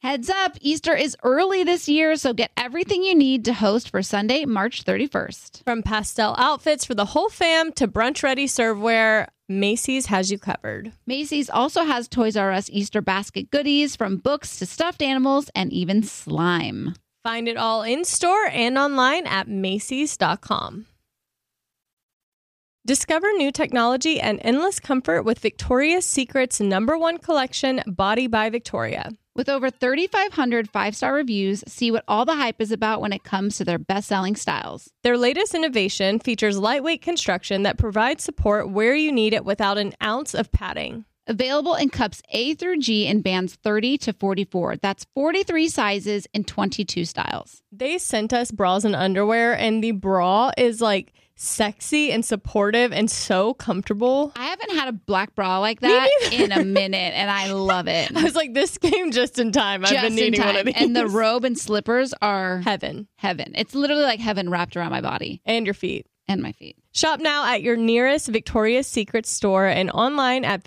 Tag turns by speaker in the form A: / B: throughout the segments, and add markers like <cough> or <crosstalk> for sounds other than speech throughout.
A: Heads up, Easter is early this year, so get everything you need to host for Sunday, March 31st.
B: From pastel outfits for the whole fam to brunch ready serveware, Macy's has you covered.
A: Macy's also has Toys R Us Easter basket goodies from books to stuffed animals and even slime.
B: Find it all in store and online at Macy's.com. Discover new technology and endless comfort with Victoria's Secret's number one collection, Body by Victoria.
A: With over 3,500 five star reviews, see what all the hype is about when it comes to their best selling styles.
B: Their latest innovation features lightweight construction that provides support where you need it without an ounce of padding.
A: Available in cups A through G in bands 30 to 44. That's 43 sizes and 22 styles.
B: They sent us bras and underwear, and the bra is like sexy and supportive and so comfortable. <laughs>
A: I haven't had a black bra like that in a minute, and I love it.
B: I was like, this came just in time. I've been
A: Just in
B: needing
A: time.
B: one of these.
A: And the robe and slippers are
B: heaven
A: heaven. It's literally like heaven wrapped around my body
B: and your feet.
A: and my feet.
B: Shop now at your nearest Victoria's Secret store and online at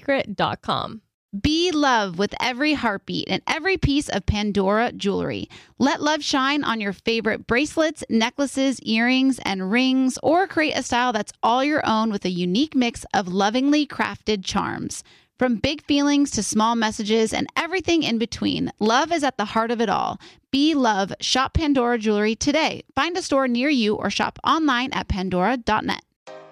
B: victoriassecret.com.
A: Be love with every heartbeat and every piece of Pandora jewelry. Let love shine on your favorite bracelets, necklaces, earrings, and rings, or create a style that's all your own with a unique mix of lovingly crafted charms. From big feelings to small messages and everything in between, love is at the heart of it all. Be love. Shop Pandora jewelry today. Find a store near you or shop online at pandora.net.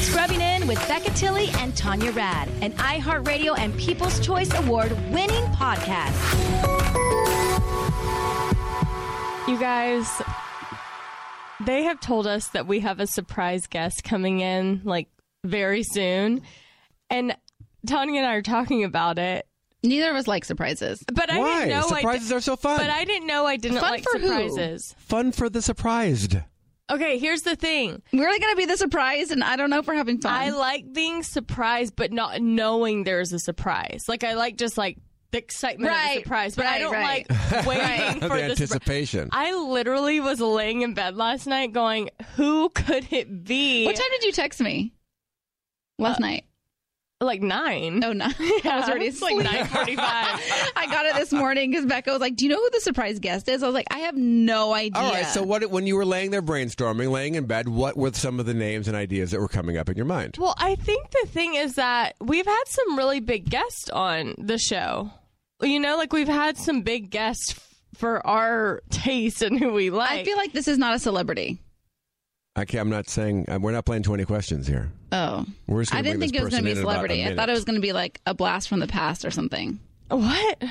C: Scrubbing in with Becca Tilly and Tanya Rad, an iHeartRadio and People's Choice Award winning podcast.
B: You guys, they have told us that we have a surprise guest coming in like very soon. And Tanya and I are talking about it.
A: Neither of us like surprises.
B: But I
D: Why?
B: didn't know
D: Surprises
B: I
D: are so fun.
B: But I didn't know I didn't
A: Fun
B: like
A: for who?
B: surprises.
D: Fun for
B: <laughs>
D: the surprised.
B: Okay, here's the thing.
A: We're going to be the surprise, and I don't know if we're having fun.
B: I like being surprised, but not knowing there's a surprise. Like I like just like the excitement of
A: Right,
B: the surprise, but I
A: right,
B: don't
A: <laughs> right.
B: like
D: <laughs>
B: waiting for
D: the
B: the surprise.
D: anticipation.
B: I literally was laying in bed last night going, who could it be?
A: What time did you text me? Last night.
B: Like nine. <laughs>
A: Oh no, <laughs> I was already
B: Uh, It's like
A: asleep.
B: nine forty-five.
A: <laughs> I got it this morning because Becca was like, "Do you know who the surprise guest is?" I was like, "I have no idea."
D: All right. So, what when you were laying there brainstorming, laying in bed, what were some of the names and ideas that were coming up in your mind?
B: well, I think the thing is that we've had some really big guests on the show. You know, like we've had some big guests f- for our taste and who we like.
A: I feel like this is not a celebrity.
D: I can't, I'm not saying uh, we're not playing 20 questions here.
A: Oh,
D: We're just
A: I didn't
D: gonna bring
A: think it was
D: this
A: going to be a
D: person in in about a
A: celebrity. I
D: minute.
A: thought it was going to be like a blast from the past or something.
B: what?
D: Like,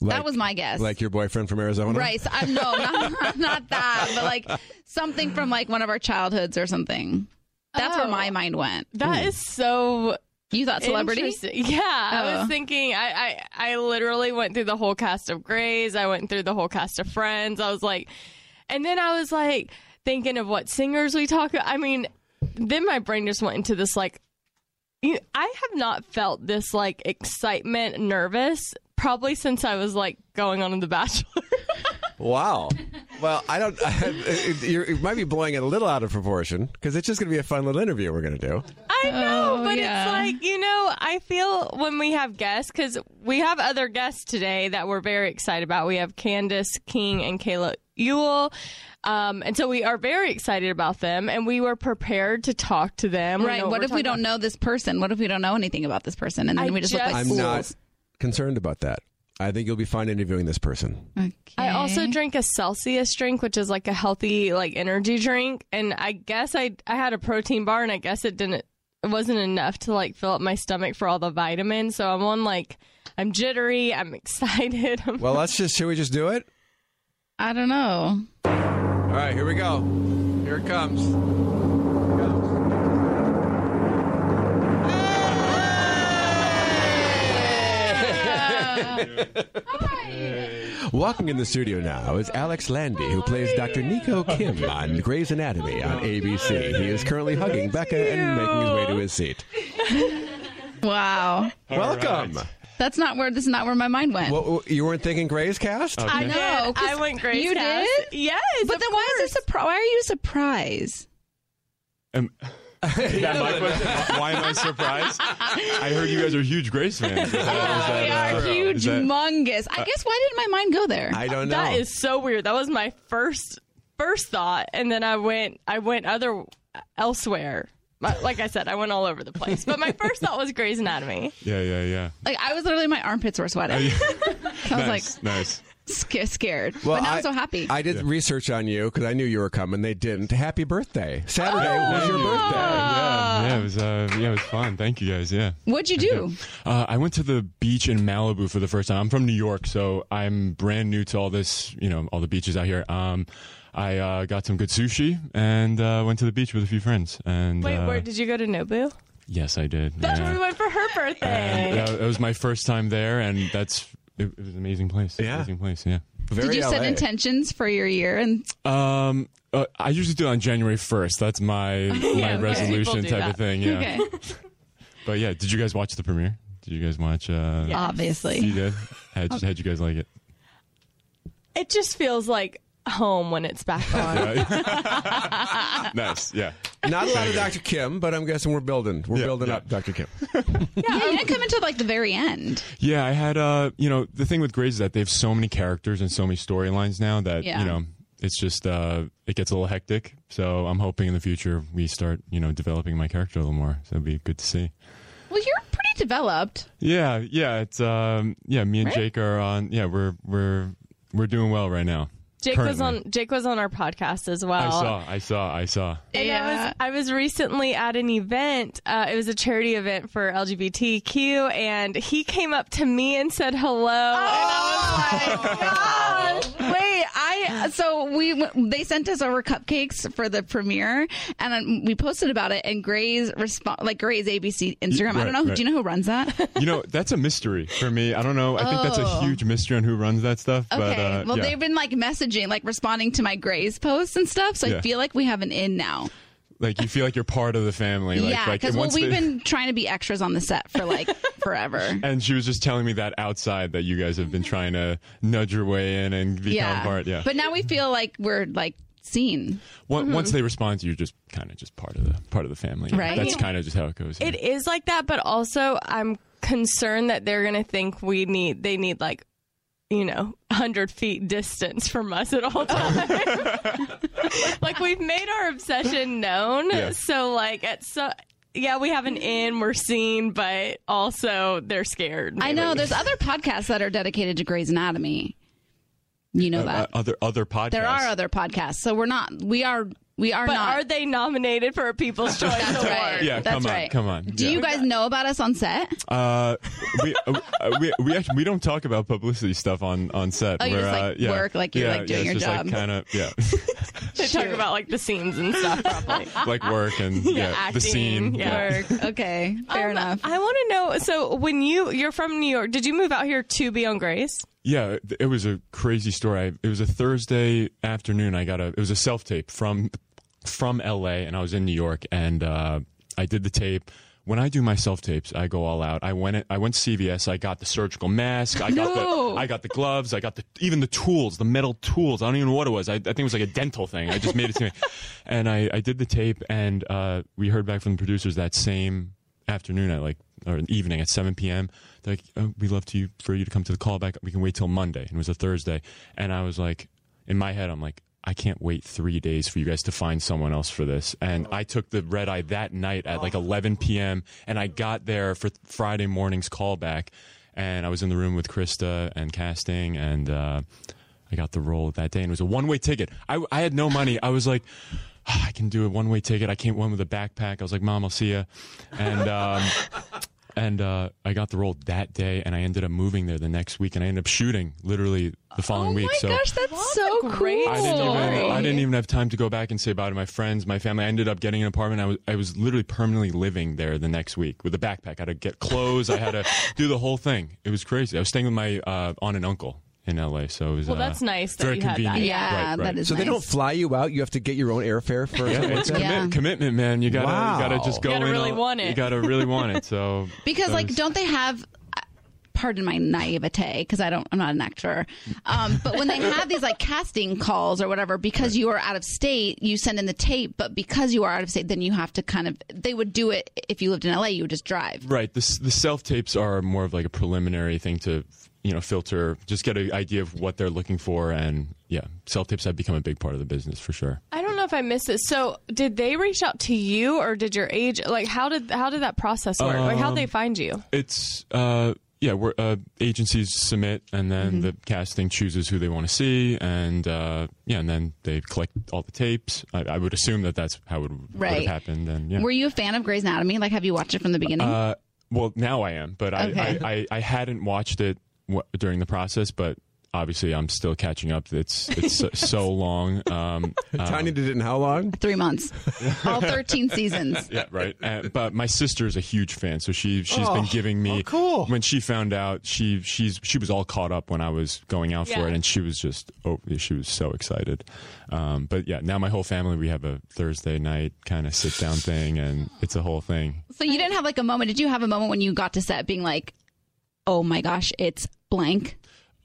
A: that was my guess.
D: like your boyfriend from Arizona.
A: right? So I'm no, not, <laughs> not that, but like something from like one of our childhoods or something. That's where
B: Oh.
A: my mind went.
B: That is so
A: You thought celebrity?
B: Interesting. Yeah, I
A: Oh.
B: was thinking. I, I I literally went through the whole cast of Grays. I went through the whole cast of Friends. I was like, and then I was like thinking of what singers we talk. I mean, then my brain just went into this like, you, I have not felt this like excitement, nervous probably since I was like going on in The Bachelor.
A: <laughs>
D: Wow. Well, I don't. <laughs> you're, it might be blowing it a little out of proportion because it's just going to be a fun little interview we're going to do.
B: I know,
A: Oh,
B: but
A: yeah.
B: it's like, you know, I feel when we have guests, because we have other guests today that we're very excited about. We have Candace King and Kayla Ewell. Um, and so we are very excited about them, and we were prepared to talk to them. We
A: Right.
B: know
A: What
B: we're
A: if we
B: talking
A: don't
B: about.
A: know this person? What if we don't know anything about this person? And then
B: I
A: we just, look like
B: just-
D: I'm
A: fools.
D: not concerned about that. I think you'll be fine interviewing this person.
B: I also
A: Okay.
B: drink a Celsius drink, which is like a healthy, like energy drink, and I guess I I had a protein bar, and I guess it didn't, it wasn't enough to like fill up my stomach for all the vitamins. So I'm on like, I'm jittery, I'm <laughs> excited. I'm
D: Well, let's just. Should we just do it?
A: I don't know.
D: All right. Here we go. Here it comes. Walking in the studio now is Alex Landy, who plays Dr. Nico Kim on Grey's Anatomy on ABC. He is currently hugging Becca and making his way to his seat.
A: Wow.
D: Welcome.
A: That's not where this is not where my mind went.
D: What, what- you weren't thinking Grey's cast?
A: I know. 'cause
B: <laughs> I went Grace.
A: You
B: Cass.
A: did?
B: Yes.
A: But
B: of
A: then why is it surpri- why are you surprised?
E: Am, is that my question? Why am I surprised? I heard you guys are huge Grace fans. Is that- is that, uh,
A: they are huge,
E: is that-
A: humongous. I guess why didn't my mind go there?
D: I don't know.
B: That is so weird. That was my first first thought, and then I went I went other elsewhere. My, like I said, I went all over the place. But <laughs> my first thought was Grey's Anatomy.
E: yeah, yeah, yeah.
A: like I was literally my armpits were sweating. <laughs> I was like
E: nice, nice.
A: sca- scared, but now I, am so happy.
D: I did research on you because I knew you were coming. They didn't. Happy birthday. Saturday
A: Oh,
D: was your birthday.
E: Yeah, yeah, it was, uh, yeah, it was fun. Thank you guys. Yeah.
A: What'd you do?
E: Uh, I went to the beach in Malibu for the first time. I'm from New York, so I'm brand new to all this, you know, all the beaches out here. Um, I uh, got some good sushi and uh, went to the beach with a few friends. And
B: Wait,
E: uh,
B: where did you go to Nobu?
E: yes, I did.
B: That's
E: yeah.
B: where we went for her birthday.
E: Yeah, it was my first time there, and that's it, it was an amazing place.
D: Yeah.
E: amazing place. Yeah.
D: Very
A: Did you set
D: LA.
A: intentions for your year? And
E: Um, uh, I usually do it on January first.
B: <laughs>
E: That's my my
B: okay. People
E: resolution
B: do
E: type
B: that.
E: of thing. Yeah.
A: <laughs> okay,
E: But yeah, did you guys watch the premiere? Did you guys watch? Uh,
B: Yeah.
E: You
A: obviously,
E: did. How'd, how'd you guys like
B: <laughs>
E: it? <laughs>
B: It just feels like home when it's
E: <laughs>
B: back on.
E: nice. Yeah.
D: Not a lot of Dr. Kim, but I'm guessing we're building. We're
E: Yeah,
D: building
E: yeah.
D: up Dr. Kim.
A: yeah, you didn't come until like the very end.
E: Yeah, I had uh, you know, the thing with Grey's is that they have so many characters and so many storylines now that
A: Yeah.
E: you know it's just uh, it gets a little hectic. So I'm hoping in the future we start you know developing my character a little more. So it'd be good to see.
A: Well, you're pretty developed.
E: Yeah, yeah, it's um, yeah. Me and Jake are on. Yeah, we're we're we're doing well right now.
B: Jake was
E: currently.
B: on Jake was on our podcast as
E: I
A: Oh.
B: well.
E: saw. I saw. I saw.
B: And I
A: Yeah.
B: was I was recently at an event. Uh, it was a charity event for LGBTQ, and he came up to me and said hello.
A: Oh.
B: and I was like,
A: Wait, I so we they sent us over cupcakes for the premiere, and um, we posted about it. And Gray's response, like Gray's ABC Instagram. I
E: right,
A: don't know. who
E: right.
A: Do you know who runs that? okay,
E: You know, that's a mystery for me. I don't know. I think that's
A: Oh.
E: a huge mystery on who runs that stuff. But, uh,
A: well
E: yeah.
A: they've been like messaging, like responding to my Gray's posts and stuff. So I
E: Yeah.
A: feel like we have an in now.
E: like you feel like you're part of the family. Like,
A: yeah,
E: like,
A: because well,
E: once
A: we've
E: they-
A: been trying to be extras on the set for like <laughs> forever.
E: And she was just telling me that outside that you guys have been trying to nudge your way in and become
A: Mm-hmm. yeah,
E: part. Yeah.
A: But mm-hmm. now we feel like we're like seen.
E: Once- Once they respond, you're just kind of just part of the part of the family.
A: Right.
E: That's kind of just how it goes.
B: it is like that, but also I'm concerned that they're gonna think we need they need like you know hundred feet distance from us at all times. <laughs> like we've made our obsession known,
E: Yeah.
B: so like at so yeah we have an in, we're seen, but also they're scared.
A: I know there's other podcasts that are dedicated to Gray's Anatomy. You know
E: Uh,
A: that.
E: other other podcasts.
A: There are other podcasts, so we're not. We are. We are
B: But
A: not.
B: are they nominated for a
E: <laughs>
B: People's Choice Award?
A: right.
E: Yeah,
A: That's
E: come on,
A: right.
E: come on.
A: Do
E: Yeah.
A: you guys know about us on set?
E: Uh, we, uh, we we actually we don't talk about publicity stuff on on set.
A: Oh, you
E: We're,
A: just, like,
E: uh, yeah.
A: work, like, you're,
E: yeah,
A: like, doing
E: yeah, it's
A: your
E: just,
A: job.
E: Like, kind of yeah, <laughs>
B: They talk about like the scenes and stuff. Probably.
E: like
A: <laughs>
E: work and <laughs> yeah, the scene.
B: yeah.
A: Okay, fair
B: Um,
A: enough.
B: I want to know. So when you you're from New York, did you move out here to be on Grace?
E: Yeah, it- it was a crazy story. I, it was a Thursday afternoon. I got a it was a self tape from from L.A. and I was in New York and uh, I did the tape. When I do my self tapes, I go all out. I went I went to CVS. I got the surgical mask. I got
A: No.
E: the I got the gloves. I got the even the tools, the metal tools. I don't even know what it was. I, I think it was like a dental thing. I just made it to me. And I, I did the tape and uh, we heard back from the producers that same afternoon at like or an evening at 7 p.m. They're like, oh, we love to you for you to come to the callback. We can wait till Monday. And it was a Thursday. And I was like, in my head, I'm like, I can't wait three days for you guys to find someone else for this. And I took the red eye that night at like 11 p.m. and I got there for Friday morning's callback. And I was in the room with Krista and casting and. Uh, I got the role that day, and it was a one way ticket. I, I had no money. I was like, "Ah, I can do a one way ticket. I came one with a backpack. I was like, Mom, I'll see you. And um, <laughs> And uh, I got the role that day, and I ended up moving there the next week, and I ended up shooting literally the following week. so
A: that's
B: so great
E: I didn't, even,
B: story.
E: I didn't even have time to go back and say bye to my friends, my family. I ended up getting an apartment. I was, I was literally permanently living there the next week with a backpack. I had to get clothes. I
B: <laughs>
E: had to do the whole thing. It was crazy. I was staying with my uh, aunt and uncle in LA. So it was
B: Well,
E: uh,
B: that's nice that
E: very
B: you had that.
E: convenient.
A: Yeah,
E: Right, right.
A: that is
D: So they
A: nice.
D: don't fly you out. You have to get your own airfare for
E: Yeah,
D: something like
E: it's
D: that?
E: commi-
A: Yeah.
E: commitment, man. You gotta,
D: Wow.
E: you gotta just
D: You
E: go.
B: gotta
E: in
B: really
E: all-
B: want it.
E: You gotta really
B: <laughs>
E: want it. So
A: because
E: that
A: like
E: was-
A: don't they have uh, pardon my naivete because i don't i'm not an actor um, but when they have these like casting calls or whatever because you are out of state you send in the tape but because you are out of state then you have to kind of they would do it if you lived in la you would just drive
E: Right. The, s- the self tapes are more of like a preliminary thing to, you know, filter, just get an idea of what they're looking for. And yeah, self tapes have become a big part of the business for sure.
B: I don't know if I missed this. So, did they reach out to you, or did your age? Like, how did how did that process work? like, how would
E: Um,
B: they find you?
E: It's, uh, yeah, we're, uh, agencies submit and then
A: Mm-hmm.
E: the casting chooses who they want to see. And, uh, yeah, and then they collect all the tapes. I, I would assume that that's how it would
A: Right.
E: have happened. And yeah.
A: were you a fan of Grey's Anatomy? Like, have you watched it from the beginning?
E: Uh, well, now I am, but I,
A: Okay.
E: I, I, I hadn't watched it w- during the process, but obviously I'm still catching up. It's it's so, so long. Um,
D: Tanya did it in how long?
A: Three months, all thirteen seasons.
E: yeah, right. Uh, but my sister is a huge fan, so she she's been giving me.
D: oh, cool.
E: When she found out, she she's she was all caught up when I was going out
B: Yeah.
E: for it, and she was just oh, she was so excited. Um, but yeah, now my whole family we have a Thursday night kind of sit down thing, and it's a whole thing.
A: So you didn't have like a moment. Did you have a moment when you got to set being like, "Oh my gosh, it's blank"?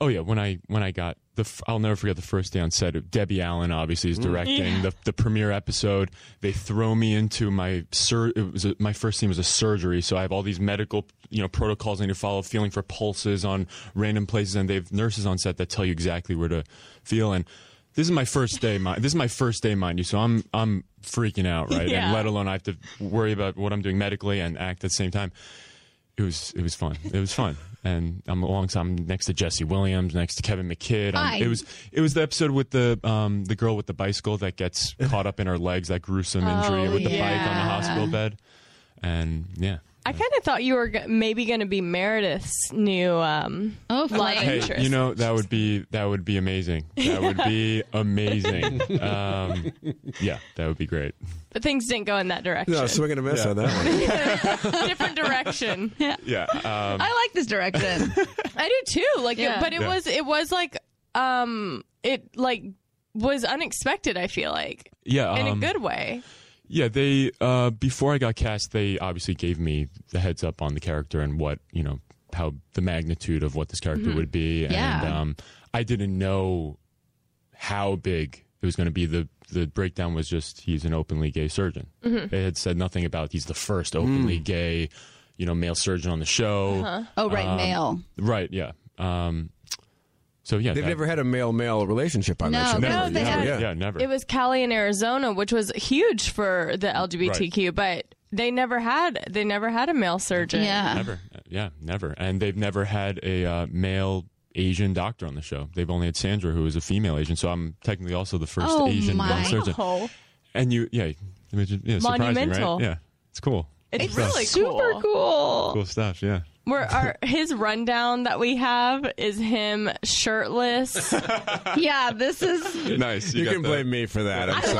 E: Oh yeah, when I when I got the f- I'll never forget the first day on set. Debbie Allen obviously is directing the the premiere episode. They throw me into my sur- it was a, my first scene was a surgery, so I have all these medical you know protocols I need to follow, feeling for pulses on random places, and they have nurses on set that tell you exactly where to feel. And this is my first day, mind. This is my first day, mind you. So I'm I'm freaking out, right?
B: Yeah.
E: And let alone I have to worry about what I'm doing medically and act at the same time it was it was fun. It was fun, and I'm alongside. I'm next to Jesse Williams, next to Kevin McKidd. I'm-
A: Hi.
E: It was it was the episode with the um the girl with the bicycle that gets caught up in her legs, that gruesome injury with the bike on the
A: Oh, yeah.
E: hospital bed, and yeah.
B: I kind of thought you were g- maybe going to be Meredith's new. Um,
A: Oh,
B: Love
A: flank.
B: it.
E: Hey,
B: Interest.
E: you know that would be that would be amazing. That
A: <laughs>
E: would be amazing. Um, yeah, that would be great.
B: but things didn't go in that direction.
D: No, swing and a miss on that
B: <laughs>
D: one.
B: Different direction.
A: <laughs>
B: yeah,
E: Yeah, um,
A: I like this direction.
B: I do too. Like,
A: Yeah.
B: it, but it
E: Yeah.
B: was it was like um it like was unexpected. I feel like
E: yeah.
B: in
E: um,
B: a good way.
E: Yeah, they uh, before I got cast, they obviously gave me the heads up on the character and what you know how the magnitude of what this character would be,
A: Mm-hmm. Yeah.
E: and um, I didn't know how big it was going to be. the The breakdown was just he's an openly gay surgeon.
A: Mm-hmm.
E: They had said nothing about he's the first openly
D: Mm.
E: gay, you know, male surgeon on the show.
A: Oh, right, male.
E: Right? Yeah. Um, so yeah,
D: They've
E: that-
D: never had a male male relationship on that
A: No,
D: show.
A: Oh, no,
D: have
A: they
D: Yeah,
A: haven't.
E: yeah,
D: yeah.
E: never.
B: It was Cali in Arizona, which was huge for the LGBTQ, but they never had they never had a male surgeon.
A: Yeah.
E: Never. Yeah, never. And they've never had a uh, male Asian doctor on the show. They've only had Sandra, who is a female Asian. So I'm technically also the first
A: Oh,
E: Asian
A: my.
E: male surgeon.
B: Oh,
E: And you, yeah, imagine, yeah surprising,
B: Monumental.
E: right? Yeah, it's cool.
B: it's really
A: Super
B: cool.
A: cool.
E: Cool stuff. Yeah.
B: Where our his rundown that we have is him
E: <laughs>
B: shirtless.
A: <laughs> Yeah, this is.
E: Nice.
D: You, can blame me for that. I'm sorry.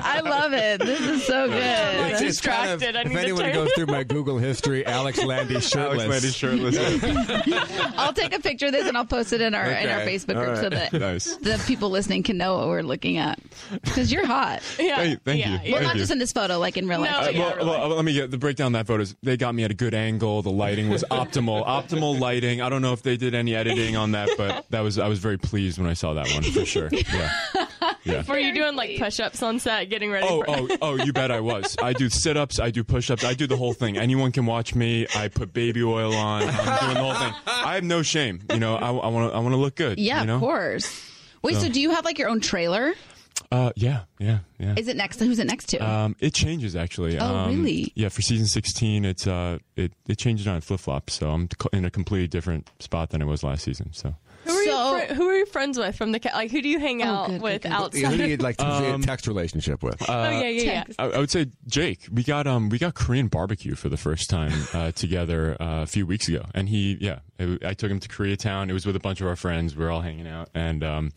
A: I love it. This is so good.
B: like-
D: It's kind of-
B: distracted. I need
D: if
B: to
D: anyone
B: turn-
D: goes through my Google history, Alex
E: <laughs>
D: Landy shirtless.
E: shirtless.
A: <laughs> I'll take a picture of this and I'll post it in our in our
D: Okay.
A: Facebook
D: All
A: group so
D: right.
A: that
E: nice.
A: the people listening can know what we're looking at. Because you're hot.
B: yeah,
E: Thank, thank
B: yeah,
E: you.
B: yeah.
A: Well,
E: Thank
A: not
E: you.
A: just in this photo, like in real life.
B: No,
E: Uh,
B: yeah,
E: well,
B: really.
E: well, let me get the breakdown. Of that photo is they got me at a good angle. The lighting was optimal. optimal lighting. I don't know if they did any editing on that, but that was I was very pleased when I saw that one for sure. Yeah. Yeah.
B: Were you doing like push-ups on set, getting ready?
E: Oh,
B: for
E: oh, oh! You bet I was. I do sit-ups. I do push-ups. I do the whole thing. Anyone can watch me. I put baby oil on. I'm doing the whole thing. I have no shame. You know, I want to. I want to look good.
A: Yeah,
E: you know?
A: of course. Wait, so. do you have like your own trailer?
E: Uh, yeah, yeah, yeah.
A: Is it next to who's it next to?
E: Um, it changes actually.
A: Oh,
E: um,
A: really?
E: Yeah, for season sixteen, it's uh, it, it changes on flip flops. So I'm co- in a completely different spot than I was last season. So
A: Who are So- Oh,
B: you fri who are you friends with from the ca- like who do you hang out
A: good,
B: with
A: good, good.
D: Who do
B: outside?
D: you like to see a
E: Um,
D: text relationship with?
E: Uh,
B: oh yeah, yeah, <laughs> yeah.
E: I, I would say Jake. We got um we got Korean barbecue for the first time uh, together uh, a few weeks ago, and he yeah I, I took him to Koreatown. It was with a bunch of our friends. We were all hanging out, and um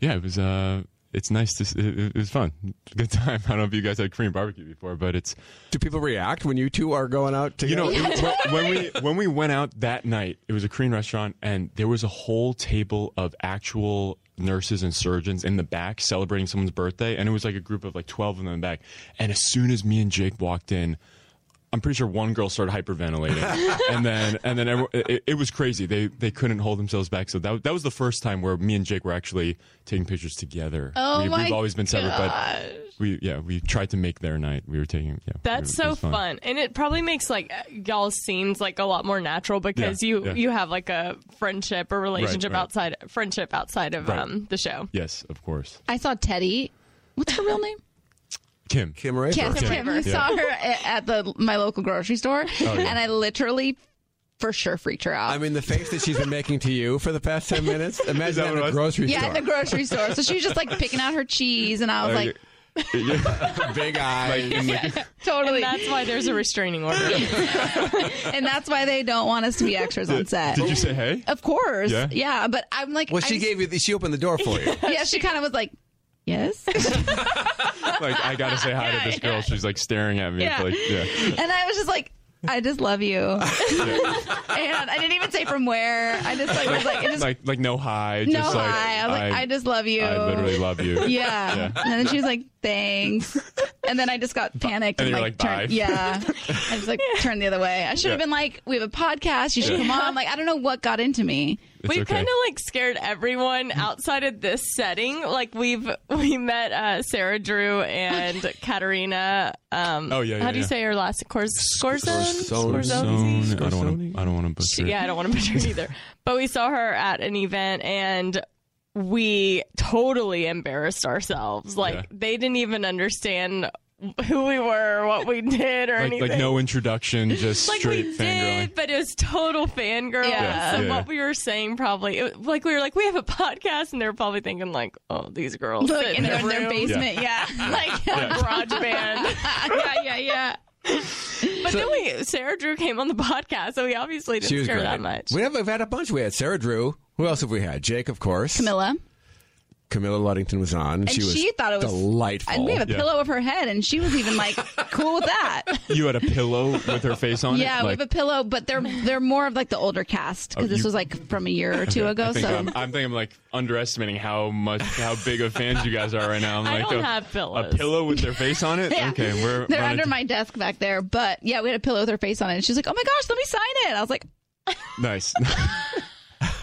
E: yeah it was uh it's nice to s- it, it was fun good <laughs> time. I don't know if you guys had Korean barbecue before, but it's
D: Do people react when you two are going out
E: you
D: together?
E: know it- when- when we when we went out that night, it was a Korean restaurant, and there was a whole table of actual nurses and surgeons in the back celebrating someone's birthday, and it was like a group of like twelve of them in the back. And as soon as me and Jake walked in. I'm pretty sure one girl started hyperventilating, and then and then everyone, it, it was crazy. They they couldn't hold themselves back. So that that was the first time where me and Jake were actually taking pictures together.
A: Oh
E: we,
A: my
E: we've always been separate, but we yeah we tried to make their night. We were taking yeah.
B: That's
E: it was- it
B: so
E: was
B: fun. and it probably makes like y'all seems like a lot more natural because
E: Yeah,
B: you
E: yeah.
B: you have like a friendship or relationship
E: right.
B: outside friendship outside of
E: Right.
B: um the show.
E: Yes, of course.
A: I saw Teddy. What's her real name?
E: Kim. <laughs>
D: Kim Raper.
A: Kim.
E: Kim.
A: Kim. I
E: Yeah. Oh,
A: saw her a- at the my local grocery store, and I literally, for sure, freaked her out.
D: I mean, the face that she's been making to you for the past
E: <laughs>
D: 10 minutes. Imagine
E: that
D: that
E: what
D: in
E: it
D: a
E: was?
D: grocery
A: yeah,
D: store.
A: at the grocery store. So she was just
E: <laughs>
A: like picking out her cheese, and I was like,
D: Big eyes.
A: totally.
B: And that's why there's a restraining
E: <laughs>
B: order.
A: and that's why they don't want us to be extras on set.
E: Did you say hey?
A: Of course. Yeah.
E: Yeah?
A: but I'm like,
D: well,
A: I
D: she
A: just-
D: gave you, the, she opened the door for you.
A: Yeah, <laughs> she kind of was like, yes.
E: Like I gotta say hi to this girl. She's like staring at me. It's
A: Yeah.
E: Like
A: <laughs>
E: yeah.
A: and I was just like, I just love
E: <laughs>
A: you. and I didn't even say from where. I just like was like, it just,
E: Like like no hi.
A: no
E: just like,
A: hi. I was like, I, just love you.
E: I literally love you.
A: Yeah. And then she was like, thanks. And then I just got panicked
E: And
A: and,
E: you're
A: like,
E: like,
A: turned,
E: bye.
A: yeah. I just like turned the other way. I should have
E: Yeah.
A: been like, we have a podcast. You should come on. Like, I don't know what got into me.
E: It's
B: We've
E: okay.
B: kind of like scared everyone outside of this setting. Like we've we met uh, Sarah Drew and
E: <laughs>
B: Katarina. Um,
E: Oh, yeah,
B: how
E: yeah,
B: do you
E: yeah.
B: say her last? Corz- Corzon.
E: Corazon. I don't want to. I don't want to butcher. it.
B: Yeah, I don't want to butcher it either. But we saw her at an event and we totally embarrassed ourselves. Like
E: Yeah.
B: they didn't even understand who we were, what we did, or
E: Like
B: anything.
E: like no introduction.
B: <laughs>
E: Just
B: Like
E: straight
B: we
E: fangirling.
B: did, but it was total fangirl.
A: Yeah.
B: Yeah. So
E: Yeah.
B: what we were saying probably, it, was- like we were like, we have a podcast, and they were probably thinking like, oh, these girls
A: Like,
B: sit
A: in
B: in <laughs>
A: their, in
B: room,
A: their basement. Yeah. Like,
B: on GarageBand.
A: yeah, yeah, yeah.
B: but then we, Sarah Drew came on the podcast, so we obviously
D: She
B: didn't
D: was
B: care
D: great.
B: that much.
D: We have, we've had a bunch. We had Sarah Drew. Who else have we had? Jake, of course.
A: Camilla.
D: Camilla Luddington was on.
A: And she,
D: was
A: thought it was
D: delightful.
A: And we have a
E: Yeah.
A: pillow of her head, and she was even like cool with that.
E: You had a pillow with her face on
A: Yeah,
E: it.
A: we
E: Like,
A: have a pillow, but
E: <laughs>
A: they're they're more of like the older cast because
E: Oh,
A: this
E: you-
A: was like from a year or two ago.
E: I think
A: so
E: I'm, I'm thinking I'm like underestimating how much how big of fans you guys are right now. I'm
B: I
E: like
B: don't
E: a,
B: have pillows.
E: A pillow with their face on it.
A: Yeah.
E: Okay, we're
A: They're
E: we're on a
A: under
E: di-
A: my desk back there, but yeah, we had a pillow with her face on it. And she's like, "Oh my gosh, let me sign it." I was like,
E: Nice.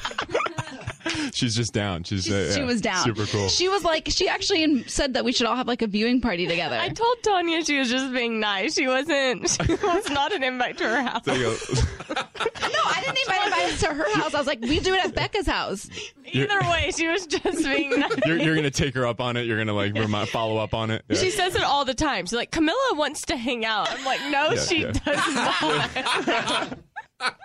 E: <laughs> She's just down. She's, uh,
A: "She
E: yeah,
A: was down.
E: Super cool.
A: She was like, she actually said that we should all have like a viewing party together."
B: I told Tanya she was just being nice. She wasn't. <laughs> She was not an invite to her
E: <laughs>
B: house.
E: There you go.
A: no, I didn't even invite us to her house. I was like, "We do it at Becca's house."
B: Either way, she was just being
E: <laughs>
B: nice.
E: you're, you're gonna take her up on it. You're gonna like remi- follow up on it. Yeah.
B: She says it all the time. She's like, Camilla wants to hang out. I'm like, no,
E: Yeah,
B: she
E: yeah.
B: does not.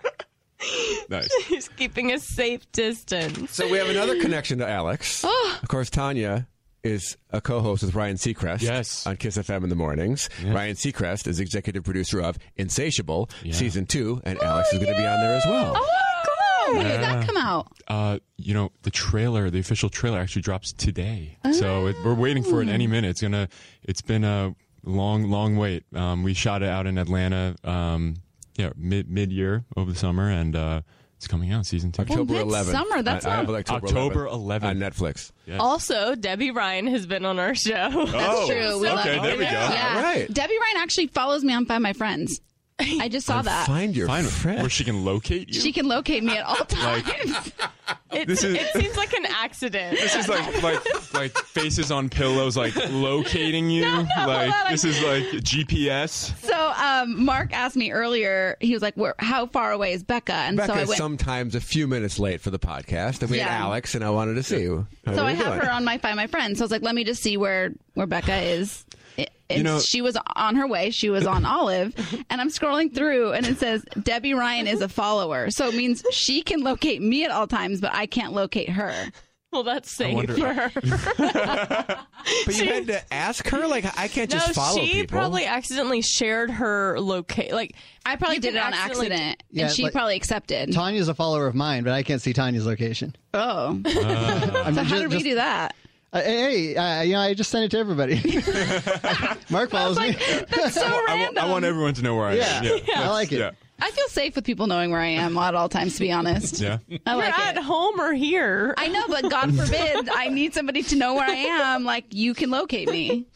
E: <laughs> nice.
B: <laughs> She's keeping a safe distance.
D: So we have another connection
A: <gasps>
D: to Alex.
A: Oh.
D: Of course, Tanya is a co-host with Ryan Seacrest
E: Yes.
D: on Kiss FM in the mornings. Ryan Seacrest is executive producer of Insatiable season 2 and Alex is going to be on there as well.
A: Oh, When did that come out?
E: Uh, you know the trailer, the official trailer, actually drops today.
A: Oh.
E: So it, we're waiting for it any minute. It's gonna. It's been a long, long wait. Um, we shot it out in Atlanta. Um, yeah, mid mid year over the summer, and uh, it's coming out season two.
D: October
A: Well, that's
D: 11th.
A: summer. That's
D: I, I
A: not-
D: have it October,
E: October 11th.
D: on Netflix.
B: Also, Debbie Ryan has been on our show.
E: Oh,
A: That's true. We love
E: okay,
A: her.
E: there we go.
A: Yeah,
D: All right.
A: Debbie Ryan actually follows me on Find My Friends. I just saw that.
D: Find your
E: Fine,
D: friend.
E: where she can locate you.
A: She can locate me at all times.
B: <laughs> It,
E: This is-
B: it seems like an accident.
E: This
B: <laughs>
E: is like like like faces on pillows, like locating you. like this is like GPS.
A: So um, Mark asked me earlier. He was like, Where, "How far away is Becca?" And
D: Becca
A: so I
D: is
A: went.
D: sometimes a few minutes late for the podcast, and we had
A: Yeah.
D: Alex, and
A: <laughs>
D: I wanted to see you. How
A: so
D: are
A: I
D: you
A: have
D: doing?
A: her on my Find My Friends. So I was like, "Let me just see where where Becca is." It- it's,
E: know-
A: she was on her way. She was on Olive, and I'm scrolling through, and it says Debbie Ryan is a follower, so it means she can locate me at all times, but I can't locate her.
B: Well, that's safe
E: wonder-
B: for her.
D: But you had to ask her. Like I can't
B: no,
D: just follow
B: she
D: people.
B: probably accidentally shared her locate. Like
A: I probably
B: You
A: did it
B: can
A: on
B: accidentally-
A: accident,
F: Yeah,
A: and she
F: like-
A: probably accepted.
F: Tanya's a follower of mine, but I can't see Tanya's location.
A: oh,
F: I Uh, mean,
A: so how
F: ju-
A: did we
F: just-
A: do that?
F: Uh, hey, hey, uh, you know, I just sent it to
A: <laughs>
F: everybody. Mark follows me. <laughs>
A: That's so
E: I, wa-
A: random.
E: I want everyone to know where I
F: Yeah,
E: am.
F: <laughs>
E: Yeah.
F: I like it.
E: Yeah.
A: I feel safe with people knowing where I am at all times. To be honest,
E: Yeah.
A: I
B: you're
A: like
B: at
A: it.
B: home or here.
A: I know, but God forbid, I need somebody to know where I am. Like you can locate me.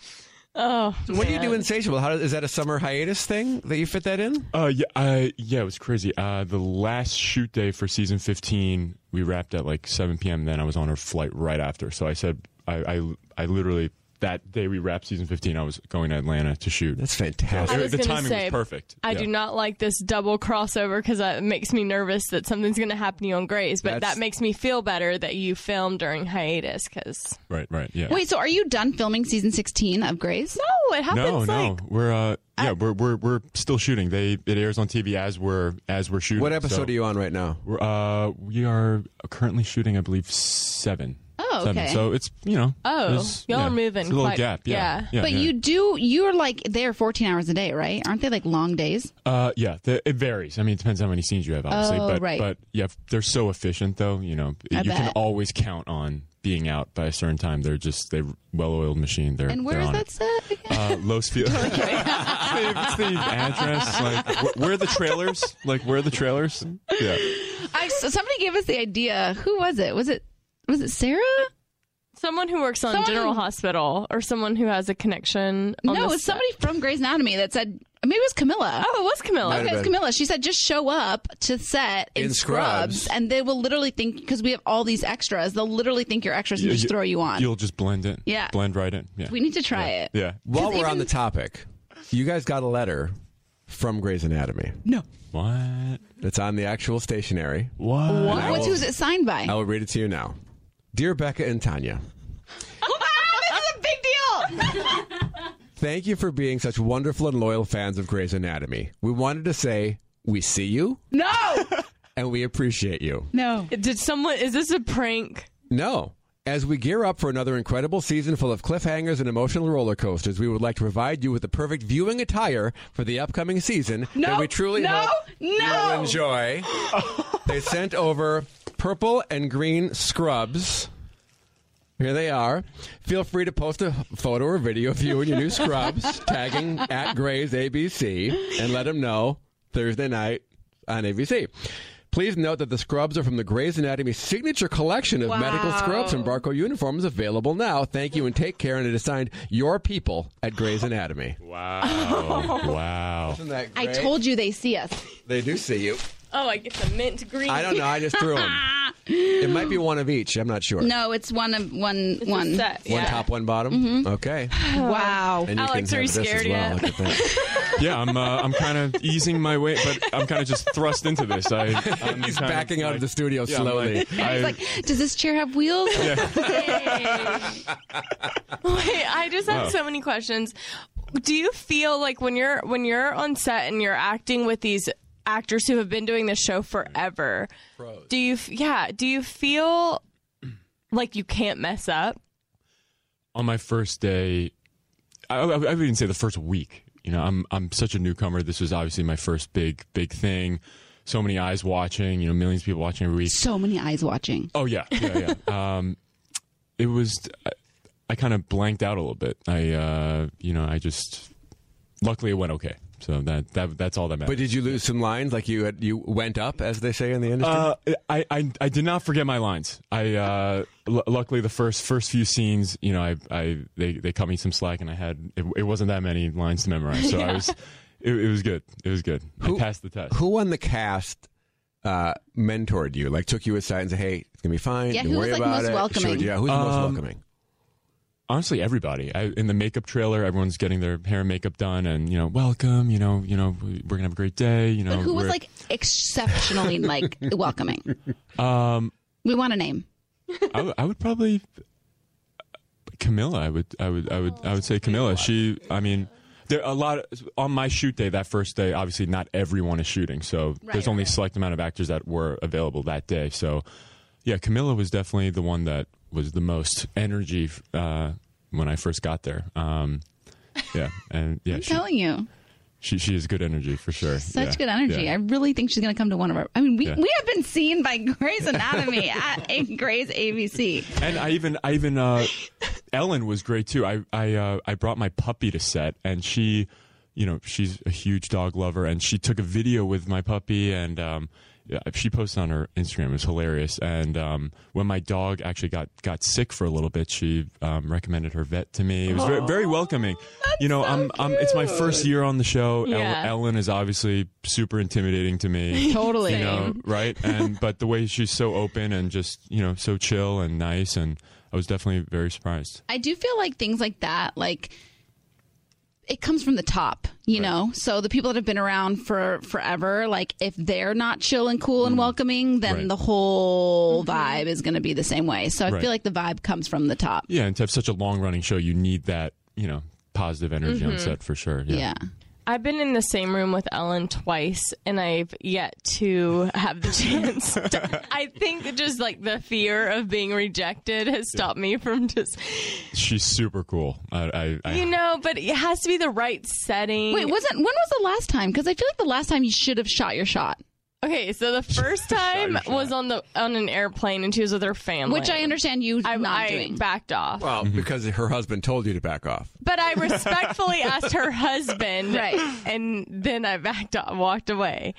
B: oh,
D: What do you do insatiable? How does, is that a summer hiatus thing that you fit that in?
E: Uh, yeah, uh, yeah, it was crazy. Uh, the last shoot day for season 15, we wrapped at like 7 p.m. Then I was on her flight right after. So I said, I, I, I literally, that day we wrapped season 15, I was going to Atlanta to shoot.
D: That's
E: So
D: fantastic.
B: I
E: it-
B: was
E: the
B: gonna
E: timing
B: say,
E: was perfect.
B: I
E: Yeah.
B: do not like this double crossover because it makes me nervous that something's going to happen to you on Grays. But
D: That's-
B: that makes me feel better that you filmed during hiatus because
E: Right, right, yeah.
A: Wait, so are you done filming season 16 of Grace?
B: no, it happens.
E: no, no,
B: like,
E: we're uh, yeah, we're, we're we're still shooting. They it airs on TV as we're as we're shooting.
D: What episode are you on right now?
E: We're, uh, we are currently shooting, I believe, seven.
A: Oh,
E: Seven.
A: okay.
E: So it's you know.
B: Oh,
E: there's-
B: y'all
E: yeah,
B: are moving
E: It's a little
B: quite-
E: gap. Yeah.
B: yeah.
A: But
E: yeah.
A: you do, you're like there 14 hours a day, right? Aren't they like long days?
E: Uh, yeah, th- it varies. I mean, it depends how many scenes you have, obviously.
A: Oh,
E: but
A: right.
E: but yeah, f- they're so efficient, though. You know,
A: I
E: you can
A: bet.
E: always count on being out by a certain time. They're just they are well-oiled machine. They're
A: And where
E: they're
A: is
E: on
A: that
E: it.
A: set? again?
E: Uh,
A: <laughs>
E: Los Feliz. it's, the, it's the address. Like, wh- where are the trailers? Like, where are the trailers? Yeah.
A: I, so somebody gave us the idea. Who was it? Was it, was it Sarah?
B: someone who works on
A: Someone-
B: General Hospital or someone who has a connection. On
A: no,
B: the
A: it was
B: set.
A: somebody from Grey's Anatomy that said, maybe it was Camilla.
B: Oh, it was Camilla.
A: Okay, it's Camilla. She said, just show up to set in,
D: In scrubs.
A: and they will literally think, because we have all these extras, they'll literally think you're extras and
E: You-
A: just
E: you-
A: throw you on.
E: You'll just blend in.
A: Yeah.
E: Blend right in. Yeah.
A: we need to try it.
E: yeah.
D: While we're on
A: even-
D: the topic, you guys got a letter from Grey's Anatomy.
E: What?
D: It's on the actual stationery.
E: What?
D: I
A: What's,
D: will-
A: who's it signed by?
D: I will read it to you now. Dear Becca and Tanya,
A: <laughs> this is a big deal.
D: thank you for being such wonderful and loyal fans of Grey's Anatomy. We wanted to say we see you
A: No.
D: <laughs> and we appreciate you.
A: No.
B: Did someone? Is this a prank?
D: No. As we gear up for another incredible season full of cliffhangers and emotional roller coasters, we would like to provide you with the perfect viewing attire for the upcoming season that we truly
A: No.
D: hope
A: No. <laughs>
D: you'll enjoy. they sent over purple and green scrubs. Here they are. Feel free to post a photo or video of you in your
A: <laughs>
D: new scrubs, tagging at Gray's ABC, and let them know Thursday night on ABC. Please note that the scrubs are from the Grey's Anatomy signature collection of medical scrubs and Barco uniforms available now. Thank you and take care. And it is signed Your People at Grey's Anatomy.
E: <laughs> Wow. wow.
D: Isn't that
A: I
D: great?
A: told you they see us.
D: They do see you.
B: Oh, I get the mint green.
D: I don't know. I just threw
A: <laughs>
D: them. It might be one of each. I'm not sure.
A: No, it's one of one
B: It's a
A: one.
B: set,
D: One
B: yeah.
D: top, one bottom. Okay.
A: Mm-hmm. <sighs> Wow.
D: And you
B: Alex,
D: can
B: are you
D: have this as
B: scared
D: well.
B: yet?
D: Look
A: <laughs>
D: at that.
E: Yeah, I'm. Uh, I'm kind of easing my way, but I'm kind of just thrust into this. I, I'm
D: He's
E: kind
D: backing out of
E: like-
D: the studio
E: Yeah, I'm
D: slowly.
A: <laughs>
E: like, I-
A: Does this chair have wheels?
B: Wait, <laughs> I just have
E: Wow.
B: so many questions. Do you feel like when you're when you're on set and you're acting with these actors who have been doing this show forever? Do you f- yeah, do you feel like you can't mess up?
E: on my first day, I, I, I would even say the first week. You know, I'm I'm such a newcomer. This was obviously my first big big thing. So many eyes watching. You know, millions of people watching every week.
A: So many eyes watching.
E: Oh yeah, yeah, yeah.
D: <laughs>
E: um, it was. I, I kind of blanked out a little bit. I, uh, you know, I just. Luckily, it went okay. So that that that's all that matters.
D: But did you lose some lines? Like you had, you went up, as they say in the industry.
E: Uh, I, I I did not forget my lines. I uh, l- luckily the first first few scenes, you know, I, I they, they cut me some slack, and I had it, it wasn't that many lines to memorize,
D: <laughs>
E: so I was it, it was good. It was good. I passed the test.
D: Who on the cast uh, mentored you? Like took you aside and said, "Hey, it's gonna be fine.
A: Yeah,
D: Don't
A: who
D: worry
A: was, like,
D: about
A: most
D: it."
A: welcoming?
D: Showed you- yeah, who's the most
E: Um,
D: welcoming?
E: Honestly, everybody I, in the makeup trailer, everyone's getting their hair and makeup done, and you know, welcome. You know, you know, we're gonna have a great day. You know,
A: But who was
E: we're-
A: like
E: <laughs>
A: exceptionally like welcoming? Um, we want a name.
E: I, w- I would probably Camilla. I would, I would, I would, I would say Camilla. She, I mean, there a lot of, on my shoot day that first day. Obviously, not everyone is shooting, so there's only a select amount of actors that were available that day. So, yeah, Camilla was definitely the one that was the most energy uh, when I first got there. Um, yeah, and
A: <laughs>
E: yeah,
A: I'm
E: she,
A: telling you,
E: she she is good energy for sure.
A: such
E: Yeah,
A: good energy.
E: yeah.
A: I really think she's going to come to one of our. I mean, we,
E: Yeah.
A: we have been seen by Grey's
E: <laughs>
A: Anatomy at a Grey's ABC.
E: And I even, I even, uh, Ellen was great too. I, I, uh, I brought my puppy to set, and she, you know, she's a huge dog lover, and she took a video with my puppy, and um, yeah, she posted on her Instagram. It was hilarious. And um, when my dog actually got got sick for a little bit, she um, recommended her vet to me. It was very, very welcoming. you know, I'm, I'm, it's my first year on the show. El-
B: Yeah.
E: Ellen is obviously super intimidating
A: <laughs>
E: to me.
A: Totally.
E: you know,
B: <laughs>
E: right? And but the way she's so open and just you know so chill and nice, and I was definitely very surprised.
A: I do feel like things like that, like it comes from the top, you know. So the people that have been around for forever, like if they're not chill and cool and welcoming, then
E: Mm. Right.
A: the whole
B: Mm-hmm.
A: vibe is going to be the same way. So I
E: Right.
A: feel like the vibe comes from the top.
E: Yeah, and to have such a long running show, you need that you know positive energy
B: Mm-hmm.
E: on set for sure. Yeah.
A: Yeah.
B: I've been in the same room with Ellen twice, and I've yet to have the <laughs> chance.
E: <laughs>
B: to- I think that just like the fear of being rejected has stopped me from just,
E: she's super cool. I, I, I
B: you know. But it has to be the right setting.
A: Wait, wasn't when was the last time? Because I feel like the last time you should have shot your shot,
B: okay, so the first
E: Sorry,
B: time
E: Sean.
B: was on the on an airplane, and she was with her family,
A: which I understand you
B: I,
A: not
B: I
A: doing.
B: backed off,
E: oh,
D: Well, because her husband told you to back off.
B: but I respectfully asked her husband,
A: Right.
B: And then I backed off, walked away.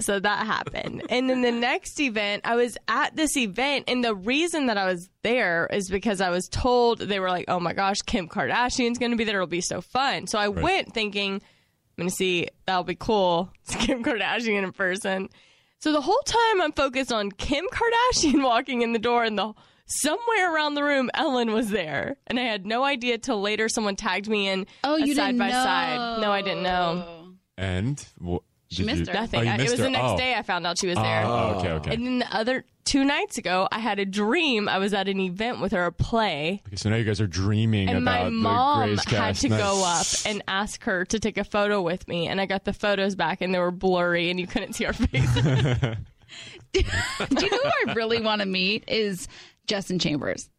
B: So that happened. And then the next event, I was at this event, and the reason that I was there is because I was told they were like, "Oh my gosh, Kim Kardashian's going to be there. It'll be so fun." So I went thinking, "I'm going to see. That'll be cool. <laughs> It's Kim Kardashian in person." So the whole time I'm focused on Kim Kardashian <laughs> walking in the door, and the somewhere around the room, Ellen was there, and I had no idea till later. Someone tagged me in.
A: oh,
B: a
A: you
B: side
A: didn't
B: by
A: know.
B: side. No, I didn't know.
E: and wh-
A: She
E: did
A: missed
E: you-
A: her.
B: Nothing.
E: Oh, you
B: I- it
E: missed
B: was the
E: her.
B: next
E: Oh.
B: day I found out she was there.
E: Oh, okay, okay.
B: And then the other two nights ago, I had a dream. I was at an event with her, a play,
E: Okay, so now you guys are dreaming
B: and
E: about
B: my mom
E: the Grey's
B: had
E: cast.
B: to
E: Nice.
B: go up and ask her to take a photo with me. And I got the photos back, and they were blurry, and you couldn't <laughs> see our faces.
A: <laughs> Do you know who I really want to meet is Justin Chambers.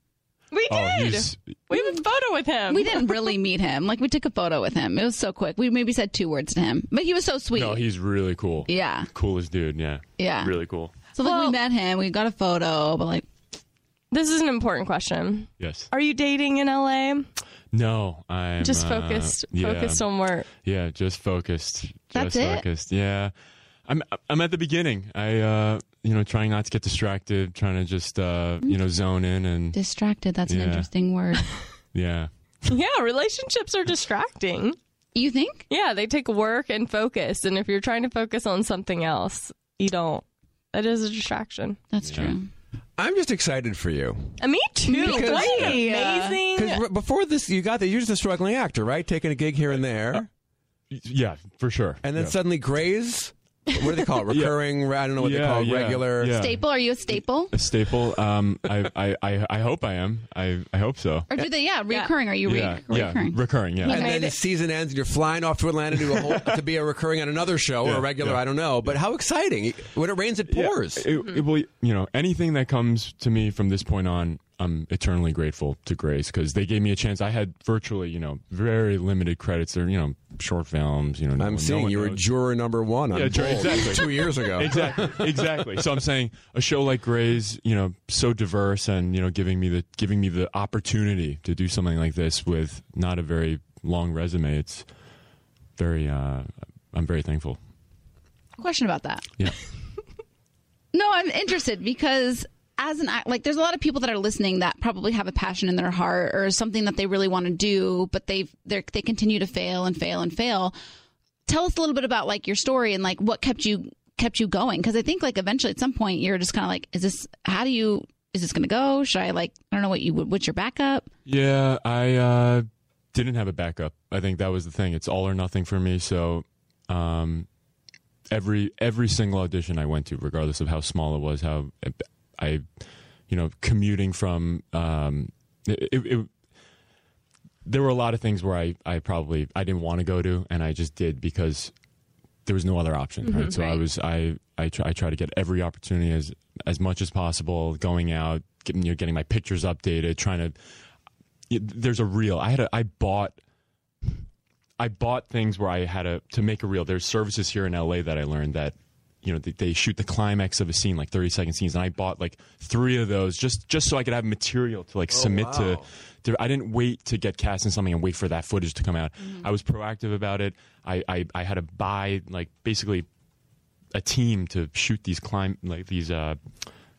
B: we
E: Oh,
B: did.
E: he's
B: we have a photo with him.
A: We didn't really meet him. Like we took a photo with him. It was so quick. We maybe said two words to him, but he was so sweet.
E: no, he's really cool.
A: yeah,
E: coolest dude. Yeah,
A: yeah.
E: really cool.
A: So like we
B: Well-
A: met him, we got a photo, but like
B: This is an important question.
E: Yes.
B: Are you dating in LA?
E: No, I'm
B: Just
E: uh,
B: focused,
E: yeah.
B: focused on work.
E: Yeah, just focused.
A: That's
E: just
A: it?
E: focused. Yeah. I'm I'm at the beginning. I uh you know, trying not to get distracted, trying to just uh
A: Mm-hmm.
E: you know, zone in and
A: distracted. That's
E: Yeah.
A: an interesting
E: <laughs>
A: word.
E: yeah.
B: Yeah, relationships are distracting.
A: You think?
B: Yeah, they take work and focus. And if you're trying to focus on something else, you don't. That is a distraction.
A: That's true.
D: I'm just excited for you.
B: Uh, me too.
D: Because-
B: What an
A: Yeah.
B: amazing.
D: Because before this, you got that. You're just a struggling actor, right? Taking a gig here and there.
E: Yeah, for sure.
D: And then
E: Uh, yeah.
D: suddenly Grays, what do they call it?
E: <laughs>
D: Recurring, I don't know what they
E: Yeah,
D: call it,
E: yeah,
D: regular.
E: yeah.
A: Staple? Are you a staple?
E: a staple. Um I, I, I, I hope I am. I I hope so.
A: Or do they? Yeah, recurring. Are you re-
E: yeah, yeah.
A: recurring?
E: Recurring, yeah.
D: And then the season ends, and you're flying off to Atlanta to,
E: <laughs>
D: a whole, to be a recurring on another show or
E: Yeah,
D: a regular.
E: yeah.
D: I don't know, but how exciting! When it rains, it
E: Yeah,
D: pours.
E: It, it will, you know, anything that comes to me from this point on, I'm eternally grateful to Grace because they gave me a chance. I had virtually, you know, very limited credits. They're, you know, short films. You know,
D: I'm seeing you were
E: a
D: juror number one on
E: Yeah, juror-
D: Bold
E: exactly.
D: two years
E: <laughs>
D: ago. <laughs>
E: exactly, exactly. So I'm saying a show like Grey's, you know, so diverse and you know, giving me the giving me the opportunity to do something like this with not a very long resume. It's very, uh, I'm very thankful.
A: Question about that.
D: <laughs>
E: Yeah.
A: No, I'm interested because as an act, like there's a lot of people that are listening that probably have a passion in their heart or something that they really want to do, but they've they they continue to fail and fail and fail. Tell us a little bit about like your story and like what kept you kept you going because I think like eventually at some point you're just kind of like, is this how do you is this going to go? Should I like I don't know what you would what's your backup?
E: Yeah, I uh, didn't have a backup. I think that was the thing. It's all or nothing for me. So, um, every every single audition I went to, regardless of how small it was, how I, you know, commuting from um, it, it, it- there were a lot of things where I, I probably I didn't want to go to, and I just did because there was no other option. right? So I was I I try, I try to get every opportunity as as much as possible, going out, getting you know, getting my pictures updated, trying to. y- There's a reel. I had a I bought. I bought things where I had a to make a reel. There's services here in LA that I learned that you know they, they shoot the climax of a scene like 30 second scenes, and I bought like three of those just just so I could have material to like submit to, to. I didn't wait to get cast in something and wait for that footage to come out. I was proactive about it. I, I I had to buy like basically a team to shoot these climb like these uh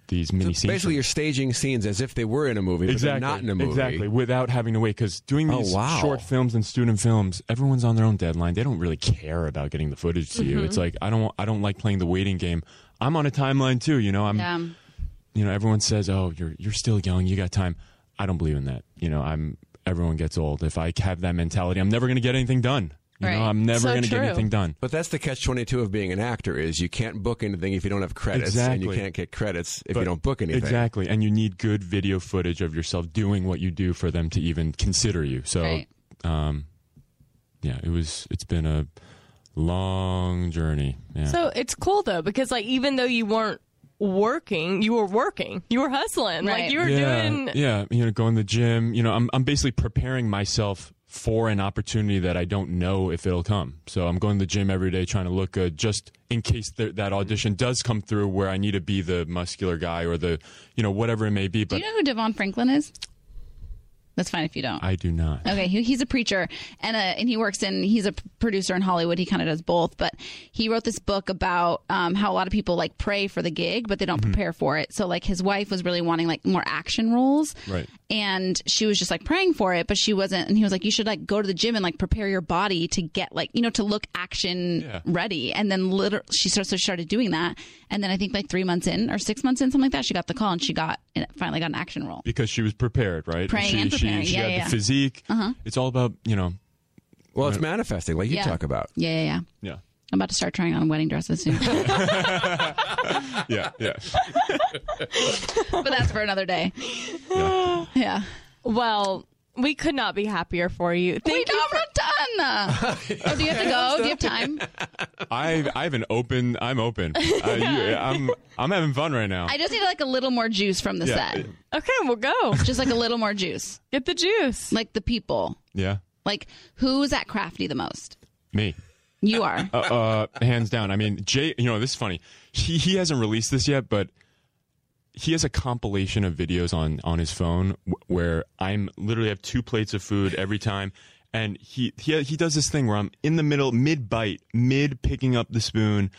E: these mini scenes.
D: Basically, you're staging scenes as if they were in a movie, but
E: Exactly.
D: they're not in a movie.
E: Exactly. Without having to wait, because doing
D: Oh,
E: these
D: wow.
E: short films and student films, everyone's on their own deadline. They don't really care about getting the footage to you. It's
D: Mm-hmm.
E: like I don't. I don't like playing the waiting game. I'm on a timeline too. You know. I'm.
A: Yeah.
E: You know. Everyone says, "Oh, you're you're still young. You got time." I don't believe in that. You know. I'm. Everyone gets old. If I have that mentality, I'm never going to get anything done. You know.
A: Right.
E: I'm never
B: So
E: going to get
B: true.
E: anything done.
D: But that's the catch twenty two of being an actor is you can't book anything if you don't have credits, and you
E: Exactly.
D: can't get credits if you
E: But-
D: don't book anything.
E: Exactly. And you need good video footage of yourself doing what you do for them to even consider you. So,
A: Right.
E: um, yeah, it was, it's been a long journey. Yeah.
B: So it's cool though because like even though you weren't working, you were working, you were hustling,
A: Right.
B: like you were
E: yeah,
B: doing.
E: yeah, you know, going to the gym, you know, I'm, I'm basically preparing myself for an opportunity that I don't know if it'll come. So I'm going to the gym every day trying to look good just in case th- that audition does come through where I need to be the muscular guy or the, you know, whatever it may be,
A: Do
E: but
A: you know who Devon Franklin is? That's fine if you don't.
E: I do not.
A: Okay, he, he's a preacher and a, and he works in he's a p- producer in Hollywood. He kind of does both, but he wrote this book about um, how a lot of people like pray for the gig, but they don't prepare for it. So like his wife was really wanting like more action roles,
E: Right.
A: And she was just like praying for it, but she wasn't. And he was like, "You should like go to the gym and like prepare your body to get like you know to look action
E: Yeah.
A: ready." And then literally she started so she started doing that, and then I think like three months in or six months in, something like that, she got the call and she got and finally got an action role.
E: because she was prepared, right?
A: Praying
E: she,
A: and preparing.
E: She, she
A: Yeah, yeah,
E: had
A: Uh-huh. yeah.
E: the physique. It's all about you know.
D: Well, it's manifesting, like you
A: Yeah.
D: talk about.
A: Yeah, yeah, yeah.
E: Yeah,
A: I'm about to start trying on wedding dresses soon.
E: yeah,
A: <laughs>
E: yeah.
A: but that's for another day.
E: Yeah.
A: Yeah.
B: Well, we could not be happier for you.
A: Wait,
B: Thank
A: no,
B: you.
A: I'm
E: <laughs>
A: not done. oh, do you have to go? Do you have time?
E: I I have an open. I'm open. Uh, you,
A: <laughs>
E: I'm I'm having fun right now.
A: I just need like a little more juice from the
E: Yeah.
A: set.
B: Okay, we'll go
A: Just like a little more juice.
B: get the juice.
A: Like the people.
E: yeah,
A: Like who's at Crafty the most?
E: me.
A: You are.
E: uh, uh, hands down. I mean, Jay, you know, this is funny. He, he hasn't released this yet, but he has a compilation of videos on, on his phone w- where I'm literally have two plates of food every time. And he, he, he does this thing where I'm in the middle, mid bite, mid picking up the spoon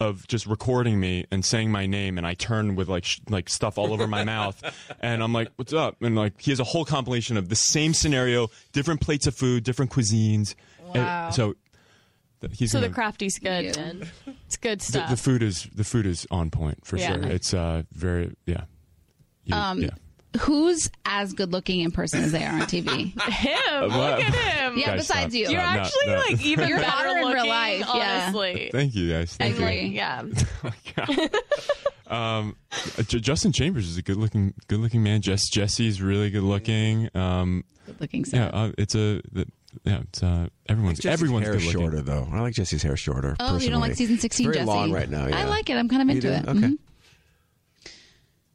E: of just recording me and saying my name. And I turn with like, sh- like stuff all over my mouth. And I'm like, what's up? And like, he has a whole compilation of the same scenario, different plates of food, different cuisines. Wow. so, th- He's
B: So the
E: gonna,
B: crafty's good. Then. It's good
E: the,
B: stuff.
E: the food is the food is on point for
B: Yeah.
E: sure. It's uh very yeah. You- yeah.
A: Um, Who's as good looking in person as they are on
E: <laughs>
A: TV?
E: uh,
B: him.
E: Well,
B: Look at him.
A: Yeah,
E: guys,
A: besides
E: stop,
A: you.
E: stop,
A: You're
B: You're
E: no,
B: actually
E: no. <laughs>
B: like even
A: <laughs> You're
B: better
A: hotter in real
B: looking,
A: life, yeah.
B: Honestly.
E: Thank you guys. Thank you.
A: agree.
B: Yeah.
E: Um, uh, J- Justin Chambers is a good looking good looking man. Jess Jesse's really good looking. Um,
A: Good looking
E: yeah,
A: set.
E: uh, it's a the, yeah, it's uh everyone's
D: Jesse's
E: everyone's
D: hair
E: good
D: is
E: looking.
D: shorter though. I like Jesse's hair shorter.
A: Oh, you don't like
D: personally.
A: season
D: It's
A: 16,
D: very
A: Jesse?
D: long right now. Yeah.
A: I like it. I'm kind of
D: You
A: into
D: do?
A: it.
D: Okay.
E: Mm-hmm.
A: Mhm.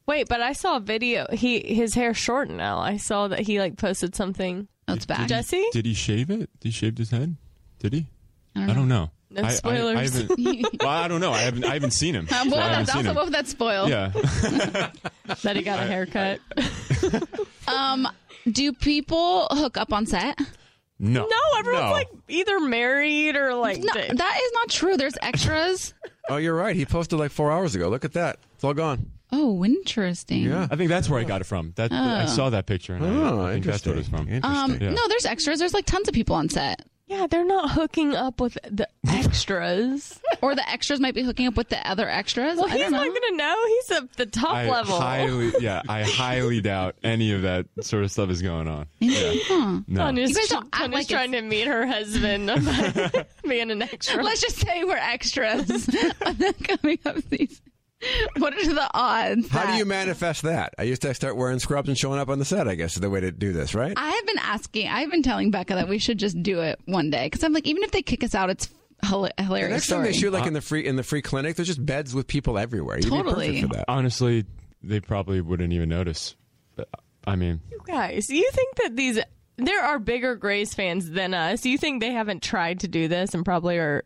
B: Wait, but I saw a video. He his hair short now. I saw that he like posted something.
A: Oh, it's back.
B: Jesse,
E: Did he shave it? Did he shave his head? Did he?
A: I don't
E: I don't know.
B: No
E: I- I, I
B: spoilers.
E: haven't- well, I don't know. I haven't I haven't seen
A: Um,
E: him. so I
A: well,
E: haven't
A: that's
E: seen
A: also
E: him.
A: both that's spoiled.
E: yeah. <laughs>
B: that he got a haircut.
E: <laughs>
A: Um, do people hook up on set?
E: No.
B: no, everyone's like either married or like.
A: No,
B: di-
A: that is not true. There's extras.
D: Oh, you're right. He posted like four hours ago. Look at that. It's all gone.
A: <laughs> Oh, interesting.
D: Yeah.
E: I think that's where I got it from. That I saw that picture. And
D: Oh,
E: I, I think that's
D: interesting.
E: what it's from.
A: Um,
D: Interesting.
E: Yeah.
A: No, there's extras. There's like tons of people on set,
B: yeah, they're not hooking up with the extras.
A: or the extras might be hooking up with the other
B: <laughs>
A: extras.
B: well,
A: I
B: he's
A: don't
B: not
A: <laughs> know.
B: gonna know. He's at the top
E: I
B: level.
E: highly, yeah, I highly doubt any of that sort of stuff is going on. Yeah. No.
B: Tanya's,
A: You guys don't act
B: Tanya's
A: like
B: trying to meet her husband by being an extra.
A: <laughs> Let's just say we're extras on the coming up season. What are the odds?
D: How do
A: that-
D: you manifest that? I used to start wearing scrubs and showing up on the set. I guess is the way to do this, right?
A: I have been asking. I've been telling Becca that we should just do it one day because I'm like, even if they kick us out, it's hila-
D: The
A: hilarious.
D: next time
A: story.
D: they shoot
E: Uh,
D: like in the free in the free clinic, there's just beds with people everywhere. You'd
A: Totally.
D: be perfect
E: Uh,
D: for that.
E: Honestly, they probably wouldn't even notice. I mean,
B: Guys, you think that these there are bigger Grays fans than us? You think they haven't tried to do this and probably are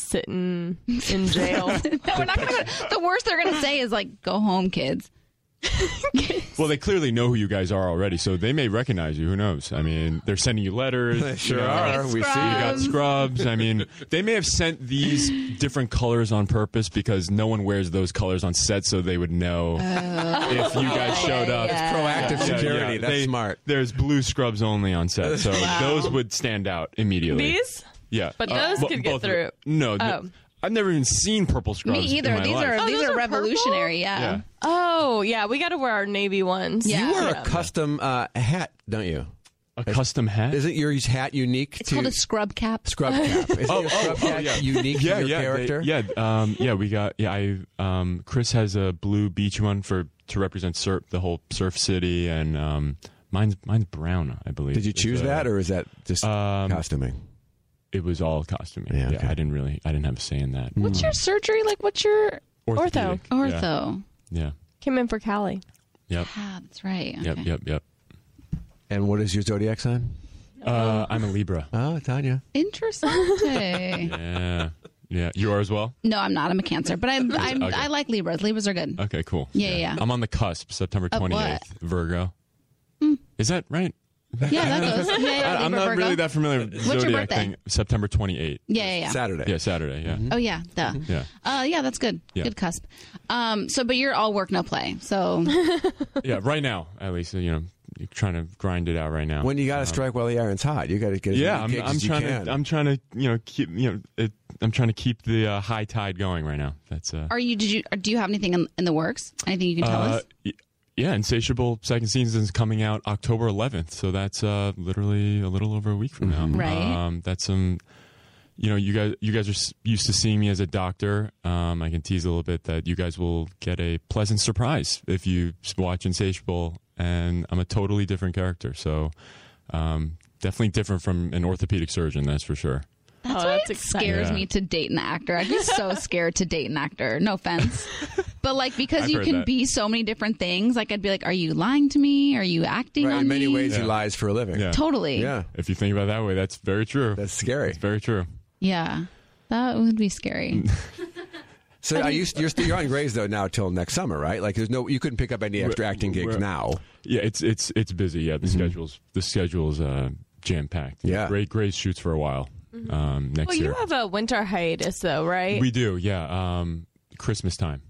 B: sitting in
A: <laughs>
B: jail?
A: No, <laughs> we're not gonna go. The worst they're gonna say is like, "Go home, kids."
E: well, they clearly know who you guys are already, so they may recognize you. Who knows? I mean, they're sending you letters.
D: <laughs> They
E: you
D: sure
E: know,
D: are. We see you
E: You got
D: guys.
E: scrubs. I mean, they may have sent these different colors on purpose because no one wears those colors on set, so they would know if you guys showed up.
D: Proactive
E: Oh. Yeah, yeah.
D: security. That's
E: They-
D: smart.
E: There's blue scrubs only on set,
D: <laughs>
E: so those would stand out immediately.
B: These?
E: Yeah, Uh,
B: But those could get
E: both of-
B: through.
E: No, no.
B: Oh.
E: I've never even seen purple scrubs.
A: Me
E: in
A: either.
E: my
A: These
E: life.
A: are
B: Oh,
A: these
B: those
A: are
B: are
A: revolutionary.
E: Yeah.
A: Yeah.
B: Oh yeah, we got to wear our navy ones.
A: Yeah.
D: You wear a custom uh, hat, don't you?
E: A custom hat.
D: Isn't your hat unique
A: It's
D: to
A: called a scrub cap.
D: scrub
E: <laughs>
D: cap? Is your scrub cap unique
E: Oh, yeah,
D: to
E: yeah,
D: your
E: they-
D: character?
E: yeah, um, yeah. We got yeah. I um, Chris has a blue beach one for to represent surf, the whole surf city, and um, mine's mine's brown, I believe.
D: Did you
E: It's,
D: choose
E: uh,
D: that, or is that just
E: um,
D: costuming?
E: It was all costuming.
D: Yeah,
E: Yeah,
D: okay.
E: I didn't really, I didn't have a say in that.
B: What's your surgery like? What's your
D: Hmm.
B: ortho?
E: Orthopedic. Yeah.
A: Ortho.
E: Yeah.
B: Came in for Cali.
E: Yep.
A: Ah, that's right.
E: Yep.
A: Okay.
E: Yep. Yep.
D: And what is your zodiac sign?
E: Uh, I'm
A: <laughs>
E: a Libra.
D: Oh, Tanya.
E: <laughs>
A: Interesting.
E: Yeah. Yeah. You are as well.
A: no, I'm not. I'm a cancer, but I'm, I'm
E: <laughs> Okay.
A: I like Libras. Libras are good.
E: Okay. Cool.
A: Yeah, yeah, yeah.
E: I'm on the cusp. September
A: Of what?
E: 28th. Virgo. Is that right?
A: Yeah, that
E: <laughs>
A: goes. Yeah, yeah,
E: I, am
A: Libra,
E: not
A: Virgo.
E: really that familiar with
A: your
E: zodiac
A: birthday?
E: thing. September 28th.
A: Yeah, yeah, yeah.
D: Saturday.
E: Yeah, Saturday. Yeah.
A: Oh yeah, duh.
E: Mm-hmm. Yeah.
A: Uh, yeah, that's good.
E: Yeah.
A: Good cusp. Um, so, but you're all work, no play.
E: <laughs>
A: So,
E: Yeah. Right now, at least, you know, you're trying to grind it out right now. Um,
D: When you got to strike while the iron's hot, you got to get as
E: Uh-huh. yeah,
D: many
E: I'm,
D: gigs
E: I'm
D: as you
E: trying
D: can.
E: to, I'm trying to, you know, keep, you know, it, I'm trying to keep the uh, high tide going right now. That's, uh,
A: are you? Did you? Do you have anything in, in the works? Anything you can tell
E: uh
A: us?
E: y- yeah, Insatiable second season is coming out October 11th. So that's, uh, literally a little over a week from now.
A: Mm-hmm. Right.
E: Um, that's some, you know, you guys, you guys are s- used to seeing me as a doctor. Um, I can tease a little bit that you guys will get a pleasant surprise if you s- watch Insatiable, and I'm a totally different character. So, um, definitely different from an orthopedic surgeon, that's for sure.
A: That's
B: Oh,
A: why
B: that's
A: it
B: exciting.
A: scares
E: Yeah.
A: me to date an actor. I'd
E: <laughs>
A: be so scared to date an actor. No offense, but like because
E: I've
A: you
E: heard
A: can
E: that.
A: be so many different things. Like I'd be like, are you lying to me? Are you acting
D: right,
A: on
D: in many
A: me?
D: ways, he lies for a living.
E: Yeah.
A: Totally.
D: Yeah.
E: If you think about it that way, that's very true.
D: That's scary.
E: It's very true.
A: Yeah. That would be scary.
D: So are you, you're, st- you're on Grays though now till next summer, right? Like there's no you couldn't pick up any extra acting gigs
E: we're-
D: now.
E: Yeah, it's it's it's busy. Yeah, the schedule's the schedule's uh, jam packed.
D: Mm-hmm. Yeah.
E: Great Grace shoots for a while.
A: Mm-hmm.
E: Um, next
B: Well,
E: year.
B: you have a winter hiatus though, right?
E: We do, yeah. Um,
A: <laughs>
E: Christmas time.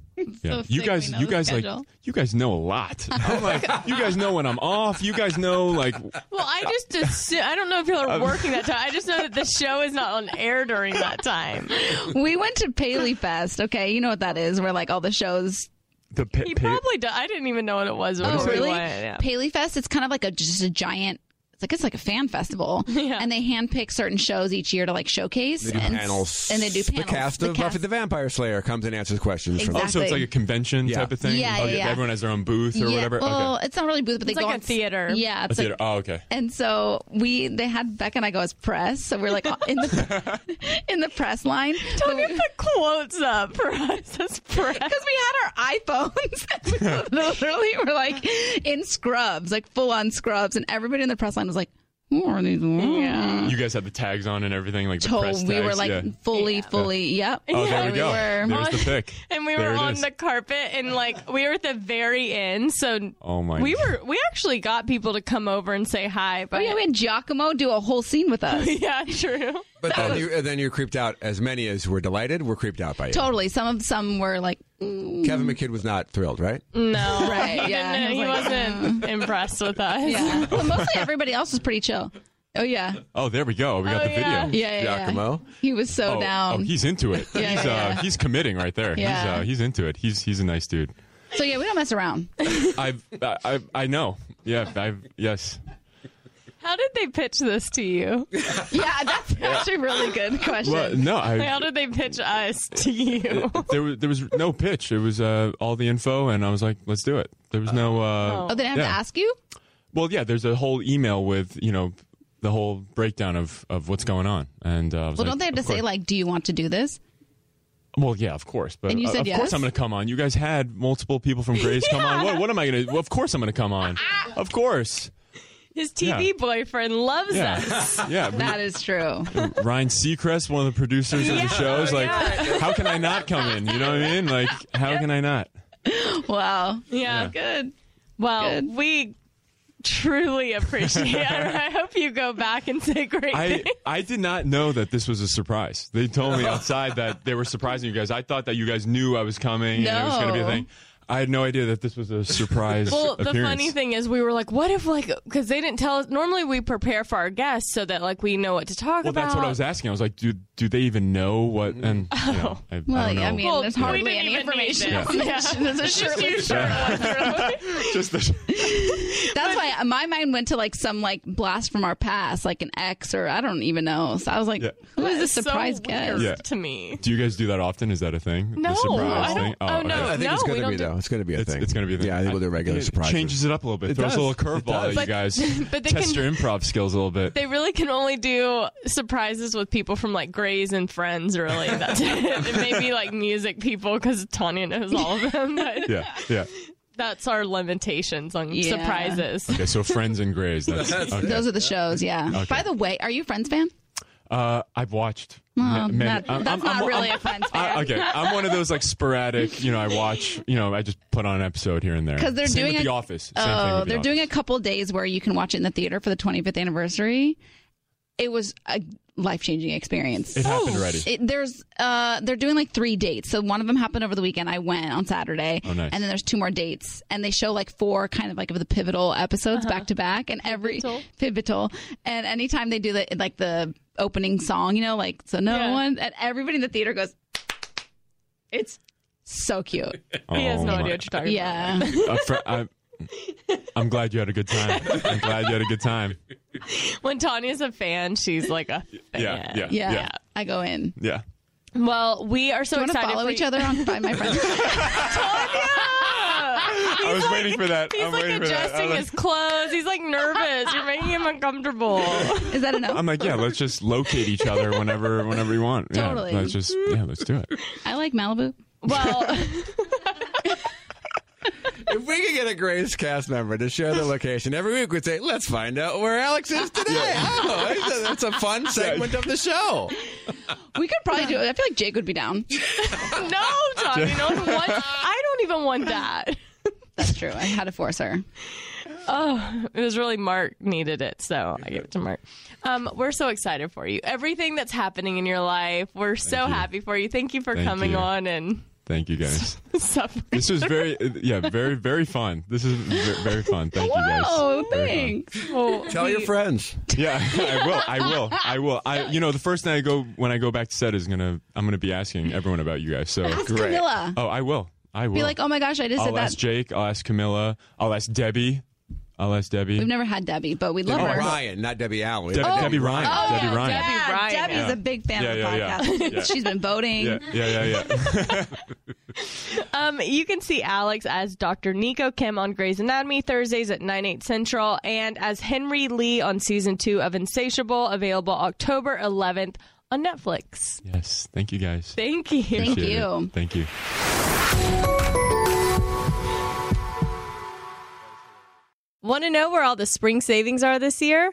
E: Yeah.
A: sick
E: you
A: we
E: guys,
A: know
E: you
A: the
E: guys
A: schedule.
E: like, you guys know a lot.
A: <laughs>
E: I'm like, you guys know when I'm off. You guys know like,
B: Well,
E: <laughs>
B: I just assume, I don't know if y'all
E: Um,
B: are working that time. I just know that the show is not on air during
E: <laughs>
B: that time.
A: we went to Paley Fest. Okay, you know what that is? Where like all the shows
E: the pa-
B: He
E: pa-
B: probably does. I didn't even know what it was.
A: Oh,
B: before we
A: really?
B: went, yeah.
A: Paley Fest. It's kind of like a just a giant. It's like it's like a fan festival, and they handpick certain shows each year to like showcase.
D: They do
A: and,
D: panels.
A: and they do panels.
D: The cast of Buffy the Vampire Slayer comes and answers questions
A: Exactly.
E: Oh, so it's like a convention
D: Yeah.
E: type of thing.
A: Yeah,
E: Oh,
A: yeah, yeah.
E: Everyone has their own booth or
A: yeah,
E: whatever.
A: Well,
E: okay.
A: it's not really booth, but they
B: It's
A: go
B: like
A: on
B: a theater.
A: Yeah,
E: A
A: it's
E: theater.
A: like
E: oh, okay.
A: And so we, they had Beck and I go as press, so we're like <laughs> in the in the press line. But we-
B: Tony put quotes up for us as
A: <laughs>
B: press.
A: because we had our iPhones. <laughs> and we literally were like in scrubs, like full on scrubs, and everybody in the press line was like, "Who are these?" Yeah.
E: You guys have the tags on and everything, like the Mm-hmm. press
A: Told we were
E: tags,
A: like <laughs>
E: yeah.
A: fully, fully, yep.
E: Oh, there we
A: we
E: go.
A: were.
E: There's the
A: <laughs>
E: pic.
B: And we
E: There
B: were
E: it
B: on
E: is.
B: the carpet and like we were at the very end. So
E: Oh my.
B: we were we actually got people to come over and say hi.
A: Oh
B: But
A: yeah, we had Giacomo do a whole scene with
E: <laughs>
A: us.
B: <laughs> yeah,
A: <laughs>
B: true.
D: But then, you, and then you're creeped out. As many as were delighted were creeped out by you.
A: Totally. Some of some were like, mm,
D: Kevin McKidd was not thrilled, right?
B: No,
A: Right,
E: <laughs>
B: He
A: yeah.
B: didn't-
A: He
B: he
A: was like, "Uh-huh."
B: wasn't <laughs> impressed with us.
A: yeah. But mostly everybody else was pretty chill. Oh yeah,
E: Oh, there we go. We got
B: Oh,
E: the video.
B: yeah.
A: yeah, yeah. yeah.
D: Giacomo.
A: He was so
E: oh,
A: down.
E: oh, he's into it.
A: Yeah,
E: he's
A: yeah,
E: uh,
A: yeah.
E: he's committing right there.
A: Yeah.
E: He's uh, he's into it. He's he's a nice dude.
A: so
E: <laughs>
A: yeah, we don't mess around.
E: I've I I, I know. Yeah, I've yes.
B: How did they pitch this to you?
E: <laughs>
B: yeah, that's actually a really good question.
E: Well,
A: <laughs>
E: no, I-
B: How did they pitch us to
E: <laughs>
B: you?
E: there was there was no pitch. It was uh, all the info, and I was like, "Let's do it." There was no. Uh,
A: Oh, they didn't have to
E: Yeah.
A: ask you?
E: Well, yeah, there's a whole email with you know the whole breakdown of, of what's going on, and uh, I was
A: Well,
E: like,
A: don't they have to
E: "Of
A: say,
E: course."
A: like, do you want to do this?
E: Well, yeah, of course, but
A: And you
E: uh,
A: said
E: of
A: yes?
E: course I'm going to come on. You guys had multiple people from Grace come on. What, what am I going to? Of course I'm going to
A: <laughs>
E: come on. Of course,
B: His TV
E: Yeah.
B: boyfriend loves
E: yeah,
B: us.
E: yeah.
A: That is true.
E: Ryan Seacrest, one of the producers of the show,
B: Oh,
E: is like, how can I not come in? You know what I mean? Like, how can I not?
A: wow.
B: Yeah,
E: Yeah.
B: good. Well,
A: Good.
B: we truly appreciate
E: <laughs>
B: it. I hope you go back and say great
E: I,
B: things.
E: I did not know that this was a surprise. They told me outside that they were surprising you guys. I thought that you guys knew I was coming and it was going to be a
A: No.
E: thing. I had no idea that this was a surprise.
B: Well, the
E: appearance.
B: funny thing is, we were like, "What if like?" Because they didn't tell us. Normally, we prepare for our guests so that like we know what to talk
E: Well,
B: about. Oh.
E: that's what I was asking. I was like, do do they even know what? And you know, I, I
A: Well,
E: don't know.
A: I mean,
B: Well,
A: there's
B: we
A: hardly
B: didn't
A: any
B: even need
A: information.
B: this. <laughs> Yeah.
A: There's a shirtless
E: <laughs> just the,
A: That's why my mind went to like some like blast from our past, like an ex or I don't even know. So I was like,
E: Yeah.
A: who is this
B: It's so
A: surprise
B: weird
A: guest?
E: Yeah.
B: to me.
E: do you guys do that often? Is that a thing?
B: No,
E: the surprise
B: I don't-
E: thing.
B: oh, no.
D: I think it's
B: we
D: going to
B: don't
D: be
B: do-
D: though. It's going to be a
E: It's,
D: thing.
E: it's going to be. A thing.
D: Yeah, I think we'll do regular
E: it
D: surprises.
E: Changes it up a little bit.
D: It
E: Throws a
D: does.
E: little
D: It does.
E: curveball at you
A: <laughs>
D: But-
E: guys.
B: but they
E: Test
B: can-
E: your improv skills a little bit.
B: They really can only do surprises with people from like Grays and Friends. Really,
E: <laughs>
B: that's it. And maybe like music people because Tanya knows all of them. But
E: yeah, yeah.
B: that's our limitations on
A: Yeah.
B: surprises.
E: Okay, so friends and
A: <laughs>
E: grays. That's, okay.
A: Those are the shows, yeah. By the way, are you a Friends fan?
E: Uh, I've watched. ma-
A: Um,
E: many-
A: that-
E: I'm-
A: that's
E: I'm-
A: not
E: I'm-
A: really
E: I'm-
A: a Friends fan.
E: I, okay, I'm one of those like sporadic. You know, I watch. You know, I just put on an episode here and there.
A: 'Cause they're
E: Same
A: doing
E: with
A: a-
E: The Office. Same thing
A: Oh,
E: with The
A: they're doing a
E: Office.
A: couple days where you can watch it in the theater for the 25th anniversary. It was a life changing experience.
E: It happened already.
A: It, there's uh they're doing like three dates. So one of them happened over the weekend. I went on Saturday.
E: Oh, nice.
A: And then there's two more dates, and they show like four kind of like of the pivotal episodes
B: Uh-huh.
A: back to back, and every pivotal. And anytime they do the like the opening song, you know, like so no
B: Yeah.
A: one and everybody in the theater goes. It's so
E: <laughs>
A: cute.
B: He has
E: Oh,
B: no
E: my-
B: idea what you're talking about.
A: Yeah.
E: a fr- I, I'm glad you had a good time. I'm glad you had a good time.
B: When Tanya's a fan, she's like a fan.
E: Yeah, yeah,
A: <laughs> Yeah.
E: yeah,
A: I go in.
E: yeah.
B: Well, we are so
A: Do you want to
B: excited
A: follow
B: for
A: each
B: you-
A: other on Find My Friends?
E: <laughs>
B: Ah!
E: I was waiting for that.
B: He's
E: I'm
B: like
E: waiting for that.
B: adjusting
E: I'm like,
B: his clothes. He's like nervous. You're making him uncomfortable.
A: Is that enough?
E: I'm like, yeah, let's just locate each other whenever, whenever you want.
A: Totally.
E: Yeah, let's just, yeah, let's do it.
A: I like Malibu.
B: <laughs> Well,
D: If we could get a Grace cast member to share <laughs> the location every week, we'd say, "Let's find out where Alex is today." Oh, that's a fun segment of the show.
A: We could probably do it. I feel like Jake would be down.
B: no, Tom. You know what? I don't even want that.
A: That's true. I had to force her.
B: It was really Mark needed it, so I gave it to Mark. Um, we're so excited for you. Everything that's happening in your life, we're so
E: you.
B: happy for you. Thank you for
E: Thank
B: coming
E: you.
B: on and <laughs>
E: Thank you guys.
B: suffering.
E: This was very, yeah, very, very fun. This is ve- very fun. Thank you guys.
A: Oh,
E: Very fun.
A: thanks.
D: Tell your friends.
E: Yeah, I will. I will. I will. I, you know, the first thing I go when I go back to set is gonna, I'm gonna be asking everyone about you guys. So,
A: Camilla.
E: oh, I will. I will.
A: Be like, oh my gosh, I just
E: I'll
A: did that.
E: ask Jake. I'll ask Camilla. I'll ask Debbie. I'll ask Debbie.
A: We've never had Debbie, but we love
E: Oh,
D: Debbie
A: her.
D: Ryan, not Debbie Allen.
E: Deb-
D: Oh,
E: Debbie Ryan.
A: Oh,
E: Debbie
A: yeah,
E: Ryan.
B: Debbie Ryan.
A: Debbie's a big fan of the
E: Yeah, yeah,
A: podcast. <laughs>
E: yeah.
A: She's been voting.
E: Yeah, yeah, yeah, yeah. <laughs>
B: Um, you can see Alex as Dr. Nico Kim on Grey's Anatomy Thursdays at 9, 8 central and as Henry Lee on season two of Insatiable, available October 11th on Netflix.
E: yes. Thank you guys.
B: Thank you.
A: Thank
E: Appreciate it.
A: you.
E: Thank you.
B: Want to know where all the spring savings are this year?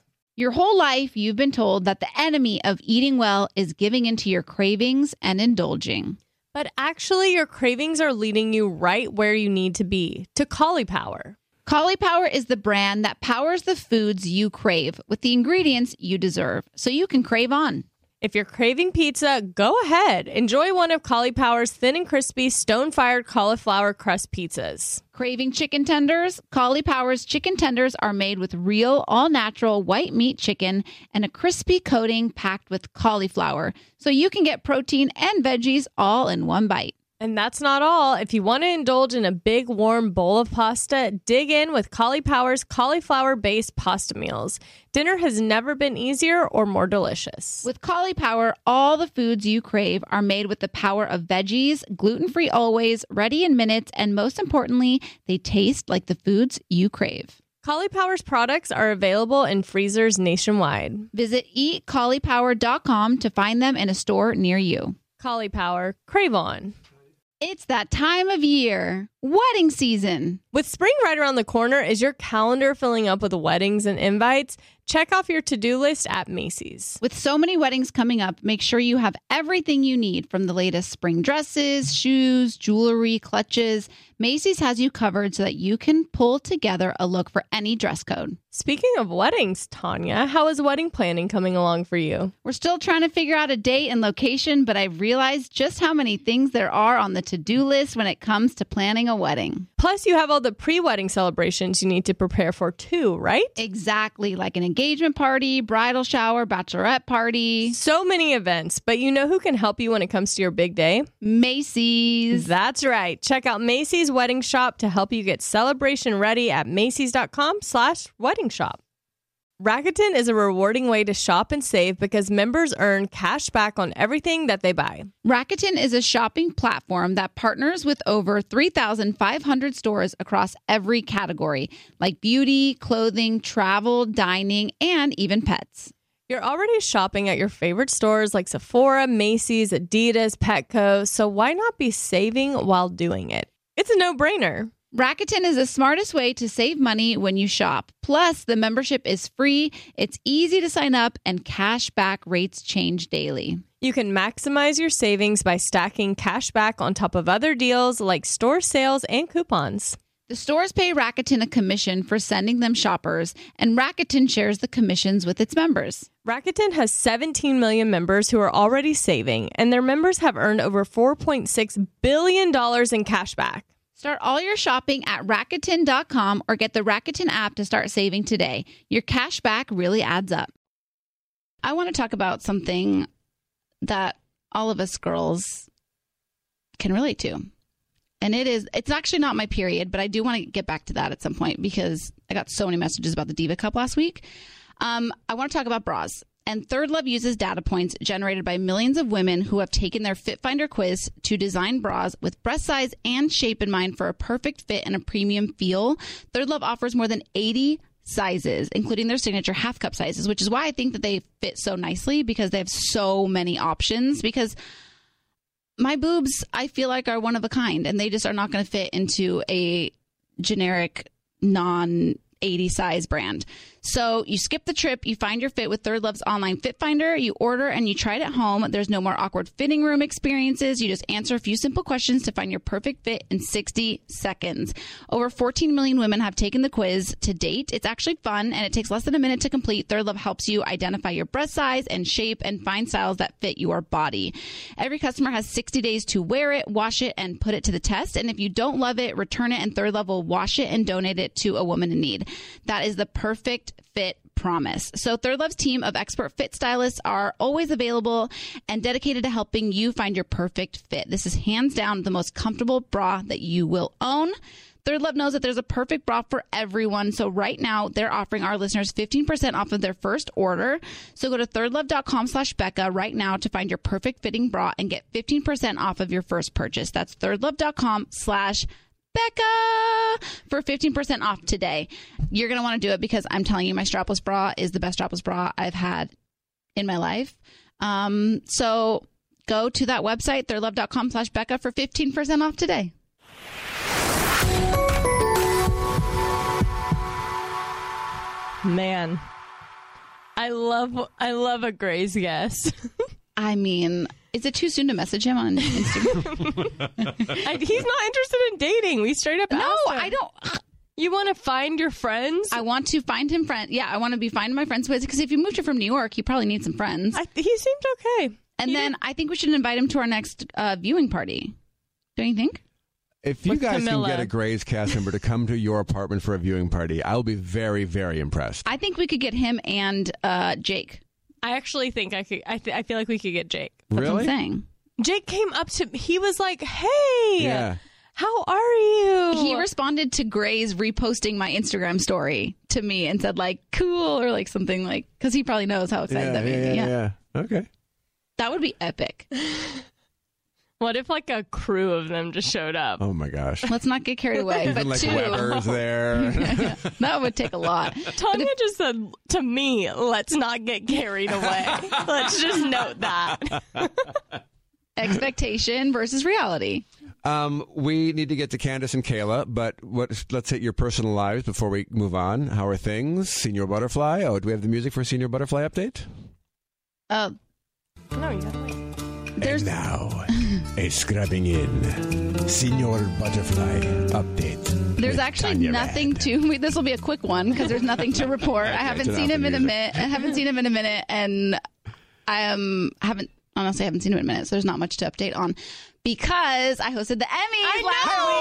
A: Your whole life, you've been told that the enemy of eating well is giving into your cravings and indulging.
B: But actually, your cravings are leading you right where you need to be to Collie Power.
A: Cauli Power is the brand that powers the foods you crave with the ingredients you deserve, so you can crave on.
B: If you're craving pizza, go ahead. Enjoy one of Collie Power's thin and crispy stone fired cauliflower crust pizzas.
A: Craving chicken tenders? Cauli Power's chicken tenders are made with real, all natural white meat chicken and a crispy coating packed with cauliflower, so you can get protein and veggies all in one bite.
B: And that's not all. If you want to indulge in a big warm bowl of pasta, dig in with Collie Power's cauliflower based pasta meals. Dinner has never been easier or more delicious.
A: With Cauli Power, all the foods you crave are made with the power of veggies, gluten free always, ready in minutes, and most importantly, they taste like the foods you crave.
B: Collie Power's products are available in freezers nationwide.
A: Visit eatcauliflower.com to find them in a store near you.
B: Collie Power, crave on.
A: It's that time of year, wedding season.
B: With spring right around the corner, is your calendar filling up with weddings and invites? Check off your to do list at Macy's.
A: With so many weddings coming up, make sure you have everything you need from the latest spring dresses, shoes, jewelry, clutches. Macy's has you covered so that you can pull together a look for any dress code.
B: Speaking of weddings, Tanya, how is wedding planning coming along for you?
A: We're still trying to figure out a date and location, but I've realized just how many things there are on the to do list when it comes to planning a wedding.
B: Plus, you have all the pre wedding celebrations you need to prepare for, too, right?
A: Exactly, like an engagement party, bridal shower, bachelorette party,
B: So many events, but you know who can help you when it comes to your big day?
A: Macy's.
B: That's right. Check out Macy's Wedding Shop to help you get celebration ready at Macy's.com slash wedding shop. Rakuten is a rewarding way to shop and save because members earn cash back on everything that they buy.
A: Rakuten is a shopping platform that partners with over 3,500 stores across every category, like beauty, clothing, travel, dining, and even pets.
B: You're already shopping at your favorite stores like Sephora, Macy's, Adidas, Petco, so why not be saving while doing it? It's a no brainer.
A: Rakuten is the smartest way to save money when you shop. Plus, the membership is free, it's easy to sign up, and cash back rates change daily.
B: You can maximize your savings by stacking cash back on top of other deals like store sales and coupons.
A: The stores pay Rakuten a commission for sending them shoppers, and Rakuten shares the commissions with its members.
B: Rakuten has 17 million members who are already saving, and their members have earned over $4.6 billion in cashback.
A: Start all your shopping at Rakuten.com or get the Rakuten app to start saving today. Your cash back really adds up. I want to talk about something that all of us girls can relate to. And it is, it's actually not my period, but I do want to get back to that at some point because I got so many messages about the Diva Cup last week. Um, I want to talk about bras. And Third Love uses data points generated by millions of women who have taken their FitFinder quiz to design bras with breast size and shape in mind for a perfect fit and a premium feel. Third Love offers more than 80 sizes, including their signature half cup sizes, which is why I think that they fit so nicely because they have so many options. Because my boobs, I feel like, are one of a kind and they just are not going to fit into a generic non 80 size brand. So you skip the trip, you find your fit with Third Love's online fit finder, you order and you try it at home. There's no more awkward fitting room experiences. You just answer a few simple questions to find your perfect fit in 60 seconds. Over 14 million women have taken the quiz to date. It's actually fun and it takes less than a minute to complete. Third Love helps you identify your breast size and shape and find styles that fit your body. Every customer has 60 days to wear it, wash it, and put it to the test. And if you don't love it, return it and Third Love will wash it and donate it to a woman in need. That is the perfect fit promise. So Third Love's team of expert fit stylists are always available and dedicated to helping you find your perfect fit. This is hands down the most comfortable bra that you will own. Third Love knows that there's a perfect bra for everyone. So right now they're offering our listeners 15% off of their first order. So go to thirdlove.com slash Becca right now to find your perfect fitting bra and get 15% off of your first purchase. That's thirdlove.com slash Becca for 15% off today. You're going to want to do it because I'm telling you, my strapless bra is the best strapless bra I've had in my life. Um, so go to that website, theirlove.com slash Becca for 15% off today.
B: Man, I love I love a Gray's guess. <laughs>
A: I mean, is it too soon to message him on Instagram?
B: I, <laughs> he's not interested in dating. We straight up
A: no,
B: asked him.
A: <laughs> I don't.
B: You want to find your friends?
A: I want to find him friend. Yeah, I want to be finding my friends because if you moved here from New York, you probably need some friends.
B: I- he seemed okay.
A: and then I think we should invite him to our next uh, viewing party. Don't you think?
D: If you
B: With
D: guys
B: Camilla.
D: can get a Gray's cast member to come to your apartment for a viewing party, I will be very, very impressed.
A: I think we could get him and uh, Jake.
B: I actually think I could. I, th- I feel like we could get Jake.
A: That's what I'm
D: really?
A: saying.
B: Jake came up to. He was like, "Hey,
D: Yeah.
B: how are you?"
A: He responded to Gray's reposting my Instagram story to me and said like cool or like something like because he probably knows how excited that made me. Yeah.
D: yeah. Okay.
A: that would be epic.
B: what if like a crew of them just showed up?
D: Oh my gosh.
A: Let's not get <laughs> carried away.
D: Even
A: but
D: like
A: two, <laughs>
D: Weber's there.
A: that would take a <laughs> lot.
B: Tanya just said to me, "Let's not get carried away. Let's just note that."
A: Expectation versus reality.
D: um, we need to get to Candace and Kayla, but what, let's hit your personal lives before we move on. How are things? Senior Butterfly. Oh, do we have the music for Senior Butterfly update?
A: Uh,
B: No, you gotta wait.
A: there's <laughs>
D: And now, a scrubbing in Senior Butterfly update.
A: There's
D: with
A: actually
D: Tanya
A: nothing
D: Rad.
A: to. <laughs> We, this will be a quick one because there's nothing to
D: <laughs>
A: report. I haven't
D: turn
A: seen
D: off
A: him
D: the
A: in a
D: music.
A: minute. I haven't seen him in a minute, and I um haven't honestly I haven't seen him in a minute. So there's not much to update on because I hosted the Emmys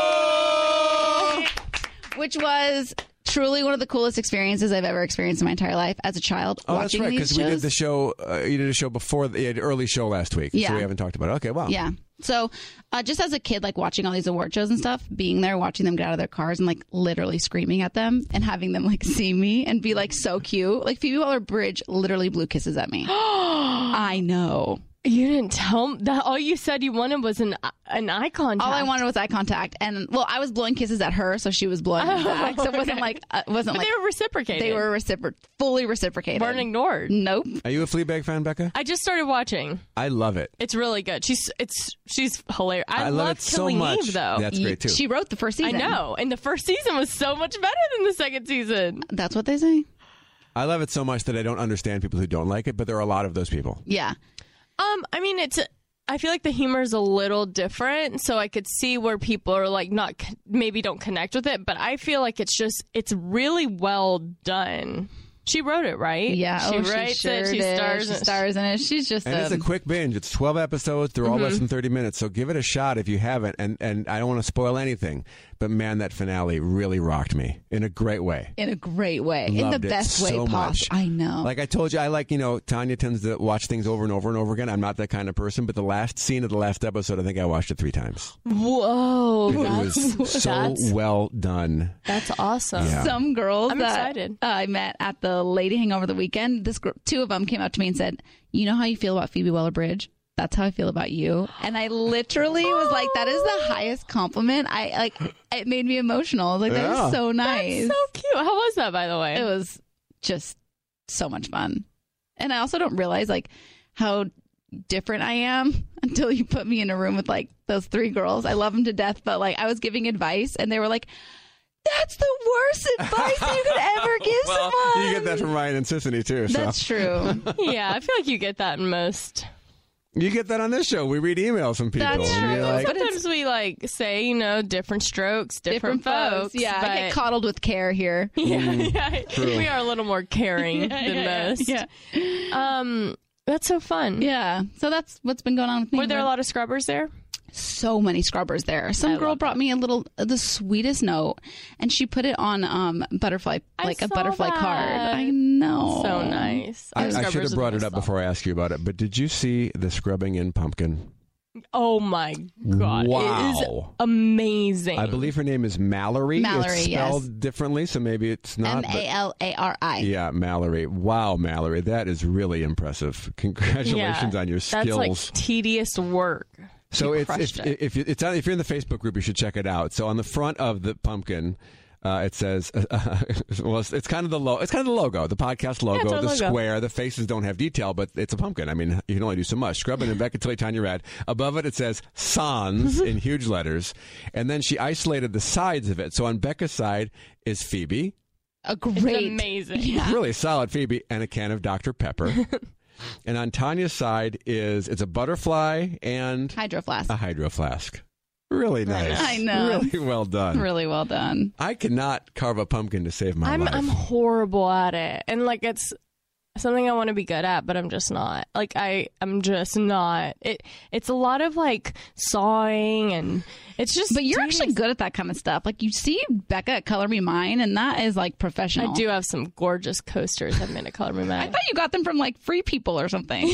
A: last week, which was truly one of the coolest experiences I've ever experienced in my entire life as a child
D: Oh, that's
A: watching
D: right.
A: these
D: Because
A: shows.
D: we did the show. Uh, you did a show before the you had an early show last week.
A: Yeah.
D: So we haven't talked about it. Okay. Wow.
A: Yeah. So, uh, just as a kid, like watching all these award shows and stuff, being there, watching them get out of their cars and like literally screaming at them and having them like <laughs> see me and be like so cute. Like Phoebe Waller Bridge literally blew kisses
B: <gasps>
A: at me. I know.
B: You didn't tell me that. All you said you wanted was an an eye contact.
A: All I wanted was eye contact, and well, I was blowing kisses at her, so she was blowing them back. So it wasn't like uh, it wasn't
B: Oh, But
A: like
B: they were reciprocating.
A: they were recipro- fully reciprocated.
B: weren't ignored.
A: Nope.
D: Are you a Fleabag fan, Becca?
B: I just started watching.
D: I love it.
B: It's really good. She's it's she's hilarious. I,
D: I love it so
B: Killing
D: much.
B: Eve though.
D: That's
A: You-
D: great too.
A: She wrote the first
B: I
A: season.
B: know. And the first season was so much better than the second season.
A: That's what they say.
D: I love it so much that I don't understand people who don't like it, but there are a lot of those people.
A: Yeah.
B: Um, I mean, it's. I feel like the humor is a little different, so I could see where people are like not con- maybe don't connect with it. But I feel like it's just it's really well done. She wrote it, right?
A: Yeah.
B: she
A: oh,
B: writes
A: sure
B: it. She
A: did.
B: stars.
A: She
B: it.
A: stars in it. She's just
D: And it's a quick binge. It's 12 episodes. They're all less
A: Mm-hmm.
D: than 30 minutes. So give it a shot if you haven't. And, and I don't want to spoil anything, but man, that finale really rocked me in a great way.
A: in a great way, in the
D: Loved it
A: best way
D: so much.
A: possible. I know.
D: Like I told you, I like, you know, Tanya tends to watch things over and over and over again. I'm not that kind of person, but the last scene of the last episode, I think I watched it three times.
B: Whoa,
A: <laughs>
D: It was
B: <laughs> that's,
D: so
B: that's
D: well done.
B: that's awesome.
D: Yeah.
A: some girls
B: I'm
A: that
B: excited.
A: I met at the Lady Hangover the weekend, this gr- two of them came up to me and said, "You know how you feel about Phoebe Waller-Bridge? That's how I feel about you." And I literally was like, "That is the highest compliment." I like it made me emotional. I was like that
D: Yeah.
A: was so nice.
B: So cute. How was that, by the way?
A: it was just so much fun. And I also don't realize like how different I am <laughs> until you put me in a room with like those three girls. I love them to death, but like I was giving advice and they were like, "That's the worst advice you could
D: <laughs>
A: ever give someone."
D: You get that from Ryan and Sissany too. So.
A: That's true.
B: <laughs>
A: <laughs>
B: yeah, I feel like you get that in most.
D: You get that on this show. We read emails from people.
A: That's
D: and you're
A: true.
D: like,
A: But it's-
B: Sometimes we like say, you know, different strokes, different, folks.
A: Yeah, I get
B: but-
A: coddled with care here.
B: <laughs> Yeah,
D: Mm.
B: yeah. we are a little more caring than most.
A: Yeah.
B: Um, that's so fun.
A: Yeah. So that's what's been going on with me.
B: Were there a lot of scrubbers there?
A: so many scrubbers there. Some girl brought me a little the sweetest note, and she put it on um butterfly
B: I
A: like a
B: saw
A: butterfly
B: that.
A: card. I know,
B: So nice.
D: I,
B: Our
D: I should
B: scrubbers
D: have
B: are
D: brought
B: the
D: it up
B: best.
D: before I asked you about it, but did you see the scrubbing in pumpkin?
B: Oh my god! It is
D: Wow.
B: amazing.
D: I believe her name is Mallory.
A: Mallory,
D: it's
A: yes.
D: spelled differently, so maybe it's not.
A: M
D: but-
A: A L A R I.
D: yeah, Mallory. Wow, Mallory, that is really impressive. Congratulations
B: Yeah.
D: on your
B: That's
D: skills.
B: like tedious work.
D: so
B: you
D: it's if,
B: crushed it.
D: if, you- it's on, if you're in the Facebook group, you should check it out. So on the front of the pumpkin. Uh, it says, <laughs> well, it's, it's kind of the lo- it's kind of the logo, the podcast logo,
B: it's
D: the
B: our logo.
D: square. The faces don't have detail, but it's a pumpkin. I mean, you can only do so much. Scrubbing and Becca Tilly Tanya Rad. Above it, it says
B: <laughs>
D: Sans in huge letters, and then she isolated the sides of it. So on Becca's side is Phoebe,
A: A great,
B: amazing.
A: Yeah.
D: really solid Phoebe, and a can of
B: <laughs>
D: Dr Pepper. and on Tanya's side is it's a butterfly and
A: hydro flask.
D: a hydro flask. Really nice.
A: I know.
D: Really well done.
A: really well done.
D: I cannot carve a pumpkin to save my
B: I'm
D: life.
B: I'm horrible at it, and like it's something I want to be good at, but I'm just not. Like I I'm just not. It it's a lot of like sawing, and it's just.
A: But you're
B: doing
A: actually
B: these-
A: good at that kind of stuff. Like you see Becca color me mine, and that is like professional.
B: I do have some gorgeous coasters. I'm gonna color me
A: <laughs> I
B: mine.
A: thought you got them from like free people
B: <laughs>
A: or something.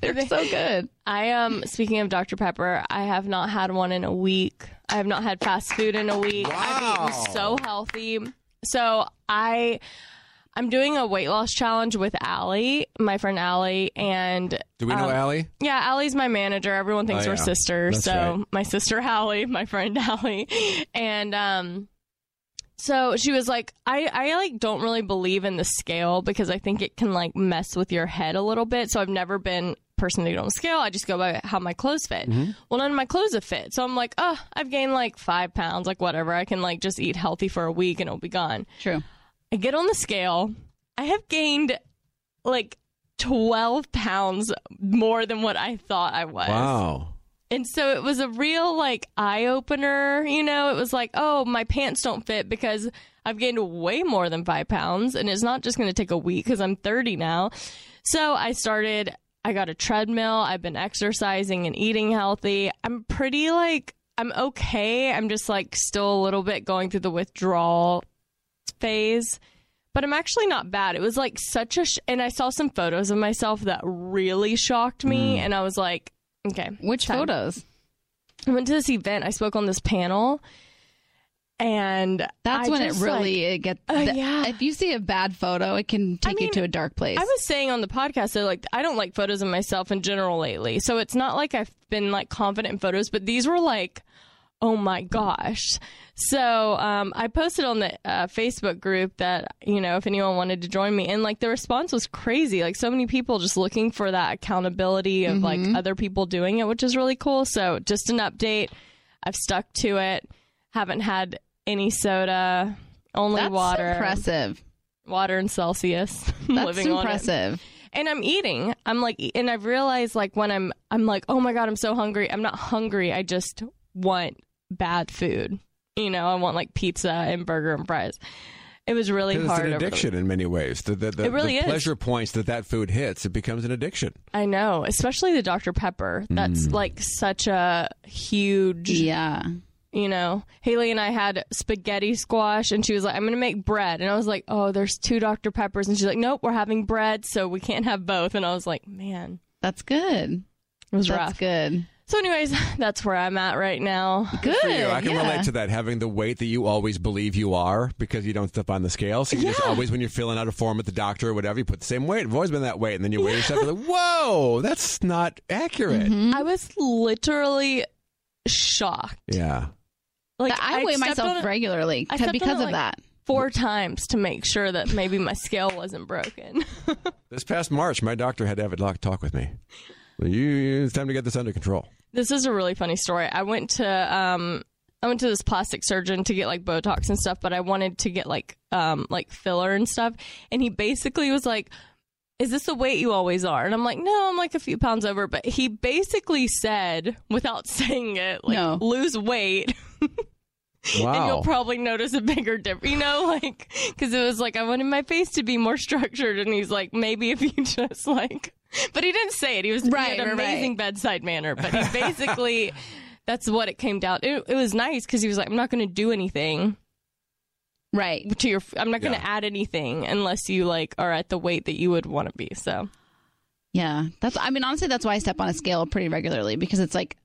A: They're so good.
B: I um speaking of Dr Pepper, I have not had one in a week. I have not had fast food in a week. I've eaten so healthy. So I I'm doing a weight loss challenge with Allie, my friend Allie, and
D: Do we know Allie?
B: Yeah, Allie's my manager. Everyone thinks
D: Oh,
B: we're
D: yeah.
B: sisters.
D: That's
B: so
D: right.
B: <laughs> my sister Allie, my friend Allie, and um, so she was like, I I like don't really believe in the scale because I think it can like mess with your head a little bit. So I've never been a person to go on a scale. I just go by how my clothes fit.
D: Mm-hmm.
B: Well, none of my clothes have fit. So I'm like, oh, I've gained like five pounds, like whatever. I can like just eat healthy for a week and it'll be gone.
A: True.
B: I get on the scale. I have gained like 12 pounds more than what I thought I was.
D: Wow.
B: And so it was a real like eye opener. You know, it was like, oh, my pants don't fit because I've gained way more than five pounds. And it's not just going to take a week because I'm 30 now. So I started, I got a treadmill. I've been exercising and eating healthy. I'm pretty like, I'm okay. I'm just like still a little bit going through the withdrawal phase. But I'm actually not bad. It was like such a, sh- and I saw some photos of myself that really shocked me. And I was like, okay.
A: Which
B: time.
A: photos?
B: I went to this event. I spoke on this panel, and
A: That's
B: I
A: when it
B: just,
A: really
B: like-
A: it get.
B: Oh,
A: the-
B: yeah.
A: If you see a bad photo, it can take you
B: mean,
A: to a dark place.
B: I was saying on the podcast that like I don't like photos of myself in general lately, so it's not like I've been like confident in photos, but these were like, oh my gosh. So um, I posted on the uh, Facebook group that you know if anyone wanted to join me, and like the response was crazy. Like so many people just looking for that accountability of
A: Mm-hmm.
B: like other people doing it, which is really cool. So just an update. I've stuck to it. Haven't had any soda, only
A: That's
B: water,
A: impressive.
B: water and Celsius. <laughs>
A: That's
B: living on it
A: impressive.
B: and I'm eating. I'm like, e-, and I've realized like when I'm, I'm like, oh my god, I'm so hungry. I'm not hungry. I just want bad food. You know, I want like pizza and burger and fries. It was really
D: 'Cause It's
B: hard.
D: an
B: over the-
D: addiction in many ways. The, the, the,
B: It really is.
D: the pleasure points that that food hits, it becomes an addiction.
B: I know, especially the Dr Pepper. That's like such a huge.
A: Mm. Yeah.
B: You know, Haley and I had spaghetti squash, and she was like, "I'm gonna make bread," and I was like, "Oh, there's two Dr Peppers," and she's like, "Nope, we're having bread, so we can't have both." And I was like, "Man,
A: That's good.
B: it was
A: That's
B: rough."
A: good.
B: So, anyways, <laughs> that's where I'm at right now.
A: Good.
D: For you, I can
A: yeah.
D: relate to that. Having the weight that you always believe you are because you don't step on the scale. So you just always, when you're filling out a form at the doctor or whatever, you put the same weight. I've always been that weight. And then you weigh yourself and like, whoa, that's not accurate.
B: I was literally shocked.
D: Yeah.
B: Like
A: I, weigh
B: stepped on
A: myself
B: it
A: regularly
B: I
A: to-
B: stepped
A: because
B: on it,
A: of
B: like-
A: that.
B: four times to make sure that maybe my scale wasn't broken. <laughs>
D: This past March, my doctor had to have a doc- talk with me. You, it's time to get this under control.
B: this is a really funny story. I went to um I went to this plastic surgeon to get like Botox and stuff, but I wanted to get like um like filler and stuff, and he basically was like. Is this the weight you always are? And I'm like, no, I'm like a few pounds over. But he basically said, without <laughs> saying it, like,
A: No.
B: lose weight <laughs>
D: Wow.
B: and you'll probably notice a bigger difference. You know, like because it was like I wanted my face to be more structured, and he's like, maybe if you <laughs> just like, but he didn't say it. He was
A: Right,
B: he had
A: right,
B: amazing
A: right.
B: bedside manner, but
A: <laughs>
B: he basically that's what it came down. It, it was nice because he was like, I'm not going to do anything
A: Right.
B: to your. I'm not going to
D: Yeah.
B: add anything unless you like are at the weight that you would want to be. So
A: Yeah, that's. I mean, honestly, that's why I step on a scale pretty regularly because it's like,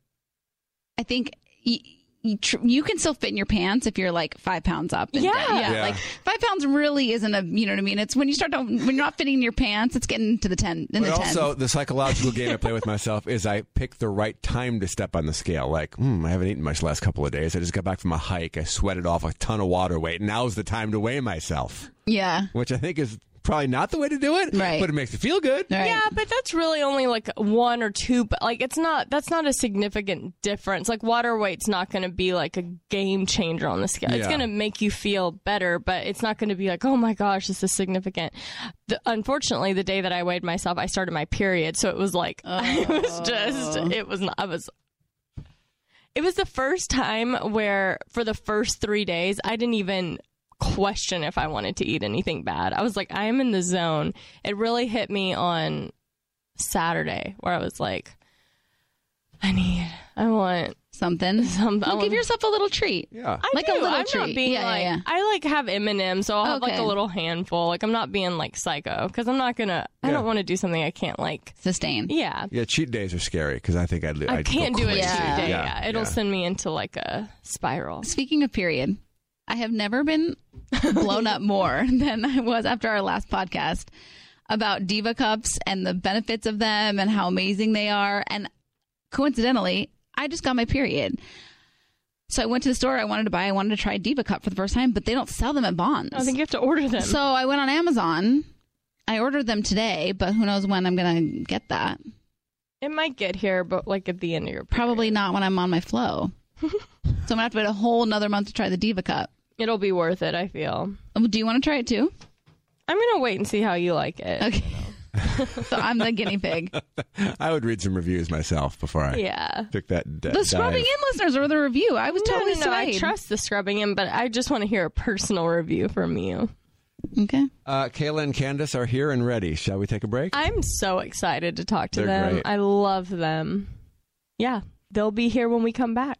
A: I think y- you, tr- you can still fit in your pants if you're like five pounds up. and
B: Yeah.
A: down. yeah,
D: Yeah.
A: Like five pounds really isn't a you know what I mean. It's when you start to, when you're not fitting in your pants, it's getting to the ten in
D: But
A: the
D: also,
A: tens.
D: the psychological game I play with myself is I pick the right time to step on the scale. Like, hmm, I haven't eaten much the last couple of days. I just got back from a hike. I sweated off a ton of water weight. Now's the time to weigh myself,
A: Yeah.
D: which I think is probably not the way to do it.
A: Right.
D: But it makes you feel good.
A: All right.
B: Yeah, but that's really only like one or two. But like, it's not. That's not a significant difference. Like, water weight's not going to be like a game changer on the scale. It's
D: Yeah.
B: going to make you feel better, but it's not going to be like, oh my gosh, this is significant. The, unfortunately, the day that I weighed myself, I started my period, so it was like <laughs> I was just. It was. Not, I was. It was the first time where, for the first three days, I didn't even question if I wanted to eat anything bad. I was like, I am in the zone. It really hit me on Saturday where I was like, I need, I want <laughs>
A: Something.
B: some. um, I
A: Well,
B: want,
A: give yourself a little treat.
D: Yeah.
B: I
A: like a
B: do.
A: little
B: I'm
A: treat.
B: Not being
A: Yeah, yeah,
B: like,
A: yeah.
B: I like have M and M's, so I'll have like
A: Okay.
B: a little handful. Like I'm not being like psycho because I'm not gonna. I
D: Yeah.
B: don't want to do something I can't like.
A: Sustain.
B: Yeah,
D: Yeah, cheat days are scary because I think I'd,
B: I
D: I'd go
B: can't do it
D: crazy.
A: cheat
B: today.
A: day,
B: Yeah, it'll
D: yeah.
B: send me into like a spiral.
A: Speaking of period, I have never been blown up more <laughs> than I was after our last podcast about diva cups and the benefits of them and how amazing they are. And coincidentally, I just got my period. So I went to the store I wanted to buy. I wanted to try Diva Cup for the first time, but they don't sell them at Bonds.
B: I think you have to order them.
A: So I went on Amazon. I ordered them today, but who knows when I'm going to get that.
B: it might get here, but like at the end of your period.
A: Probably not when I'm on
B: <laughs>
A: my flow. so I'm going to have to wait a whole nother month to try the Diva Cup.
B: It'll be worth it. I feel.
A: Um, Do you want to try it too?
B: I'm gonna wait and see how you like it.
A: Okay. so I'm the guinea pig.
D: <laughs> I would read some reviews myself before I
B: Yeah.
D: took that. D-
A: The scrubbing in listeners or the review. I was
B: No,
A: totally
B: no, no, I
A: swayed.
B: trust the scrubbing in, but I just want to hear a personal review from you.
A: Okay.
D: Uh, Kayla and Candace are here and ready. Shall we take a break?
B: I'm so excited to talk to
D: They're
B: them.
D: great.
B: I love them. Yeah, they'll be here when we come back.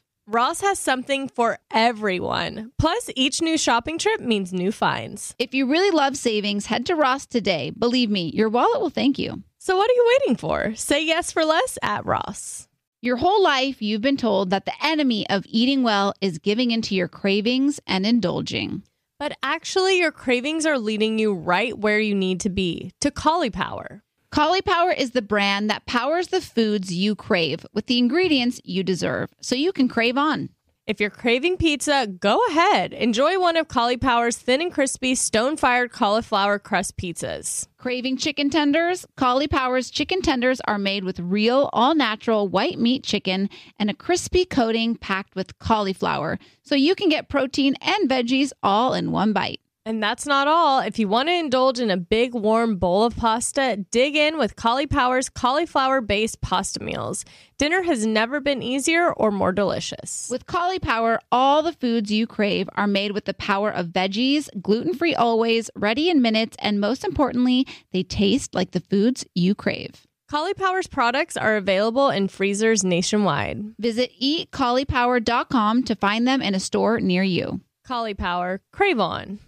G: Ross has something for everyone. Plus, each new shopping trip means new finds.
A: If you really love savings, head to Ross today. Believe me, your wallet will thank you.
G: So, what are you waiting for? Say yes for less at Ross.
A: Your whole life, you've been told that the enemy of eating well is giving into your cravings and indulging.
G: But actually, your cravings are leading you right where you need to be to Collie Power.
A: Cauli Power is the brand that powers the foods you crave with the ingredients you deserve, so you can crave on.
G: If you're craving pizza, go ahead. Enjoy one of Collie Power's thin and crispy stone fired cauliflower crust pizzas.
A: Craving chicken tenders? Cauli Power's chicken tenders are made with real, all natural white meat chicken and a crispy coating packed with cauliflower. So you can get protein and veggies all in one bite.
G: And that's not all. If you want to indulge in a big warm bowl of pasta, dig in with Collie Power's cauliflower based pasta meals. Dinner has never been easier or more delicious.
A: With Cauli Power, all the foods you crave are made with the power of veggies, gluten free always, ready in minutes, and most importantly, they taste like the foods you crave.
G: Collie Power's products are available in freezers nationwide.
A: Visit eatcaulipower.com to find them in a store near you.
G: Collie Power, crave on.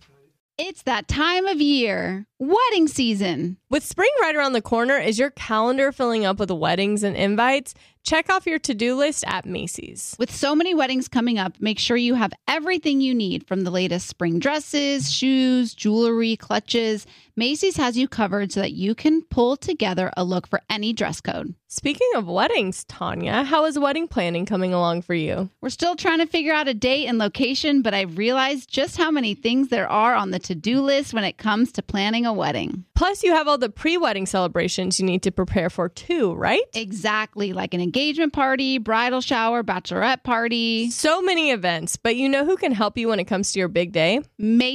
A: It's that time of year, wedding season.
G: With spring right around the corner, is your calendar filling up with weddings and invites? Check off your to do list at Macy's.
A: With so many weddings coming up, make sure you have everything you need from the latest spring dresses, shoes, jewelry, clutches. Macy's has you covered so that you can pull together a look for any dress code.
G: Speaking of weddings, Tanya, how is wedding planning coming along for you?
A: We're still trying to figure out a date and location, but I've realized just how many things there are on the to do list when it comes to planning a a wedding.
G: Plus, you have all the pre wedding celebrations you need to prepare for, too, right?
A: Exactly, like an engagement party, bridal shower, bachelorette party,
G: So many events, but you know who can help you when it comes to your big day?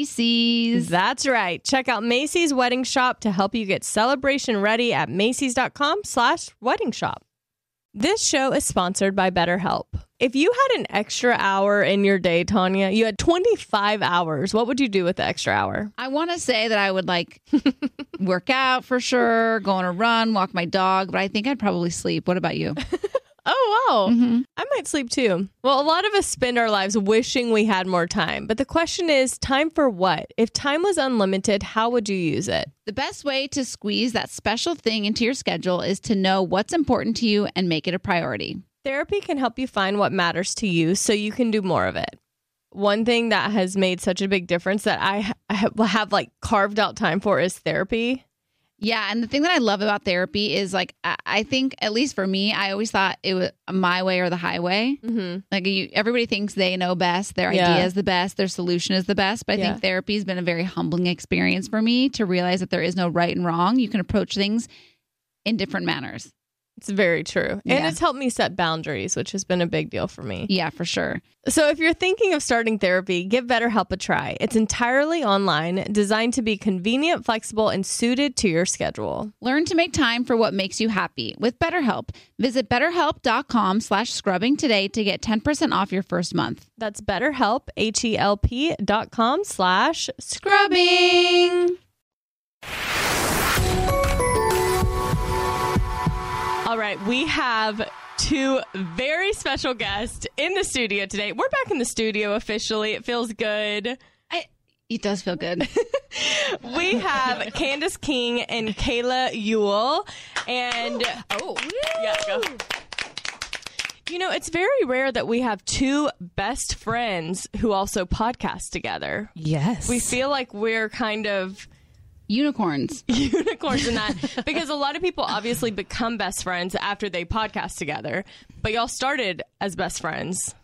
A: Macy's.
G: That's right. Check out Macy's Wedding Shop to help you get celebration ready at Macy's.com slash wedding shop. This show is sponsored by BetterHelp. If you had an extra hour in your day, Tanya, you had 25 hours, what would you do with the extra hour?
A: I want to say that I would like <laughs> work out for sure, go on a run, walk my dog, but I think I'd probably sleep. What about you?
G: Oh, wow. I might sleep too. Well, a lot of us spend our lives wishing we had more time, but the question is time for what? If time was unlimited, how would you use it?
A: The best way to squeeze that special thing into your schedule is to know what's important to you and make it a priority.
G: Therapy can help you find what matters to you so you can do more of it. One thing that has made such a big difference that I ha- I ha- have like carved out time for is therapy.
A: Yeah, and the thing that I love about therapy is like I, I think at least for me, I always thought it was my way or the highway.
G: Mm-hmm.
A: Like you, everybody thinks they know best, their
G: Yeah.
A: idea is the best, their solution is the best. But I
G: Yeah.
A: think therapy has been a very humbling experience for me to realize that there is no right and wrong. You can approach things in different manners.
G: It's very true. And
A: Yeah.
G: it's helped me set boundaries, which has been a big deal for me.
A: Yeah, for sure.
G: So, if you're thinking of starting therapy, give BetterHelp a try. It's entirely online, designed to be convenient, flexible, and suited to your schedule.
A: Learn to make time for what makes you happy with BetterHelp. Visit betterhelp.com slash scrubbing today to get 10% off your first month.
G: That's BetterHelp, H E L P dot com slash scrubbing.
B: All right, we have two very special guests in the studio today. We're back in the studio officially. It feels good.
A: I, it does feel good.
B: <laughs> We
A: <laughs>
B: have Candace King and Kayla Ewell.
A: <gasps>
B: And oh, yeah, go. You know, it's very rare that we have two best friends who also podcast together.
H: Yes.
B: We feel like we're kind of <laughs>
A: Unicorns.
B: unicorns in
I: <laughs>
B: that because a lot of people obviously become best friends after they podcast together. But y'all started as best friends.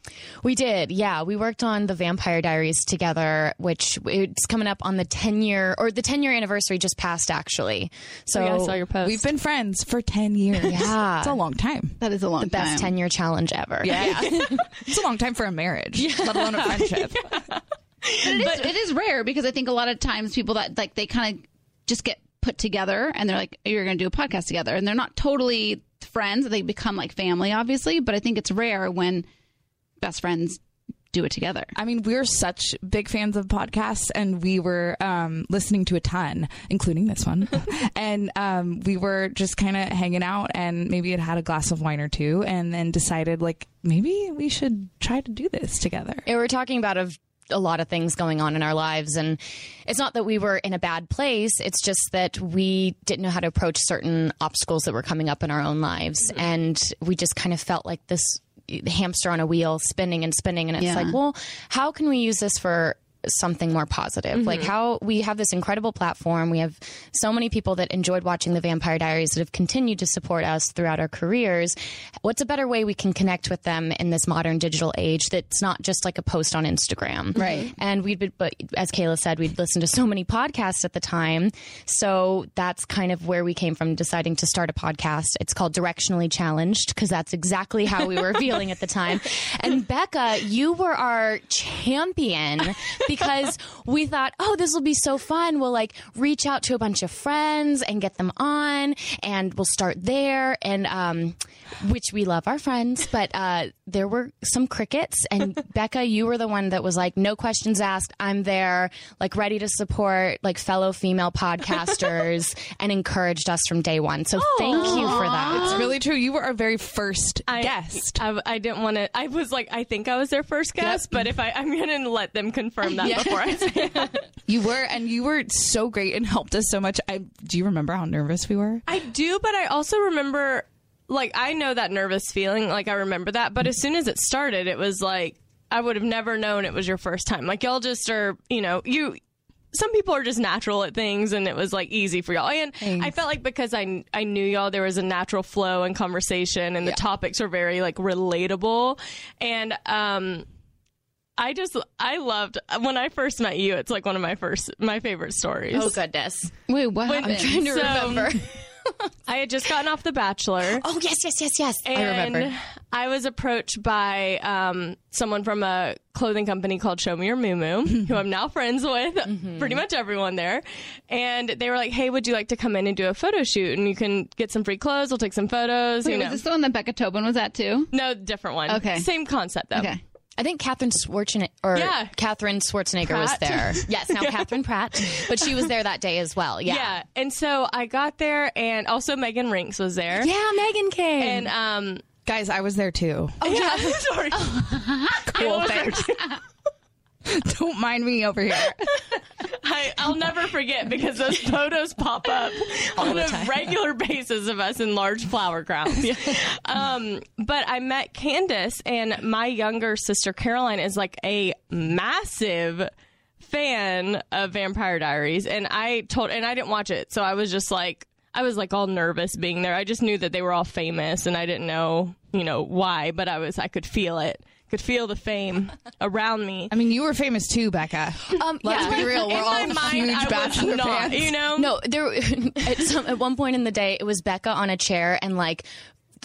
H: We did, yeah. We worked on the Vampire Diaries together, which it's coming up on the ten year or the ten year anniversary just passed actually. So
B: yeah, I saw your post.
H: We've been
I: friends for 10 years.
H: Yeah.
I: It's a long time.
A: That is a long
H: the best ten year challenge ever.
I: Yeah. it's a long time for a marriage,
H: <laughs>
I: let alone a friendship.
A: But it, is, it is rare because I think a lot of times people that like they kind of just get put together and they're like, you're going to do a podcast together. And they're not totally friends. They become like family, obviously. But I think it's rare when best friends do it together.
I: I mean, we're such big fans of podcasts, and we were um, listening to a ton, including
H: <laughs>
I: this one. and um, we were just kind of hanging out, and maybe had had a glass of wine or two, and then decided, like, maybe we should try to do this together.
H: Yeah, we're talking about of a lot of things going on in our lives and it's not that we were in a bad place it's just that we didn't know how to approach certain obstacles that were coming up in our own lives and we just kind of felt like this hamster on a wheel spinning and spinning and it's
A: Yeah.
H: like well how can we use this for something more positive like how we have this incredible platform we have so many people that enjoyed watching the vampire diaries that have continued to support us throughout our careers what's a better way we can connect with them in this modern digital age that's not just like a post on instagram
A: Right.
F: <laughs>
H: and we'd been but as kayla said we'd listened to so many podcasts at the time so that's kind of where we came from deciding to start a podcast it's called directionally challenged because that's exactly how we were feeling at the
A: <laughs>
H: time and becca you were our champion because we thought oh this will be so fun we'll like reach out to a bunch of friends and get them on and we'll start there and um which we love our friends but uh there were some crickets
I: <laughs>
H: and becca you were the one that was like no questions asked i'm there like ready to support like fellow female
I: <laughs>
H: podcasters and encouraged us from day one so thank you for
I: It's
H: that
I: really true. You were our very first guest.
B: Um, I, I didn't want to. I was like, I think I was their first guest, but if I, I'm gonna let them confirm
I: <laughs>
B: that before I say it.
I: You were, and you were so great and helped us so much. I do you remember how nervous we were?
B: I do, but I also remember, like, I know that nervous feeling. Like, I remember that. But as soon as it started, it was like, I would have never known it was your first time. Like, y'all just are, you know, you. Some people are just natural at things, and it was like easy for y'all. And I felt like because I I knew y'all, there was a natural flow and conversation, and the topics were very like relatable. And um, I just I loved when I first met you. It's like one of my first my favorite stories.
H: Oh, goodness.
A: Wait, what?
H: I'm trying to remember.
B: um, I had just gotten off The Bachelor.
H: <laughs> Oh yes, yes, yes, yes.
B: And I was approached by um, someone from a clothing company called Show Me Your
H: <laughs>
B: Moo Moo, who I'm now friends with,
H: Mm-hmm.
B: pretty much everyone there. And they were like, "Hey, would you like to come in and do a photo shoot? And you can get some free clothes. We'll take some photos."
A: Wait,
B: you
A: was
B: know,
A: this the one that Becca Tobin was at too?
B: no different one.
A: Okay.
B: same concept though.
A: Okay.
H: I think Catherine Schwarzenegger, or
B: Yeah.
H: Catherine Schwarzenegger was
B: Pratt.
H: there. Yes, now Catherine Pratt, but she was there that day as well. Yeah,
B: Yeah. And so I got there, and also Megan Rinks was there.
H: Yeah, Megan came.
B: And um,
I: Guys, I was there too.
B: Oh, yeah,
I: <laughs>
B: <laughs> sorry.
I: Oh. cool. Thanks. <laughs> Don't mind me over here.
B: <laughs> I, I'll never forget because
I: <laughs>
B: those photos pop up on a regular basis of us in large flower crowns.
I: <laughs>
B: Um, but I met Candace, and my younger sister Caroline is like a massive fan of Vampire Diaries, and I told, and I didn't watch it, so I was just like, I was like all nervous being there. I just knew that they were all famous, and I didn't know, you know, why, but I was, I could feel it, could feel the fame <laughs> around me.
I: I mean, you were famous too, Becca.
H: um, yeah.
I: be real. We're
B: In
I: all
B: my mind,
I: huge
B: I was
I: Bachelor
B: not,
I: fans.
B: You know,
H: No, Oh, there <laughs> at some at one point in the day, it was Becca on a chair and like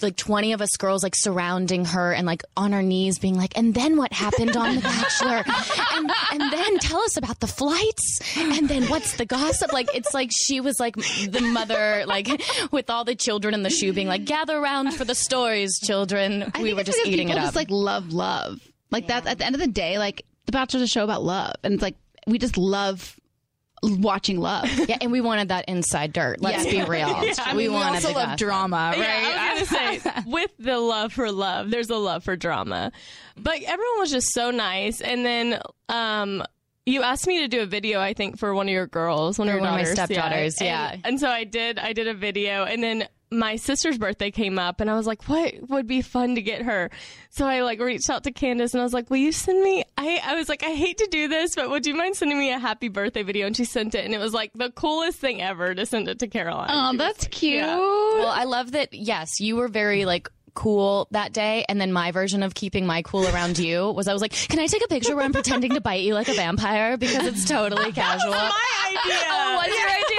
H: like 20 of us girls like surrounding her and like on our knees being like and then what happened on the
A: <laughs>
H: bachelor and, and then tell us about the flights and then what's the gossip like it's like she was like the mother like with all the children in the shoe being like gather around for the stories children
A: I
H: we
A: think
H: were
A: it's
H: just
A: because
H: eating it
A: people
H: up
A: Just like love, love. Like that's at the end of the day, like The Bachelor's a show about love, and it's like we just love watching love.
I: <laughs>
H: yeah and we wanted that inside dirt let's
A: Yeah. <laughs>
H: be real we wanted
I: also
H: the
I: love
H: gossip.
I: drama, right?
B: Yeah, I was
H: <laughs>
B: gonna say with the love for love, there's a love for drama, but everyone was just so nice. And then um, you asked me to do a video, I think, for one of your girls, one of
H: For
B: your
H: one of my
B: daughters,
H: stepdaughters, yeah.
B: And, and so I did. I did a video, and then my sister's birthday came up, and I was like, "What would be fun to get her?" So I like reached out to Candace, and I was like, "Will you send me?" I I was like, "I hate to do this, but would you mind sending me a happy birthday video?" And she sent it, and it was like the coolest thing ever to send it to Caroline.
H: Um,
A: Oh, that's cute.
H: Well, I love that. Yes, you were very like cool that day, and then my version of keeping my cool around you was I was like, "Can I take a picture where I'm pretending to bite you like a vampire because it's <laughs> totally casual." <laughs>
B: my idea.
H: Oh, what's your idea?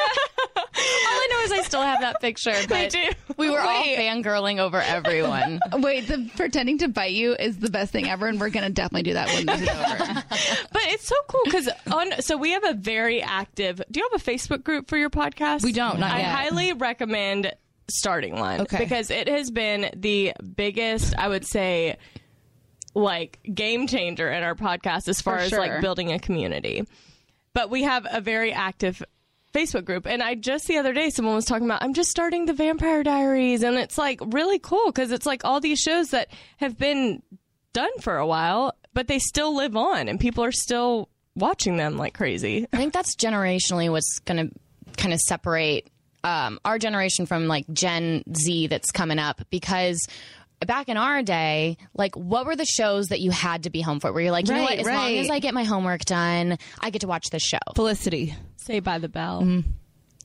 H: All I know is I still have that picture, but
B: do.
H: we were all fangirling over <laughs> everyone.
A: Wait, the pretending to bite you is the best thing ever, and we're gonna definitely do that when this is over.
B: But it's so cool because on so we have a very active. Do you have a Facebook group for your podcast?
I: We don't, not
B: I
I: yet.
B: highly recommend starting one
I: Okay.
B: because it has been the biggest, I would say, like game changer in our podcast as far as
A: sure.
B: like building a community. But we have a very active Facebook group and I just the other day someone was talking about I'm just starting the Vampire Diaries and it's like really cool cuz it's like all these shows that have been done for a while, but they still live on and people are still watching them like crazy.
H: I think that's generationally what's going to kind of separate um, our generation from like Gen Z that's coming up because. Back in our day, like what were the shows that you had to be home for? Where you're like, you know what?
A: Right,
H: As long
A: right.
H: as I get my homework done, I get to watch this show. Mm-hmm.
I: Felicity.
B: Say by the bell.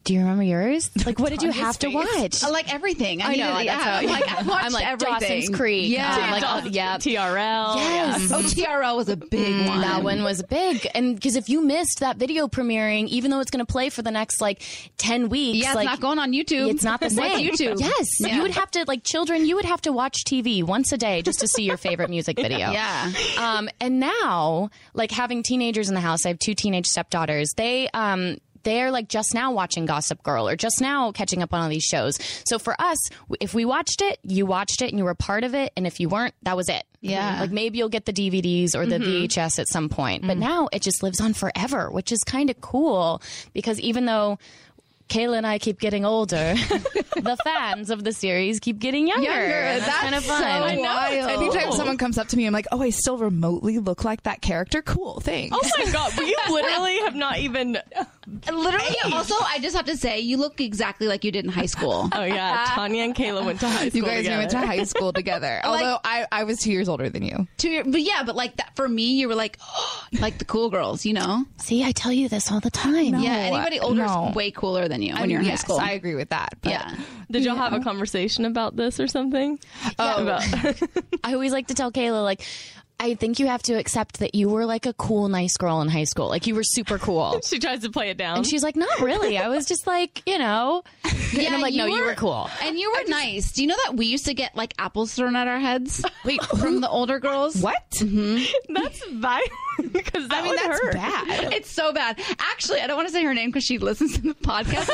H: Do you remember
A: <laughs>
H: yours? Like, what did you have to watch?
A: I like everything. I,
H: I
A: need
H: know.
A: it,
H: That's
A: yeah.
H: how,
A: I'm like I watched
H: am like
A: everything.
H: Dawson's Creek.
A: Yeah.
H: Um, like,
B: <laughs>
H: oh, yeah.
B: TRL.
H: Yes.
A: Oh, TRL was a big one.
H: That one was big, and because if you missed that video premiering, even though it's going to play for the next like ten weeks,
A: Yeah, it's
H: like,
A: not going on YouTube.
H: It's not the
A: <laughs> What's
H: same.
A: YouTube.
H: Yes,
A: Yeah.
H: you would have to like children. You would have to watch TV once a day just to see your favorite
I: <laughs>
H: music video.
A: Yeah.
H: Um, and now, like having teenagers in the house, I have two teenage stepdaughters. They um. They're like just now watching Gossip Girl or just now catching up on all these shows. So for us, w- if we watched it, you watched it and you were a part of it. And if you weren't, that was it. Mm-hmm.
A: Yeah. Mm-hmm.
H: Like maybe you'll get the DVDs or the VHS at some point. But now it just lives on forever, which is kind of cool because even though Kayla and I keep getting older, <laughs> the fans of the series keep getting younger.
A: Younger.
H: and That's,
A: That's
H: kind of fun.
A: so
I: Wild. Anytime someone comes up to me, I'm like, oh, I still remotely look like that character. Cool, thanks.
B: Oh my god, we literally have not
I: <laughs>
B: even.
A: Literally, also, I just have to say, you look exactly like you did in high school.
B: Oh yeah, Tanya and Kayla went to high school
I: you guys
B: together.
I: went to high
B: <laughs>
I: school together. Although I, I was two years older than you.
A: to your, but yeah, but like that for me, you were like, <gasps> like the cool girls, you know?
H: See, I tell you this all the time.
A: yeah, anybody older is
I: no.
A: way cooler than you when
I: I mean,
A: you're in
I: yes,
A: high school.
I: I agree with that. But
A: yeah.
B: Did y'all have a conversation about this or something? Oh,
H: I always like to tell Kayla, like, I think you have to accept that you were like a cool, nice girl in high school. Like you were super
B: <laughs>
H: cool.
B: <laughs> she tries to play it down.
H: and she's like, not really. I was just like, you know. and I'm like, no, you were cool.
A: And you were nice. Do you know that we used to get like apples thrown at our heads? Wait, from the older girls? What?
B: <laughs> That's violent. Because
A: I mean, that's bad. <laughs> It's so bad. Actually, I don't want to say her name because she listens to the
I: <laughs>
A: podcast.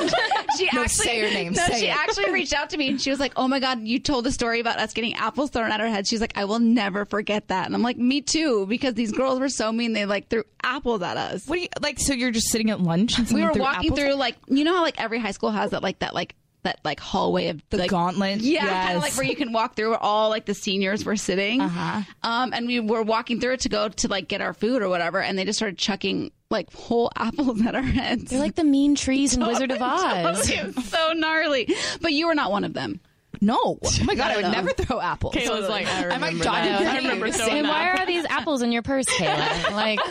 A: She
I: No,
A: actually
I: say her name.
A: No,
I: Say
A: she
I: it.
A: actually reached out to me and she was like, "Oh my god, you told the story about us getting apples thrown at our heads." She's like, "I will never forget that." And I'm like, "Me too," because these girls were so mean. They like threw apples at us.
I: What do you like? So you're just sitting at lunch. And
A: we
I: someone
A: were
I: threw
A: walking
I: apples?
A: through like you know how like every high school has that like that like that like hallway of the
I: gauntlet?
A: yeah kind of like
I: Yes.
A: where you can walk through where all like the seniors were sitting uh-huh. um and we were walking through it to go to like get our food or whatever and they just started chucking like whole <laughs> apples at our heads
H: They're like the mean
A: <laughs>
H: trees in Wizard of Oz.
A: It was so gnarly but you were not one of them
I: no oh my god i
A: don't know.
I: would never throw apples
B: Kayla's like, I
I: I might
B: remember
I: dodge
B: that.
I: your
B: I remember
I: names.
B: throwing
H: and why
B: that.
H: are these apples in your purse,
A: <laughs>
H: Kayla? Like, <laughs>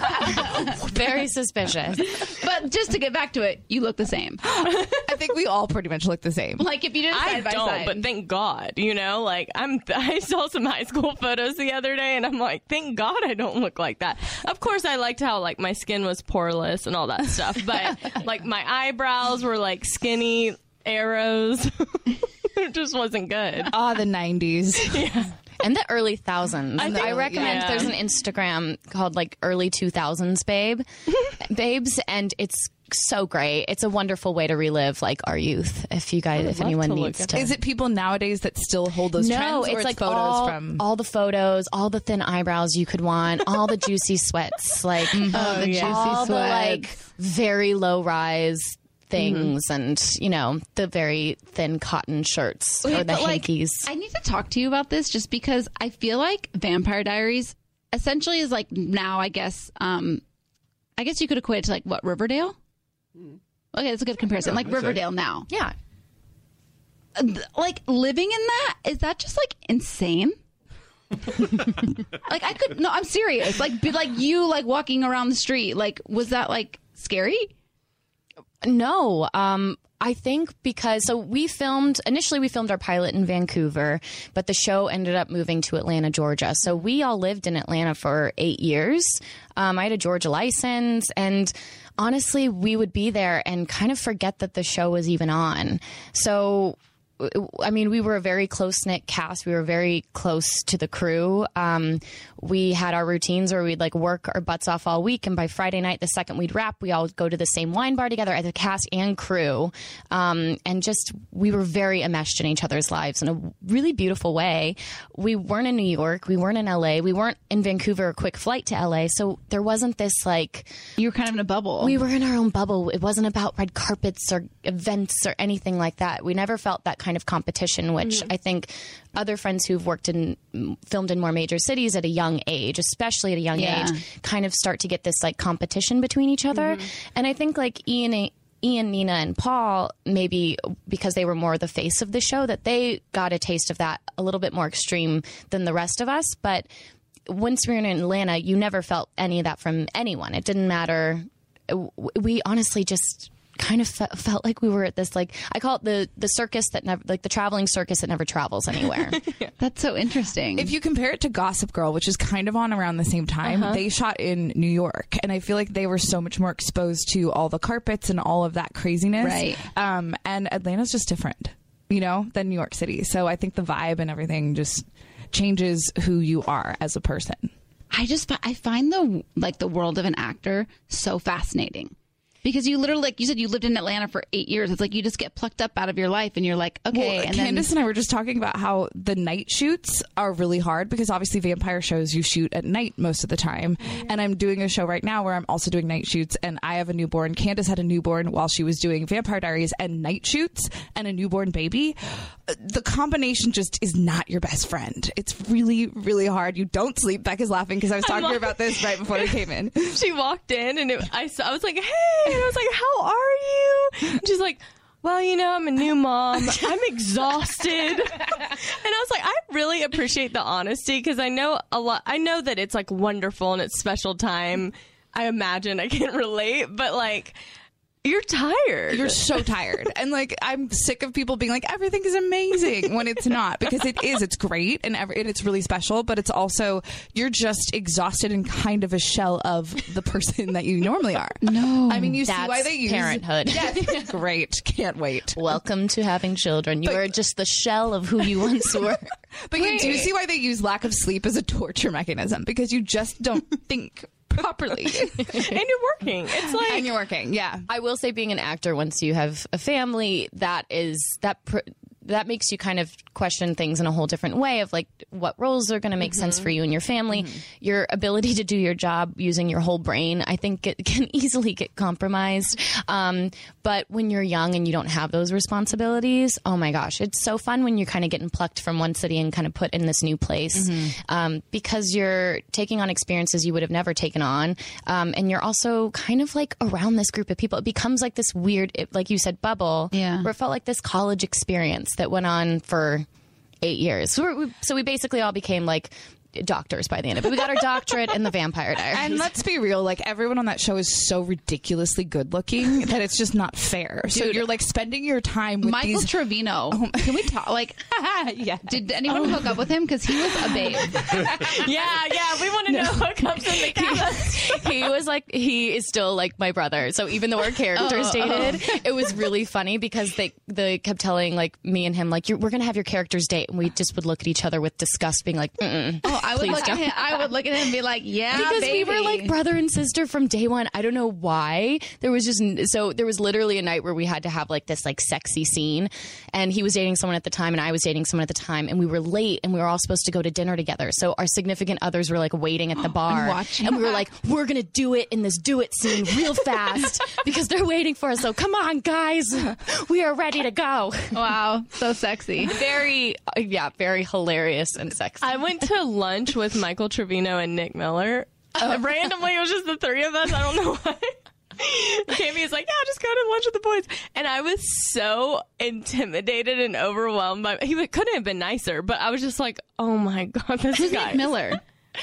H: very suspicious.
A: but just to get back to it you look the same
I: <gasps> i think we all pretty much look the same
A: like if you did
B: I
A: side by
B: don't,
A: side
B: but thank God, you know, like I'm. <laughs> I saw some high school photos the other day, and I'm like, thank God I don't look like that. Of course, I liked how like my skin was poreless and all that stuff, but like my eyebrows were like skinny arrows. <laughs> it just wasn't good.
I: ah
A: <laughs>
I: the 90s
H: and the early thousands. I,
I: think-
H: recommend
B: yeah.
H: there's an Instagram called like early two thousands babe, babes, and it's so great. It's a wonderful way to relive like our youth. If you guys, if anyone
B: to look
H: needs
B: at
H: to,
I: is it people nowadays that still hold those trends
H: no,
I: or
H: it's like
I: photos
H: all,
I: from
H: all the photos, all the thin eyebrows you could want, all the juicy sweats, like
I: the juicy
H: all the
I: sweats.
H: like very low rise things, and you know the very thin cotton shirts or
A: Wait,
H: the
A: but, like,
H: hankies.
A: I need to talk to you about this just because I feel like Vampire Diaries essentially is like now I guess um I guess you could equate it to like what Riverdale? Okay, that's a good comparison. Like Riverdale now.
H: yeah.
A: Uh, th- Like living in that is that just like insane? like I could no, I'm serious. Like be like you like walking around the street like was that like scary?
H: No. Um, I think because so we filmed initially we filmed our pilot in Vancouver, but the show ended up moving to Atlanta, Georgia. So we all lived in Atlanta for eight years. Um, I had a Georgia license, and honestly, we would be there and kind of forget that the show was even on. So I mean, we were a very close knit cast. We were very close to the crew. Um, we had our routines where we'd like work our butts off all week, and by Friday night, the second we'd wrap, we all go to the same wine bar together as a cast and crew. Um, and just we were very enmeshed in each other's lives in a really beautiful way. We weren't in New York, we weren't in LA, we weren't in Vancouver. A quick flight to LA, so there wasn't this like
A: You were kind of in a bubble.
H: we were in our own bubble. It wasn't about red carpets or events or anything like that. We never felt that kind of competition, which I think other friends who've worked in filmed in more major cities at a young age, especially at a young
A: Yeah.
H: age, kind of start to get this like competition between each other. And I think like Ian Ian, Nina, and Paul, maybe because they were more the face of the show, that they got a taste of that a little bit more extreme than the rest of us. But once we were in Atlanta, you never felt any of that from anyone. It didn't matter. W- We honestly just kind of fe- felt like we were at this like I call it the the circus that never like the traveling circus that never travels
I: <laughs>
H: anywhere.
A: That's so interesting.
I: if you compare it to Gossip Girl, which is kind of on around the same time,
H: Uh-huh.
I: they shot in New York, and I feel like they were so much more exposed to all the carpets and all of that craziness.
A: Right.
I: Um, and Atlanta's just different, you know, than New York City. So I think the vibe and everything just changes who you are as a person.
A: I just fi- I find the like the world of an actor so fascinating because you literally like you said you lived in Atlanta for eight years. It's like you just get plucked up out of your life and you're like okay,
I: Well,
A: and
I: Candace
A: then
I: and I were just talking about how the night shoots are really hard because obviously vampire shows you shoot at night most of the time. And I'm doing a show right now where I'm also doing night shoots and I have a newborn. Candace had a newborn while she was doing Vampire Diaries and night shoots and a newborn baby. Uh, The combination just is not your best friend. It's really, really hard. You don't sleep. Becca's laughing because I was talking to her
B: like-
I: about this right before we
A: <laughs>
I: came in.
B: she walked in and it, I, saw, I was like, hey, and I was like, how are you? And she's like, well, you know, I'm a new mom. I'm exhausted. and I was like, I really appreciate the honesty because I know a lot. I know that it's like wonderful and it's special time. I imagine I can relate, but like,
I: You're tired. You're so tired. and like I'm sick of people being like everything is amazing when it's not because it is. It's great and, every, and it's really special, but it's also you're just exhausted and kind of a shell of the person that you <laughs> normally are.
A: No.
I: I mean, you see
H: That's
I: why they use
H: parenthood.
I: <laughs> Yes.
H: <laughs>
I: Great. Can't wait.
H: Welcome to having children. You are just the shell of who you
I: <laughs>
H: once were.
I: But you do see why they use lack of sleep as a torture mechanism because you
H: <laughs>
I: just don't think properly. and you're working. It's like And you're working. Yeah.
H: I will say, being an actor, once you have a family, that is that pr- that makes you kind of question things in a whole different way of like what roles are going to make sense for you and your family, your ability to do your job using your whole brain. I think it <laughs> can easily get compromised. Um, but when you're young and you don't have those responsibilities, oh my gosh, it's so fun when you're kind of getting plucked from one city and kind of put in this new place
J: Mhm.
H: um, because you're taking on experiences you would have never taken on. Um, and you're also kind of like around this group of people. It becomes like this weird, it, like you said, bubble. Yeah. Where it felt like this college experience that went on for eight years. So, we're, we, so we basically all became like doctors by the end of it. We got our doctorate in the Vampire <laughs> Diaries.
I: And let's be real, like everyone on that show is so ridiculously good
B: <laughs>
I: looking that it's just not fair. so
A: Dude.
I: you're like spending your time with
A: Michael
I: these- Oh
A: Trevino. Can we talk? Like,
I: <laughs> yeah.
A: Did anyone hook up with him? Because he was a
I: <laughs>
A: babe.
H: yeah, yeah. We want to know what comes in the cast. he was like, he is still like my brother. So even though our
I: <laughs>
H: characters
J: Oh,
H: dated, it was really funny because they they kept telling like me and him like, You're, we're gonna have your characters date, and we just would look at each other with disgust, being like, Mm-mm,
A: Oh, I would
H: please
A: look at
H: don't.
A: him. I would look at him and be like, "Yeah,
H: because we were
A: baby.
H: like brother and sister from day one. I don't know why. There was just so Oh, there was literally a night where we had to have like this like sexy scene, and he was dating someone at the time, and I was dating someone at the time, and we were late, and we were all supposed to go to dinner together. So our significant others were like waiting
I: <gasps>
H: at the bar,
J: watching.
H: and we were like, we're gonna do it in this do it scene
A: <laughs>
H: real fast because they're waiting for us. So come on, guys, <laughs> we are ready to go.
A: <laughs> Wow, so sexy.
H: Very uh, yeah, very hilarious and sexy.
B: I went to lunch with Michael Trevino and Nick Miller.
I: Oh.
B: Uh, <laughs> randomly, it was just the three of us. I don't know why. <laughs> Jamie is like, yeah, just go to lunch with the boys. And I was so intimidated and overwhelmed by he couldn't have been nicer, but I was just like, oh my god, this
A: Who's
B: is
A: Nick Miller?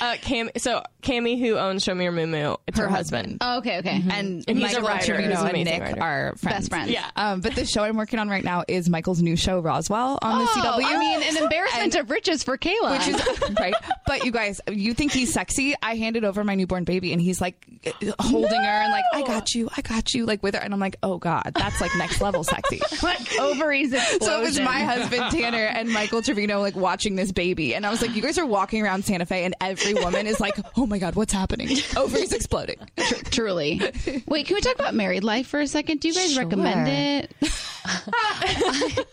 B: Uh, Cam. So Cammy, who owns Show Me Your Moo Moo, it's her, husband.
A: Oh, okay, okay.
H: Mm-hmm.
I: And,
B: And he's a
I: Michael
B: writer. He's
I: Trevino
B: an
I: and
B: amazing
I: Nick
B: writer.
I: are friends.
A: Best friends.
I: Yeah. Um, but the show I'm working on right now is Michael's new show, Roswell, on the
A: Oh,
I: CW.
A: I mean, an embarrassment of riches for Kayla.
I: <laughs>
A: <laughs>
I: Which is right. But you guys, you think he's sexy? I handed over my newborn baby, and he's like holding her and like, "I got you, I got you," like with her, and I'm like, "Oh God, that's like next level sexy."
H: <laughs>
A: like ovaries explosion.
I: So it was my husband Tanner and Michael Trevino like watching this baby, and I was like, "You guys are walking around Santa Fe, and every woman is like, oh my God, what's happening? <laughs> Ovaries exploding."
A: truly. Wait, can we talk about married life for a second? Do you guys recommend it?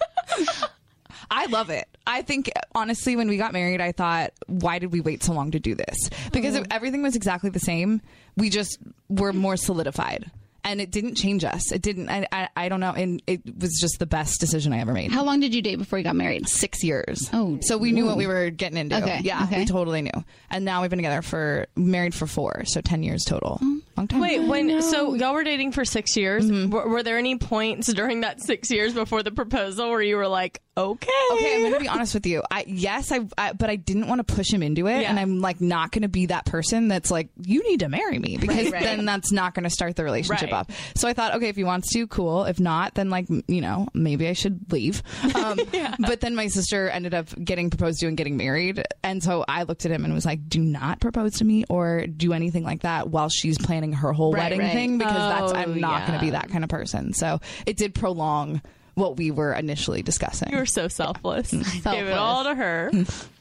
I: I love it. I think honestly, when we got married, I thought, why did we wait so long to do this? Because if everything was exactly the same. We just were more solidified, and it didn't change us. It didn't. I, I, I don't know. And it was just the best decision I ever made.
A: How long did you date before you got married?
I: Six years.
A: Oh,
I: So we knew what we were getting into.
A: Okay,
I: Yeah,
A: okay.
I: we totally knew. And now we've been together for married for four, so ten years total. Long time.
B: Wait, when so y'all were dating for six years? Were, were there any points during that six years before the proposal where you were like, okay,
I: Okay, I'm gonna be honest with you. I yes, I, I but I didn't want to push him into it, and I'm like not gonna be that person that's like you need to marry me because
J: right.
I: then that's not gonna start the relationship
J: Right.
I: up. So I thought, okay, if he wants to, cool. If not, then like m- you know maybe I should
J: <laughs>
I: leave. Um, But then my sister ended up getting proposed to and getting married, and so I looked at him and was like, do not propose to me or do anything like that while she's planning her whole
J: Right,
I: wedding
J: right.
I: thing because that's
J: Oh,
I: I'm not gonna
J: yeah.
I: be that kind of person. So it did prolong. What we were initially discussing.
B: you were so Mm-hmm. selfless. Mm-hmm. Give it
A: Selfless.
B: all to her.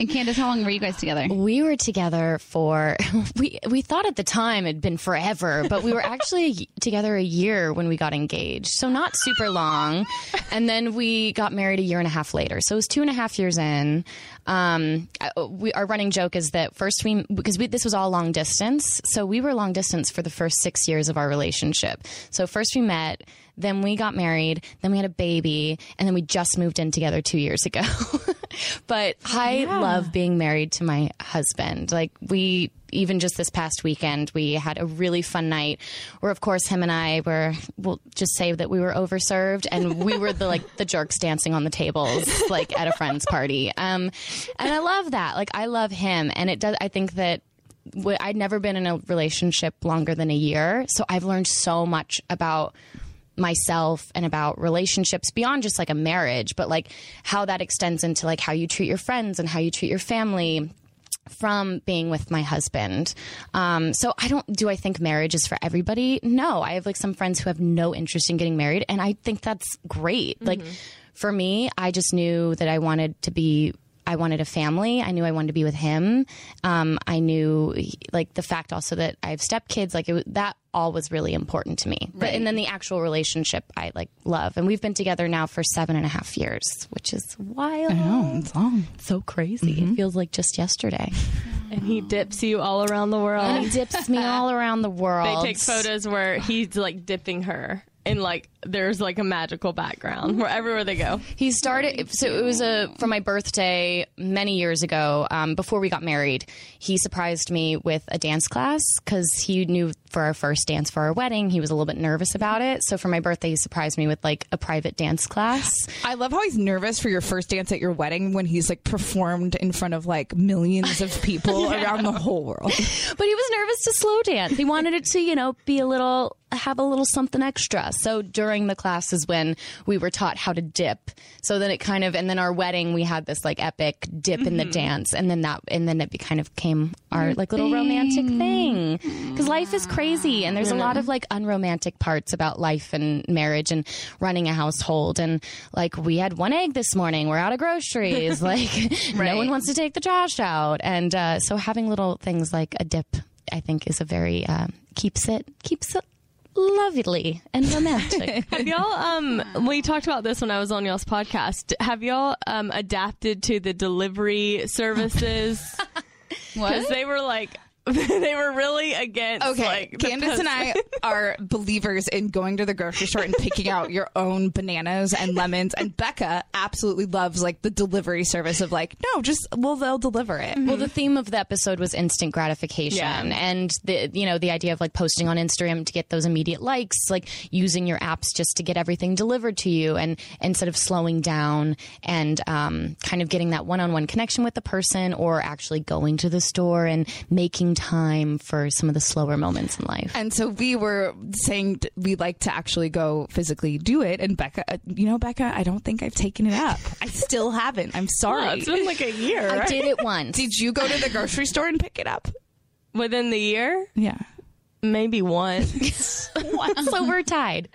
A: And Candace, how long were you guys together?
H: We were together for <laughs> we we thought at the time it'd been forever, but we were actually together a year when we got engaged, so not super long. And then we got married a year and a half later, so it was two and a half years in. Um, I- we, our running joke is that first we because we, this was all long distance, so we were long distance for the first six years of our relationship. So first we met, then we got married, then we had a baby, and then we just moved in together two years ago. <laughs> but I love being married to my husband. Like we even just this past weekend, we had a really fun night where of course him and I were we'll just say that we were overserved and we were the like the jerks dancing on the tables like at a friend's party. Um and I love that. Like I love him and it does I think that w- I'd never been in a relationship longer than a year, so I've learned so much about myself and about relationships beyond just like a marriage, but like how that extends into like how you treat your friends and how you treat your family from being with my husband. Um, so I don't, do I think marriage is for everybody? No. I have like some friends who have no interest in getting married, and I think that's great. Like for me, I just knew that I wanted to be. I wanted a family. I knew I wanted to be with him. Um, I knew, he- like, the fact also that I have stepkids, like, it, wa- that all was really important to me. But, and then the actual relationship I, like, love. And we've been together now for seven and a half years, which is wild. I know,
I: it's long.
H: So crazy. It feels like just <laughs> yesterday.
G: And he dips you all around the world.
H: And he dips me all around the
B: They
H: world.
B: take photos where he's like dipping her, and like there's like a magical background where everywhere they go.
H: He started, so it was a for my birthday many years ago. Um, before we got married, he surprised me with a dance class because he knew for our first dance for our wedding, he was a little bit nervous about it. So for my birthday, he surprised me with like a private dance class.
I: I love how he's nervous for your first dance at your wedding when he's like performed in front of like millions of
H: <laughs>
I: people around the whole world.
H: but he was nervous to slow dance. He wanted it to, you know, be a little, have a little something extra. So during the class is when we were taught how to dip. So then it kind of, and then our wedding, we had this like epic dip in
B: Mm-hmm.
H: the
J: Mhm.
H: dance. And then that, and then it be kind of came our like little romantic thing. Cause life is crazy and there's a lot of like unromantic parts about life and marriage and running a household. And like we had one egg this morning, we're out of groceries. like no one wants to take the trash out. And uh, so having little things like a dip, I think, is a very uh, keeps it keeps it lovely and romantic.
B: have y'all um we talked about this when i was on y'all's podcast have y'all um adapted to the delivery
H: <laughs>
B: services because
I: What?
B: they were like <laughs> they were really against
I: Okay,
B: like the
I: Candace
A: <laughs>
I: and I are believers in going to the grocery store and picking out your own bananas and lemons. And Becca absolutely loves like the delivery service of like, no, just well, they'll deliver it.
H: Well, the theme of the episode was instant gratification,
I: Yeah.
H: and the you know the idea of like posting on Instagram to get those immediate likes, like using your apps just to get everything delivered to you, and instead of slowing down and um, kind of getting that one-on-one connection with the person, or actually going to the store and making time for some of the slower moments in life.
I: And so we were saying t- we like to actually go physically do it. And Becca, uh, you know, Becca, I don't think I've taken it up. I still haven't. I'm sorry.
B: Well, it's been like a year, I right? did it once.
I: Did you go to the grocery store and pick it up?
B: within the year
I: yeah
B: maybe <laughs> once
I: <laughs>
H: so we're tied.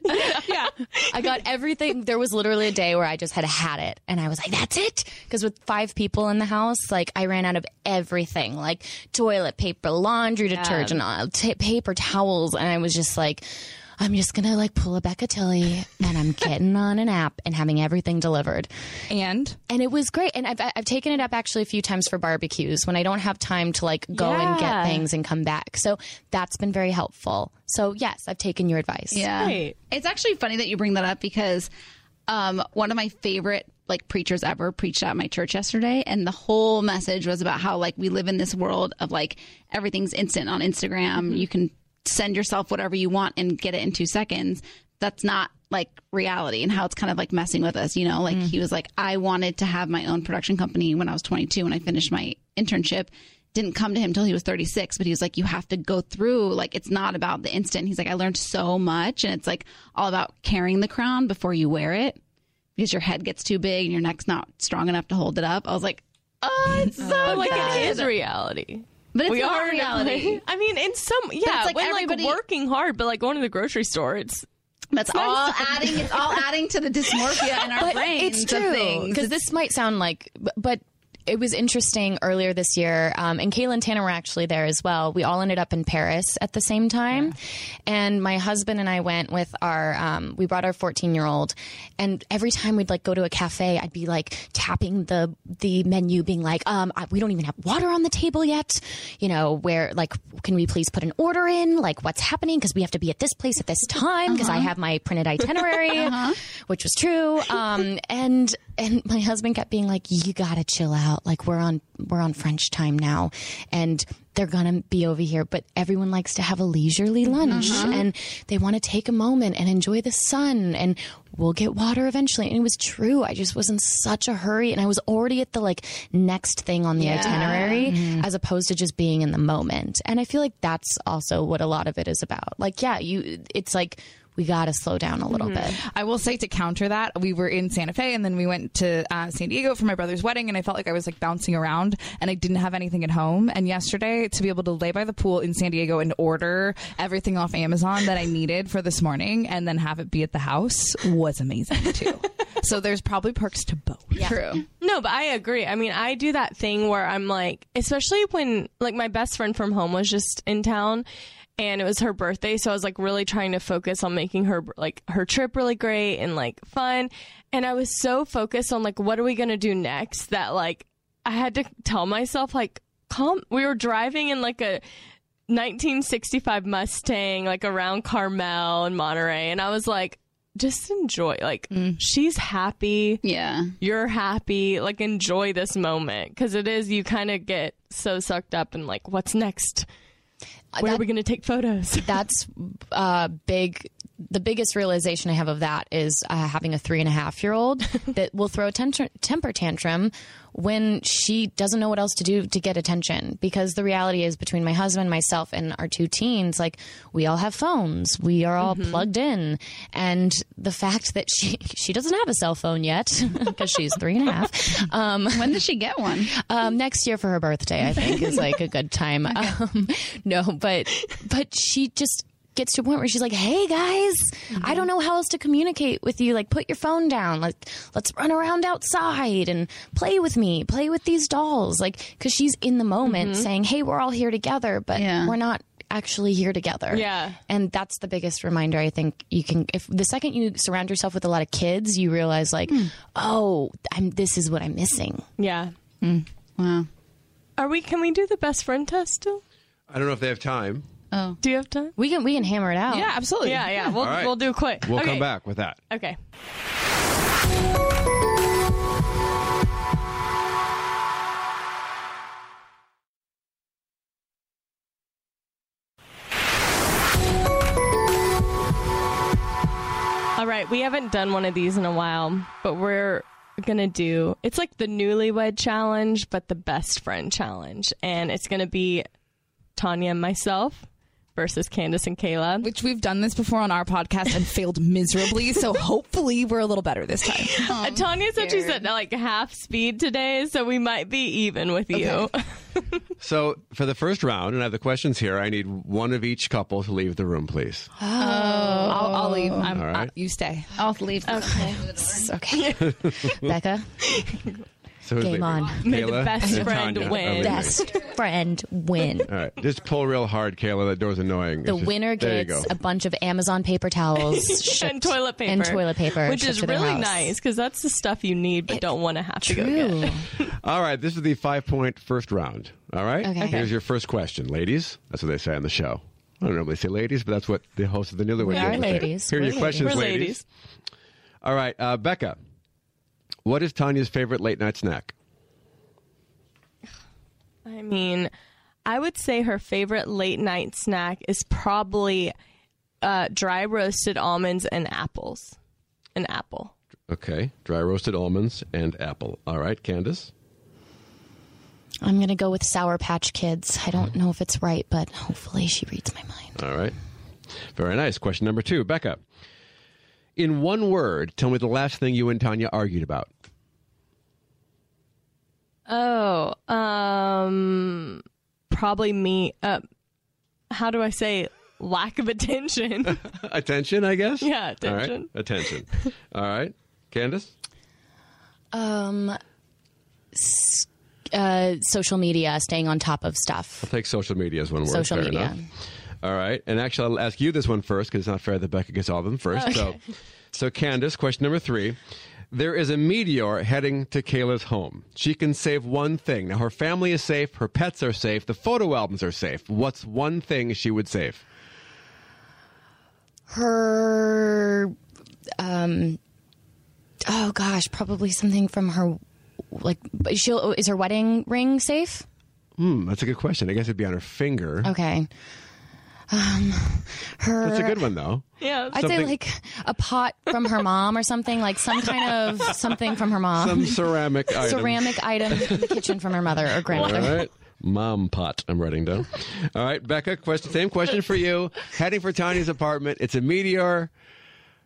H: yeah. I got everything. There was literally a day where I just had had it and I was like, that's it. Because with five people in the house, like I ran out of everything like toilet paper, laundry
J: Yeah.
H: detergent, uh, ta paper towels. And I was just like, I'm just going to like pull a Beccatilly and I'm getting on an app and having everything delivered.
I: And?
H: And it was great. And I've, I've taken it up actually a few times for barbecues when I don't have time to like go and
B: Yeah.
H: get things and come back. So that's been very helpful. So yes, I've taken your advice.
A: Yeah. It's actually funny that you bring that up because um, one of my favorite like preachers ever preached at my church yesterday and the whole message was about how like we live in this world of like everything's instant on Instagram. You can send yourself whatever you want and get it in 2 seconds. That's not like reality and how it's kind of like messing with us, you know? Like he was like I wanted to have my own production company when I was 22 when I finished my internship didn't come to him till he was 36 but he was like you have to go through like it's not about the instant he's like i learned so much and it's like all about carrying the crown before you wear it because your head gets too big and your neck's not strong enough to hold it up i was like oh it's so
B: But, like
A: good.
B: it is reality
A: But it's
B: we
A: not
B: are now-
A: reality.
B: I mean, in some, yeah,
A: it's like
B: when,
A: everybody-
B: like working hard, but like going to the grocery store, it's
A: that's
B: it's nice
A: all
B: to-
A: adding it's all adding to the <laughs> dysmorphia in our
H: But
A: brain
H: It's true because this might sound like, b- but. It was interesting earlier this year, um, and Kayla and Tana were actually there as well. We all ended up in Paris at the same time, and my husband and I went with our. Um, we brought our fourteen-year-old, and every time we'd like go to a cafe, I'd be like tapping the the menu, being like, um, I, "We don't even have water on the table yet." You know, where like, can we please put an order in? Like, what's happening? Because we have to be at this place at this time. Because I
J: Uh-huh.
H: have my printed
J: <laughs>
H: itinerary
J: Uh-huh.
H: which was true. Um, and and my husband kept being like, "You gotta chill out. Like we're on we're on French time now, and they're gonna be over here." But everyone likes to have a leisurely lunch,
J: Mhm.
H: and they want to take a moment and enjoy the sun, and we'll get water eventually. And it was true. I just was in such a hurry, and I was already at the like next thing on the
J: Yeah.
H: itinerary,
I: Mm-hmm.
H: as opposed to just being in the moment. And I feel like that's also what a lot of it is about. Like, yeah, you. It's like we got to slow down a little
I: Mhm.
H: bit.
I: I will say to counter that, we were in Santa Fe and then we went to uh, San Diego for my brother's wedding, and I felt like I was like bouncing around and I didn't have anything at home. And yesterday, to be able to lay by the pool in San Diego and order everything off Amazon that I needed for this morning and then have it be at the house was amazing too.
H: <laughs>
I: so there's probably perks to both.
B: True. No, but I agree. I mean, I do that thing where I'm like, especially when like my best friend from home was just in town and it was her birthday, so I was like really trying to focus on making her like her trip really great and like fun. And I was so focused on like what are we going to do next that like I had to tell myself like calm we were driving in like a 1965 Mustang like around Carmel and Monterey and I was like just enjoy like she's happy
A: yeah
B: you're happy like enjoy this moment because it is you kind of get so sucked up in like what's next Uh, where are we gonna take photos <laughs>
H: that's uh big the biggest realization i have of that is uh, having a three and a half year
I: <laughs>
H: old that will throw a tantr- temper tantrum when she doesn't know what else to do to get attention because the reality is between my husband myself and our two teens like we all have phones we are all
I: Mm-hmm.
H: plugged in and the fact that she <laughs> she doesn't have a cell phone yet <laughs> because she's three and a
I: <laughs>
H: half um,
A: when does she get one
H: <laughs> um, next year for her birthday i think is like a good time um, no but but she just gets to a point where she's like hey guys i
I: Mm-hmm.
H: don't know how else to communicate with you like put your phone down like let's run around outside and play with me play with these dolls like because she's in the moment
B: Mhm.
I: Mm-hmm.
H: saying hey we're all here together but
B: Yeah.
H: we're not actually here together
B: Yeah.
H: and that's the biggest reminder i think you can if the second you surround yourself with a lot of kids you realize like
I: Hmm.
H: oh i'm this is what i'm missing
B: yeah
A: wow
B: are we can we do the best friend test still
D: I don't know if they have time.
A: oh
B: do you have time
H: we can we can hammer it out
B: yeah absolutely yeah yeah, We'll,
D: All right.
B: we'll do quick
D: We'll
B: Okay.
D: come back with that.
B: okay All right, we haven't done one of these in a while, but we're gonna do it's like the newlywed challenge, but the best friend challenge. And it's gonna be Tanya and myself versus Candace and Kayla.
I: Which we've done this before on our podcast and failed miserably.
H: <laughs>
I: So hopefully we're a little better this time.
B: Uh, Tanya said she's at like half speed today, so we might be even with you.
D: So for the first round, and I have the questions here. I need one of each couple to leave the room, please.
I: Oh, I'll, I'll leave. I'm,
D: All right.
I: uh, you stay.
A: I'll leave.
I: Okay.
H: okay. Becca,
D: So who's
H: game
D: leaving?
H: on.
D: May the Kayla best and friend Tanya are win. leaving.
H: Best <laughs> friend win.
D: All right, just pull real hard, Kayla. That door's annoying.
H: The
D: It's just-
H: winner
D: there you
H: gets
D: go.
H: a bunch of Amazon paper towels shipped-
B: <laughs> and toilet paper.
H: and toilet paper,
B: Which
H: shipped
B: is
H: to their
B: really
H: house.
B: nice because that's the stuff you need but don't want to have to go get.
D: All right, this is the five point first round. All right?
B: Okay. Okay.
D: Here's your first question. Ladies, that's what they say on the show. I don't normally say ladies, but that's what the host of the Newlywed
B: We are
D: Game would say.
B: ladies.
D: Here are
B: We're
D: your
B: ladies.
D: questions,
B: We're
D: ladies.
B: ladies.
D: All right, uh, Becca, what is Tanya's favorite late night snack?
B: I mean, I would say her favorite late night snack is probably uh, dry roasted almonds and apples. An apple.
D: Okay, dry roasted almonds and apple. All right, Candace.
H: I'm going to go with Sour Patch Kids. I don't know if it's right, but hopefully she reads my mind.
D: All right. Very nice. Question number two, Becca. In one word, tell me the last thing you and Tanya argued about.
B: Oh, um, probably me. Uh, how do I say lack of attention? <laughs>
D: Attention, I guess?
B: Yeah,
D: All right,
B: attention. <laughs>
D: Attention. All right, Candace?
H: Um, s- uh, social media, staying on top of stuff.
D: I'll take social media as one word.
H: Social
D: fair
H: media.
D: Enough. All right. And actually, I'll ask you this one first because it's not fair that Becca gets all of them first. So, so, Candace, question number three. There is a meteor heading to Kayla's home. She can save one thing. Now, her family is safe, her pets are safe, the photo albums are safe. What's one thing she would save?
H: her um oh gosh probably something from her like but she'll is her wedding ring safe
D: Hmm, that's a good question. I guess it'd be on her finger.
H: okay um her
D: That's a good
H: <laughs>
D: one, though.
B: yeah
H: i'd say
D: Something-
H: like a pot from her mom or something like some
D: <laughs>
H: kind of something from her mom
D: Some ceramic item.
H: ceramic item in the kitchen from her mother or grandmother
D: <laughs> All right. Mom pot, I'm writing down. All right, Becca, question, same question for you. Heading for Tanya's apartment. It's a meteor.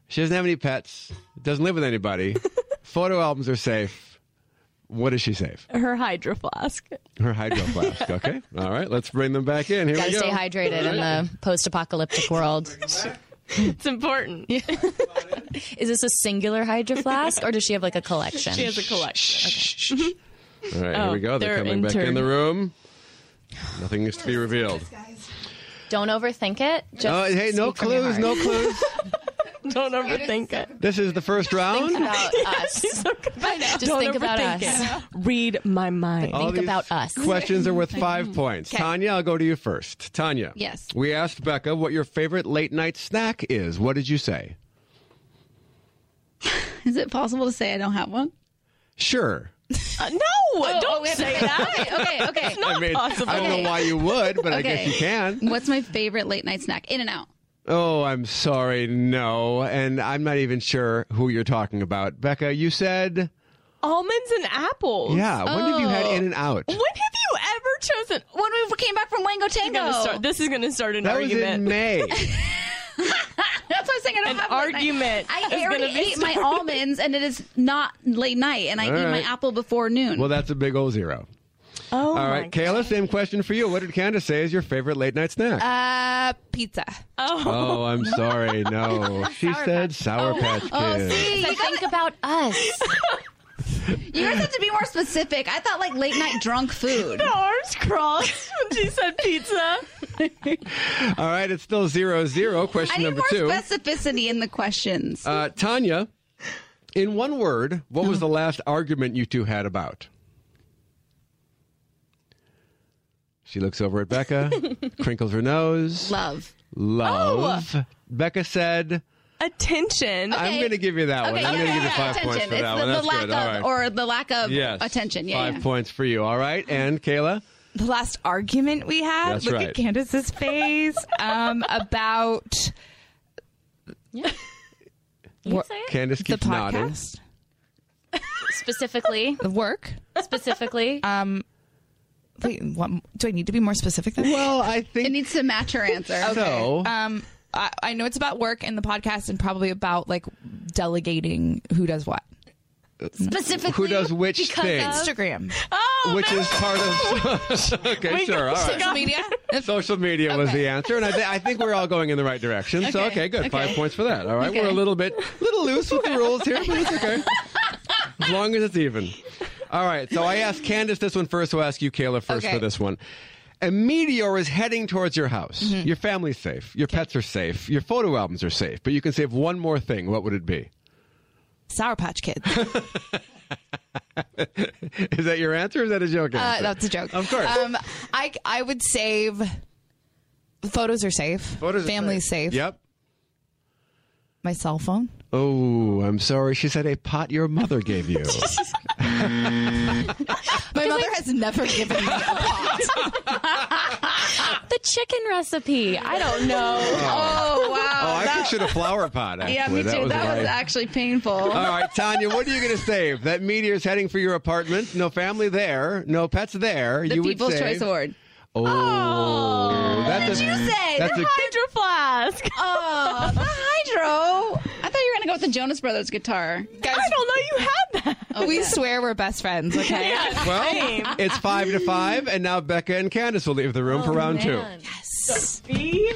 D: She doesn't have any pets, doesn't live
H: <laughs>
D: with anybody. Photo albums are safe. What is she safe?
B: Her hydro flask.
D: Her hydro flask. Okay. All right, let's bring them back in. Here
H: Gotta
D: we go.
H: stay hydrated in the
D: <laughs>
H: post apocalyptic world.
B: It's important.
H: Is this a singular hydro flask or does she have like a collection?
B: She has a collection.
D: All right,
H: Oh,
D: here we go. They're,
H: they're
D: coming back in
H: intern.
D: the room. Nothing is to be revealed.
H: Don't overthink it. Just
D: Oh, hey, no
H: speak from your
D: clues,
H: heart.
D: no
H: <laughs>
D: clues.
B: Don't overthink it.
D: This is the first round.
H: Think about
D: <laughs>
H: us. Just
B: Don't
H: think about
B: overthink
H: us.
B: it. Read my mind.
D: All these Questions are worth five points. Tanya, I'll go to you first. Tanya.
A: Yes.
D: We asked Becca what your favorite late night snack is. What did you say?
A: Is it possible to say I don't have one?
D: Sure.
B: Uh, no,
H: Oh.
B: don't say that.
A: okay, okay. It's
D: I mean, I don't know why you would, but I guess you can.
A: What's my favorite late night snack? In and out.
D: Oh, I'm sorry. No. And I'm not even sure who you're talking about. Becca, you said,
B: Almonds and apples.
D: yeah. When have you had In and Out?
B: When have you ever chosen?
A: When we came back from Wango Tango.
B: Gonna start- this is going to start an
D: That was
B: argument.
D: in May.
A: That's what I'm saying. I don't
B: An
A: have late night.
B: argument is
A: I
B: gonna
A: already
B: be
A: ate my
B: started. <laughs>
A: almonds, and it is not late night, and I
D: All
A: eat my
D: right.
A: apple before noon.
D: Well, that's a big old zero.
B: Oh,
D: All right, Kayla, same question for you. What did Candace say is your favorite late night snack?
I: Uh, pizza.
A: <laughs>
D: oh, I'm sorry. No. She said Sour Patch Kids.
A: Oh, See, you
H: Think
A: guys,
H: about us.
A: <laughs> you guys have to be more specific. I thought like late night drunk
B: <laughs>
A: food.
B: arms crossed <laughs> when she said pizza.
D: All right, it's still zero zero.
A: I
D: Question
A: need
D: number
A: more
D: two.
A: specificity in the questions.
D: Uh, Tanya, in one word, what
A: Uh-huh.
D: was the last argument you two had about? She looks over
A: <laughs>
D: at Becca, crinkles her nose.
A: Love. Oh.
D: Love. Becca said,
B: Attention.
D: I'm going to give you that one. I'm going to give you five
A: attention.
D: points for
A: it's
D: that
A: the,
D: one.
A: the
D: That's
A: lack
D: good.
A: of
D: All right.
A: or the lack of
D: yes.
A: attention. Yeah,
D: Five
A: yeah.
D: points for you. All right. And Kayla?
I: The last argument we had.
D: That's
I: look
D: right.
I: at
D: <laughs>
I: Candace's face. um, about
D: Candace keeps
I: the
D: nodding.
I: podcast,
H: Specifically,
I: the work.
H: specifically,
I: Um, wait, what, do I need to be more specific? Than
D: Well, I think
A: It needs to match her answer.
D: so.
I: um, I, I know it's about work and the podcast, and probably about like delegating who does what.
H: specifically.
D: Who does which
H: because
D: thing?
H: of-
I: Instagram, Oh,
D: which is part of. <laughs> okay, sure. All right.
I: social media.
D: Social media was the answer, and I, th- I think we're all going in the right direction. So okay, good. Five points for that. All right, we're a little bit, little loose with the rules here, but it's okay. As long as it's even. All right. So I asked Candace this one first. So I'll ask you, Kayla, first
I: Okay.
D: for this one. A meteor is heading towards your house.
I: Mm-hmm.
D: Your family's safe. Your pets are safe. Your photo albums are safe. But you can save one more thing. What would it be? <laughs>
I: Sour Patch Kids.
D: Is that your answer? or Is that a joke?
I: Uh,
D: answer?
I: that's a joke.
D: Of course.
I: Um, I I would save. Photos are safe.
D: Photos are
I: Family's safe.
D: Yep.
I: My cell phone.
D: Oh, I'm sorry. She said a pot your mother
I: <laughs>
D: gave you.
I: <laughs> My mother has never given <laughs> me a pot.
H: the chicken recipe. I don't know.
A: Oh wow.
D: Oh, I
A: That-
D: pictured a flower pot.
A: <laughs>
D: Actually.
A: yeah, me too. That was,
D: my-
A: actually painful.
D: All right, Tanya, what are you going to save? That meteor's heading for your apartment. No family there. No pets there.
A: the
D: you
A: People's
D: would save.
A: Choice Award.
D: Oh, that's
A: What
D: a,
A: did you say?
D: That's
A: The
D: a,
B: Hydro flask.
A: Oh, the hydro. I thought you were gonna go with the Jonas Brothers guitar.
I: Guys,
B: I don't know you had that.
D: Oh,
I: we swear we're best friends, okay?
D: well, it's five to five, and now Becca and Candace will leave the
A: Oh,
D: room for round two.
B: Be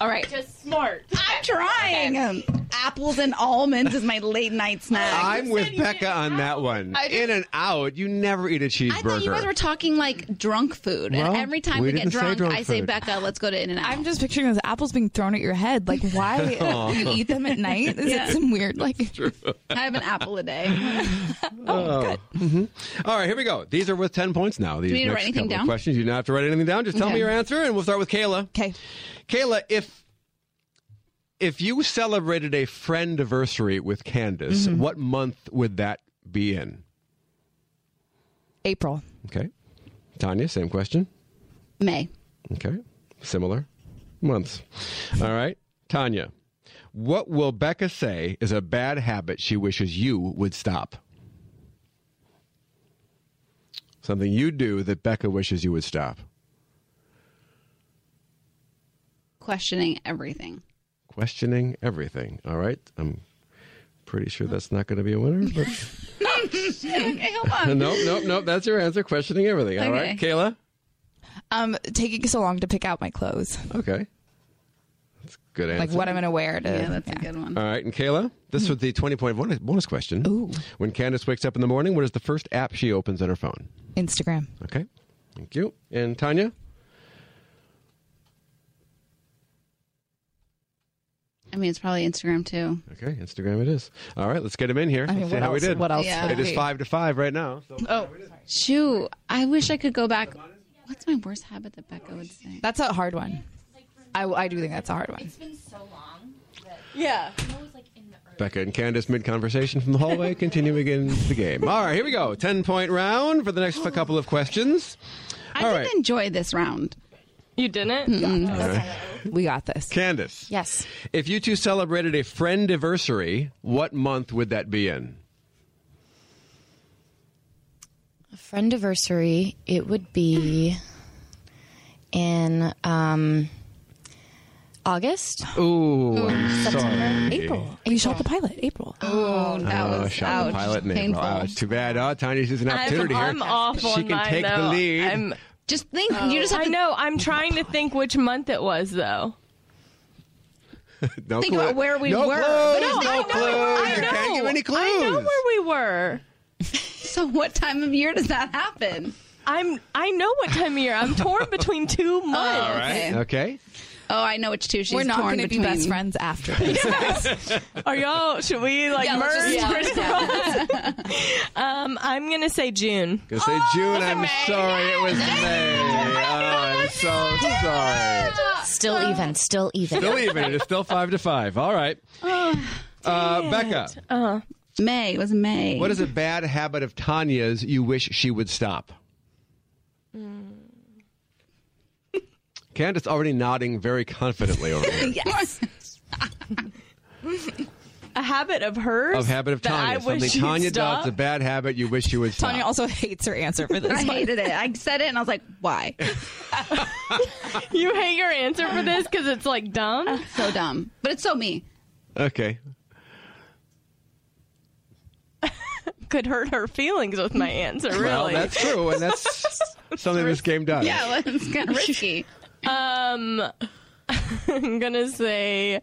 I: All right.
B: just smart.
A: I'm trying. Um, apples and almonds is my late night snack.
D: I'm with Becca on that one. In and out, you never eat a
A: I thought you guys were
D: cheeseburger.
A: talking like drunk food,
D: Well,
A: and every time
D: we
A: we, get
D: didn't say
A: drunk,
D: drunk
A: I say,
D: food.
A: "Becca, let's go to In and Out."
I: I'm just picturing those apples being thrown at your head. Like,
D: <laughs>
I: why <laughs> you eat them at night? Is it some weird, like,
A: I have an <laughs> apple a day.
D: Oh. Mhm. All right, here we go. These are worth 10 points now. These
A: we need to
D: next
A: write anything
D: couple of
A: down?
D: questions. You don't have to write anything down. Just tell me
I: Okay.
D: your answer, and we'll start with Kayla.
I: okay.
D: Kayla, if if you celebrated a friend anniversary with Candace, what month would that be in?
I: April.
D: Okay. Tanya, same question.
A: May.
D: Okay. Similar months. All right. Tanya, what will Becca say is a bad habit she wishes you would stop? Something you do that Becca wishes you would stop.
A: Questioning everything.
D: Questioning everything. All right. I'm pretty sure that's not going to be a winner. But...
A: <laughs> okay, hold on.
D: <laughs> nope, nope, nope. That's your answer. Questioning everything. All right,
I: Okay.
D: Kayla?
I: Um, taking so long to pick out my clothes.
D: Okay. That's a good answer.
I: Like what I'm gonna wear to
D: Yeah,
I: that's a
A: good one. Hmm.
D: All right, and Kayla, this was the 20 point bonus, bonus question. Ooh. When Candace wakes up in the morning, what is the first app she opens on her phone?
I: Instagram.
D: Okay, thank you. And Tanya?
A: I mean, it's probably Instagram too.
D: Okay, Instagram it is. All right, let's get him in here.
A: I mean,
D: Let's see
A: what
D: how we
A: else-
D: did.
A: what else Yeah. would
D: It is
A: be?
D: five to five right now. So.
A: Oh, shoot. I wish I could go back. What's my worst habit that Becca would say?
I: That's a hard one. I, I do think that's a hard one. It's
J: been so long.
G: Yeah.
D: Becca and Candace mid conversation from the hallway, continuing in the game. All right, here we go. 10 point round for the next couple of questions.
A: I
D: All
A: did
D: right.
A: enjoy this round.
B: You didn't?
D: All right.
I: We got this.
D: Candace.
H: Yes.
D: If you two celebrated a friend anniversary, what month would that be in?
H: A friend anniversary, it would be in um, August.
D: Ooh, I'm
H: September,
D: sorry.
H: April.
I: <gasps> You shot the pilot, April.
A: Oh, that
I: Uh,
D: oh,
A: was
D: shot the
A: ouch,
D: pilot in
A: painful.
D: April. Ouch, too bad. Oh, Tanya's using an
B: I'm-
D: opportunity
B: I'm
D: here.
B: off
D: she
B: on
D: can
B: mine,
D: take the
B: though.
D: lead.
B: I'm-
A: Just think.
B: you just I know. I'm trying to think which month it was, though.
D: No
B: Think
D: clue.
B: about where we
D: no
B: were.
D: Clues,
B: No,
D: no
B: I know.
D: clues.
B: I
D: You can't
B: know.
D: give any clues.
B: I know where we were.
A: <laughs> so what time of year does that happen?
B: I'm. I know what time of year. I'm torn between <laughs> two months.
A: All right.
D: Okay.
A: Oh, I know which two she's
I: We're not
A: torn
I: gonna be
A: between.
I: best friends after.
B: <laughs> Are y'all? Should we like
A: Yeah, let's
B: merge?
A: just- <laughs> yeah,
I: <laughs>
B: um, I'm gonna say June.
D: Gonna say
B: Oh,
D: June. I'm sorry it was May.
B: <laughs>
D: Oh, I'm so sorry.
H: Uh, Still even, still even.
D: Still even. It is still five to five.
B: <sighs>
D: All right.
B: Oh,
D: Uh, Becca,
A: Uh, May. It was May.
D: what is a bad habit of Tanya's you wish she would stop?
B: Mm.
D: Candace already nodding very confidently over here.
B: <laughs>
A: yes.
B: A habit of hers.
D: Of habit of
B: that
D: Tanya.
B: I wish
D: Something Tanya
B: you'd stop.
D: does, a bad habit you wish you would stop.
I: Tanya also hates her answer for this.
A: I
I: one.
A: hated it. I said it and I was like, why?
B: You hate your answer for this because it's like dumb.
A: So dumb. But it's so
I: <laughs>
A: me.
D: Okay.
B: Could hurt her feelings with my answer. Really.
D: Well, that's true,
B: <laughs>
D: and that's something this game does.
A: Yeah, well, it's kind of risky.
B: Um, <laughs> I'm gonna say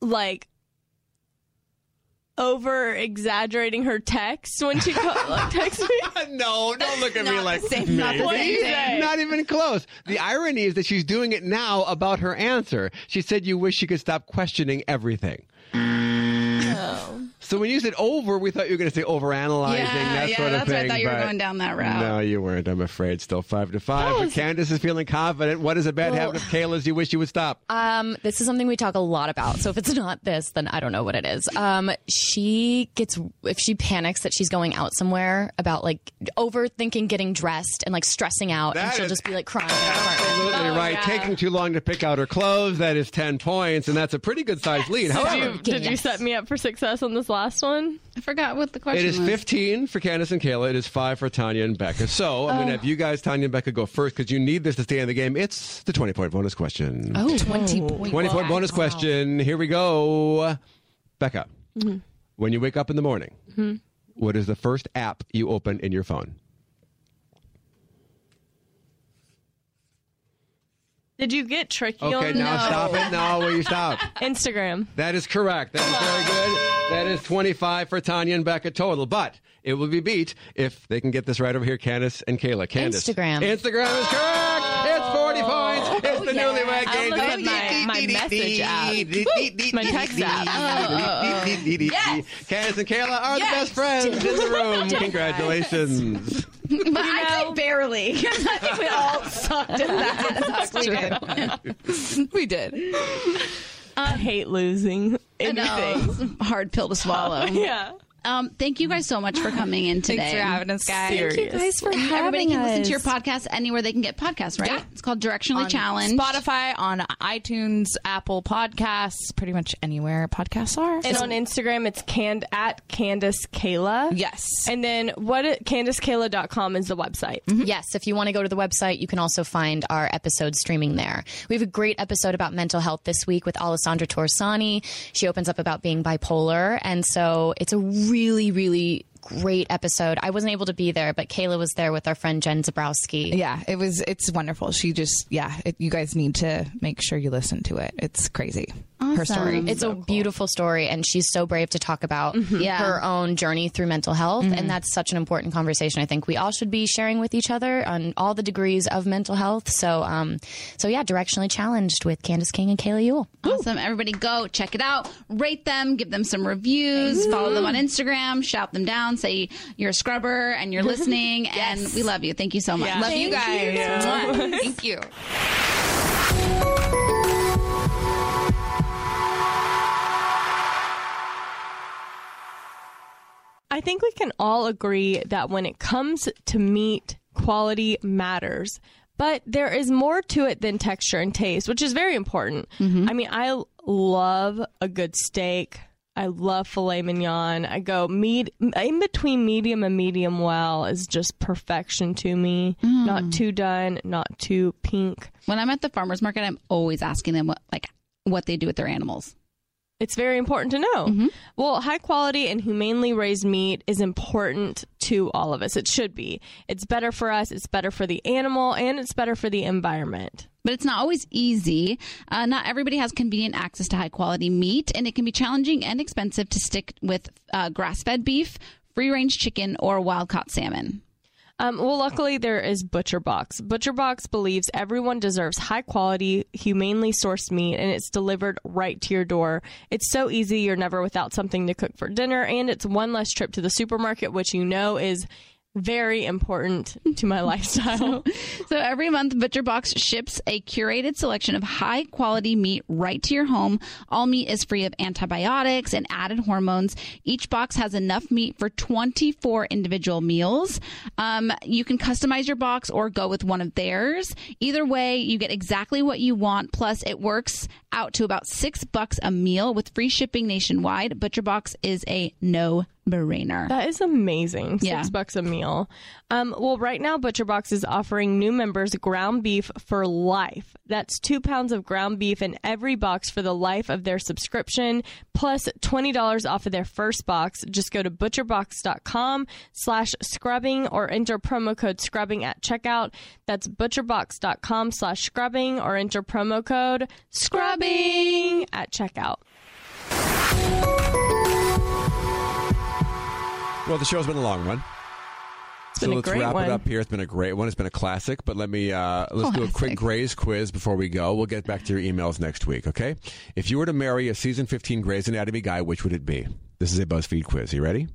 B: like over exaggerating her texts when
A: <laughs>
B: she co- <laughs> like, texts me.
A: Oh
D: <laughs> No, don't look at me like
A: same- not the
D: "Maybe."
A: same thing.
D: Not even close. The irony is that she's doing it now about her answer. She said you wish she could stop questioning everything. So when you said over, we thought you were going to say overanalyzing,
A: Oh. Yeah,
D: that
A: yeah,
D: sort of
A: that's what
D: thing.
A: I thought you were
D: but
A: going down that route.
D: No, you weren't. I'm afraid. Still five to five.
H: That
D: But
H: was-
D: Candace is feeling confident. What is a
A: Oh.
D: bad
H: Well-
D: habit of Kayla's you wish you would stop?
H: Um, this is something we talk a lot about. So if it's not this, then I don't know what it is. Um, she gets if she panics that she's going out somewhere about like overthinking getting dressed and like stressing out, and
D: That
H: she'll
D: is
H: just be like crying. in her apartment.
D: Absolutely
A: Oh,
D: right. Taking too long to pick out her clothes. That is ten points, and that's a pretty good sized lead.
B: Did
D: However,
B: you, did you set me up for success on this last one?
A: I forgot what the question
D: It is
A: was.
D: 15 for Candace and Kayla. It is 5 for Tanya and Becca. So I'm going to have you guys, Tanya and Becca, go first because you need this to stay in the game. It's the 20 point bonus question.
H: Oh,
I: 20 points.
D: 20 point bonus question. Here we go. Becca, when you wake up in the morning, what is the first app you open in your phone?
B: Did you get tricky
D: Okay,
B: on
D: now
B: that?
D: stop it. Now will you stop?
B: Instagram?
D: That is correct. That is very good. That is 25 for Tanya and Becca total, but it will be beat if they can get this right over here, Candace and Kayla. Candace.
H: Instagram.
D: Instagram is correct. It's 40 points. It's the newlywed
B: Oh. I
D: game.
B: looked at my- my message app. My text app.
D: Candace and Kayla are the best friends
B: <laughs>
D: in the room. Congratulations.
A: but I could barely. 'cause I think <laughs> we all sucked at that.
B: <laughs>
I: That's true. we did.
B: I hate losing
A: I know,
B: anything.
A: it's a hard pill to swallow.
B: Yeah.
A: Um, thank you guys so much for coming in today.
I: <laughs> Thanks for
B: <laughs>
I: having us, guys.
A: Thank you guys for and Everybody
I: having
A: can listen to your
I: us.
A: podcast anywhere they can get podcasts, right? It's called Directionally
I: on
A: Challenged.
I: Spotify, on iTunes, Apple Podcasts, pretty much anywhere podcasts are.
B: And on Instagram, it's canned at Candace Kayla.
I: Yes.
B: And then what it- CandaceKayla.com is the website.
H: Yes, if you want to go to the website, you can also find our episode streaming there. We have a great episode about mental health this week with Alessandra Torsani. She opens up about being bipolar. And so it's a really, really great episode. I wasn't able to be there, but Kayla was there with our friend Jen Zabrowski.
I: yeah, it was. It's wonderful. She just, yeah, it, you guys need to make sure you listen to it. It's crazy. Her story.
H: It's a beautiful story, and she's so brave to talk about
A: Mm-hmm. Yeah. Mm-hmm.
H: her own journey through mental health. And that's such an important conversation. I think we all should be sharing with each other on all the degrees of mental health. So, um, so yeah, directionally challenged with Candace King and Kayla Yule.
A: Awesome. Everybody go check it out. Rate them, give them some reviews, follow them on Instagram, shout them down, say you're a scrubber and
I: <laughs>
A: you're listening. And we love you. Thank you so much.
I: Love you guys. Mwah. Thank you.
B: I think we can all agree that when it comes to meat, quality matters. But there is more to it than texture and taste, which is very important. I mean, I love a good steak. I love filet mignon. I go med- in between medium and medium well is just perfection to me. Not too done, not too pink.
A: When I'm at the farmer's market, I'm always asking them what, like, what they do with their animals.
B: It's very important to know. Well, high quality and humanely raised meat is important to all of us. It should be. It's better for us, it's better for the animal, and it's better for the environment.
A: But it's not always easy. Uh, not everybody has convenient access to high quality meat, and it can be challenging and expensive to stick with uh, grass fed beef, free range chicken, or wild caught salmon.
B: Um, well, luckily, there is ButcherBox. ButcherBox believes everyone deserves high quality, humanely sourced meat, and it's delivered right to your door. It's so easy, you're never without something to cook for dinner, and it's one less trip to the supermarket, which you know is very important to my <laughs> lifestyle.
A: So every month, ButcherBox ships a curated selection of high quality meat right to your home. All meat is free of antibiotics and added hormones. Each box has enough meat for 24 individual meals. Um, you can customize your box or go with one of theirs. Either way, you get exactly what you want. Plus, it works out to about six bucks a meal with free shipping nationwide. ButcherBox is a no brainer.
B: That is amazing. Six
A: Yeah.
B: bucks a meal. Um, well, right now, ButcherBox is offering new members ground beef for life. That's two pounds of ground beef in every box for the life of their subscription, plus twenty dollars off of their first box. Just go to butcherbox.com slash scrubbing or enter promo code scrubbing at checkout. That's butcherbox.com slash scrubbing or enter promo code scrubbing at checkout.
D: Well, the show's been a long one. It's
B: been
D: so
B: a
D: let's
B: great
D: wrap
B: one.
D: it up here. It's been a great one. It's been a classic, but let me uh, let's do a quick Grays quiz before we go. We'll get back to your emails next week, okay? If you were to marry a season 15 Grey's Anatomy guy, which would it be? This is a BuzzFeed quiz. You ready?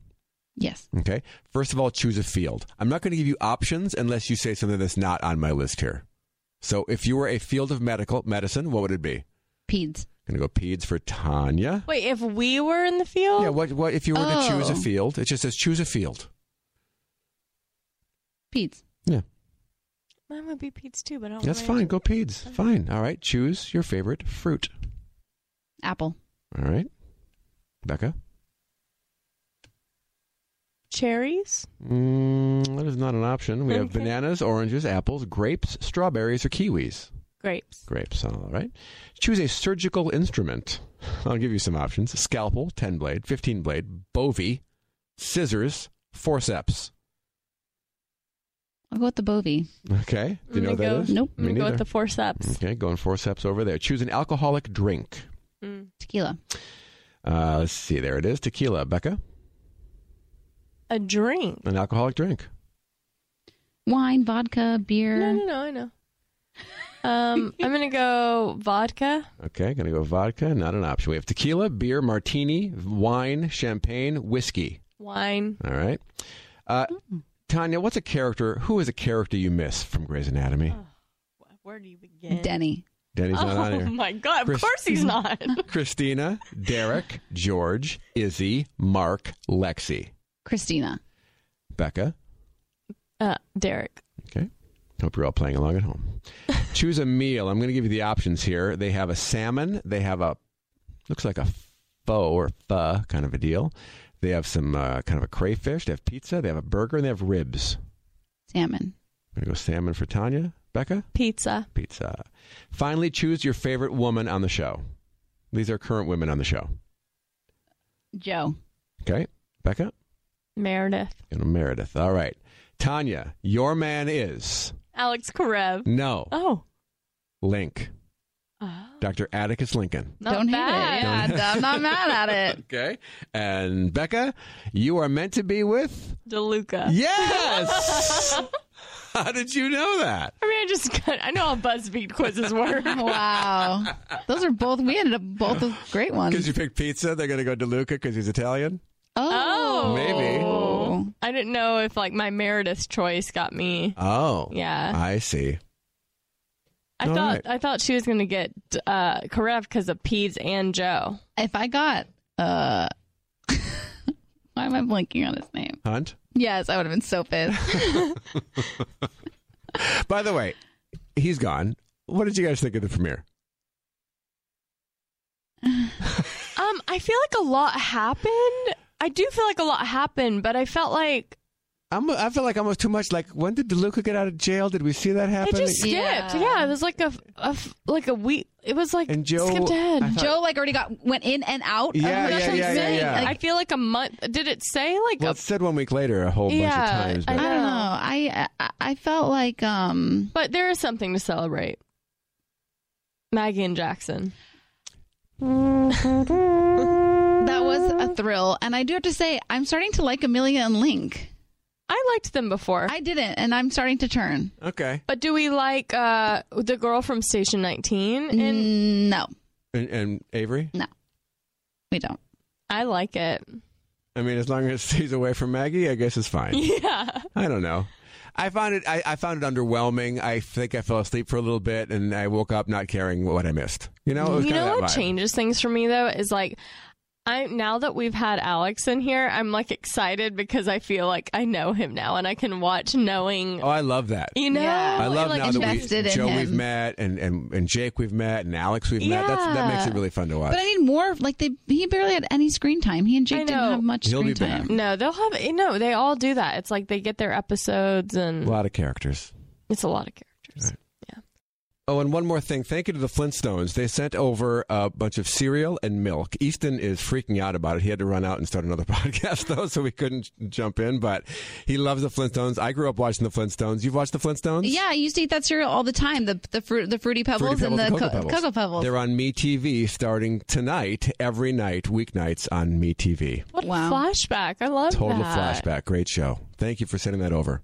A: Yes.
D: Okay. First of all, choose a field. I'm not going to give you options unless you say something that's not on my list here. So, if you were a field of medical medicine, what would it be?
A: Peds.
D: Going to go peds for Tanya.
B: Wait, if we were in the field,
D: Yeah. What? What? If you were to choose a
A: Oh.
D: field, it just says choose a field.
A: Peds.
D: Yeah.
B: mine would be Pete's too, but I don't
D: That's
B: wanna-
D: fine. Go Peds. Fine. All right. Choose your favorite fruit.
A: Apple.
D: All right. Becca?
B: cherries.
D: Mm, that is not an option. We
B: <laughs>
D: have
B: Okay.
D: bananas, oranges, apples, grapes, strawberries, or kiwis.
B: grapes.
D: Grapes. All right. Choose a surgical instrument. <laughs> I'll give you some options scalpel, 10 blade, 15 blade, bovie, scissors, forceps.
A: I'll go with the bovie.
D: Okay. Do you know
B: I'm gonna Mm,
D: what that
B: go-
D: is?
A: Nope.
D: Me
B: I'm gonna go
D: neither.
B: with the forceps.
D: Okay. Going forceps over there. Choose an alcoholic drink.
B: Mm.
A: Tequila.
D: Uh, let's see. There it is. Tequila. Becca?
B: A drink.
D: An alcoholic drink.
A: Wine, vodka, beer.
B: No, no, no. I know. <laughs> Um, I'm gonna go vodka.
D: Okay, gonna go vodka. Not an option. We have tequila, beer, martini, wine, champagne, whiskey.
B: Wine.
D: All right. Uh,
B: Mm.
D: Tanya, what's a character? Who is a character you miss from Grey's Anatomy?
B: Where do you begin?
A: Denny.
D: Denny's not on
B: oh
D: here.
B: my god! Of
D: Chris-
B: course he's not.
D: Christina, Derek, George, Izzy, Mark, Lexi,
A: Christina.
D: Becca.
B: Uh, Derek.
D: Okay. Hope you're all playing along at home. Choose a meal. I'm going to give you the options here. They have a salmon. They have a looks like a pho or pho kind of a deal. They have some uh, kind of a crayfish. They have pizza. They have a burger and they have ribs.
A: Salmon.
D: I'm going to go salmon for Tanya. Becca.
B: Pizza.
D: Pizza. Finally, choose your favorite woman on the show. These are current women on the show.
A: Joe.
D: Okay. Becca
B: Meredith.
D: and Meredith. All right. Tanya, your man is
B: Alex Karev.
D: no
B: Oh.
D: Link. Dr. Atticus Lincoln.
B: Not
A: Don't hate
B: bad.
A: it. Yeah,
D: Don't-
A: I'm not mad at it.
D: Okay. And Becca, you are meant to be with.
B: DeLuca.
D: Yes! How did you know that?
B: I mean, I just got, I know how BuzzFeed <laughs> quizzes work.
A: Wow. Those are both, we ended up both with great
B: Um,
D: Because
A: ones.
D: you picked pizza, they're going to go to Luca because he's Italian?
A: oh.
D: Maybe.
B: I didn't know if like my Meredith choice got me.
D: Oh.
B: Yeah.
D: I see.
B: I
D: All
B: thought
D: right.
B: I thought she was gonna get uh, Karev because of Peeves and Joe.
A: If I got, uh, <laughs> why am I blinking on his name?
D: Hunt?
A: Yes, I would have been so pissed.
D: By the way, he's gone. What did you guys think of the premiere?
B: Um, I feel like a lot happened. I do feel like a lot happened, but I felt like
D: I'm, I feel like almost too much. Like, when did DeLuca get out of jail? Did we see that
B: it
D: happen?
B: just skipped.
A: Yeah.
B: Yeah. it was like a, f- a f- like a week. It was like
D: And Joe-
B: skipped ahead.
D: I thought-
A: Joe like already got went in and out. of
D: Yeah,
A: the
D: yeah,
A: show.
D: yeah, yeah, yeah.
A: Like,
B: I feel like a month. Did it say like
D: well,
B: a?
D: it's said one week later a whole
B: Yeah,
D: bunch of times.
B: I
A: I
D: but-
A: don't know. I, I I felt like um
B: But there is something to celebrate. Maggie and Jackson.
A: that was a thrill, and I do have to say I'm starting to like Amelia and Link.
B: I liked them before.
A: I didn't, and I'm starting to turn.
D: okay.
B: But do we like uh, the girl from Station 19? And
A: no,
D: And, and Avery?
A: we don't.
B: I like it.
D: I mean, as long as he's away from Maggie, I guess it's fine.
B: <laughs> Yeah.
D: I don't know. I found it. I, I found it underwhelming. I think I fell asleep for a little bit, and I woke up not caring what I missed. You know, it was
B: you
D: kind
B: know
D: of
B: what
D: that vibe.
B: changes things for me though is like I now that we've had Alex in here, I'm like excited because I feel like I know him now and I can watch knowing
D: Oh, I love that.
B: you know
A: Yeah.
D: I love
B: like
D: now that
A: invested
D: we,
A: in
D: Joe
A: him.
D: we've met, and, and and Jake we've met, and Alex we've met. That's, that makes
B: Yeah.
D: it really fun to watch.
A: But I need more. Like they, he barely had any screen time. He and
B: I
A: Jake didn't
B: know.
A: have much
D: He'll
A: screen
D: be back.
A: time.
B: no, they'll have you know, they all do that. It's like they get their episodes and
D: a lot of characters.
B: it's a lot of characters.
D: Oh, and one more thing. Thank you to the Flintstones. They sent over a bunch of cereal and milk. Easton is freaking out about it. He had to run out and start another <laughs> podcast, though, so we couldn't jump in. But he loves the Flintstones. I grew up watching the Flintstones. You've watched the Flintstones?
A: Yeah, I used to eat that cereal all the time. The the fruit, the fruity pebbles, and
D: Pebbles
A: the
D: Cocoa Pebbles.
A: cocoa pebbles.
D: They're on MeTV starting tonight, every night, weeknights on MeTV.
B: What
A: Wow.
B: a flashback. I love
D: Total
B: that.
D: flashback. Great show. Thank you for sending that over.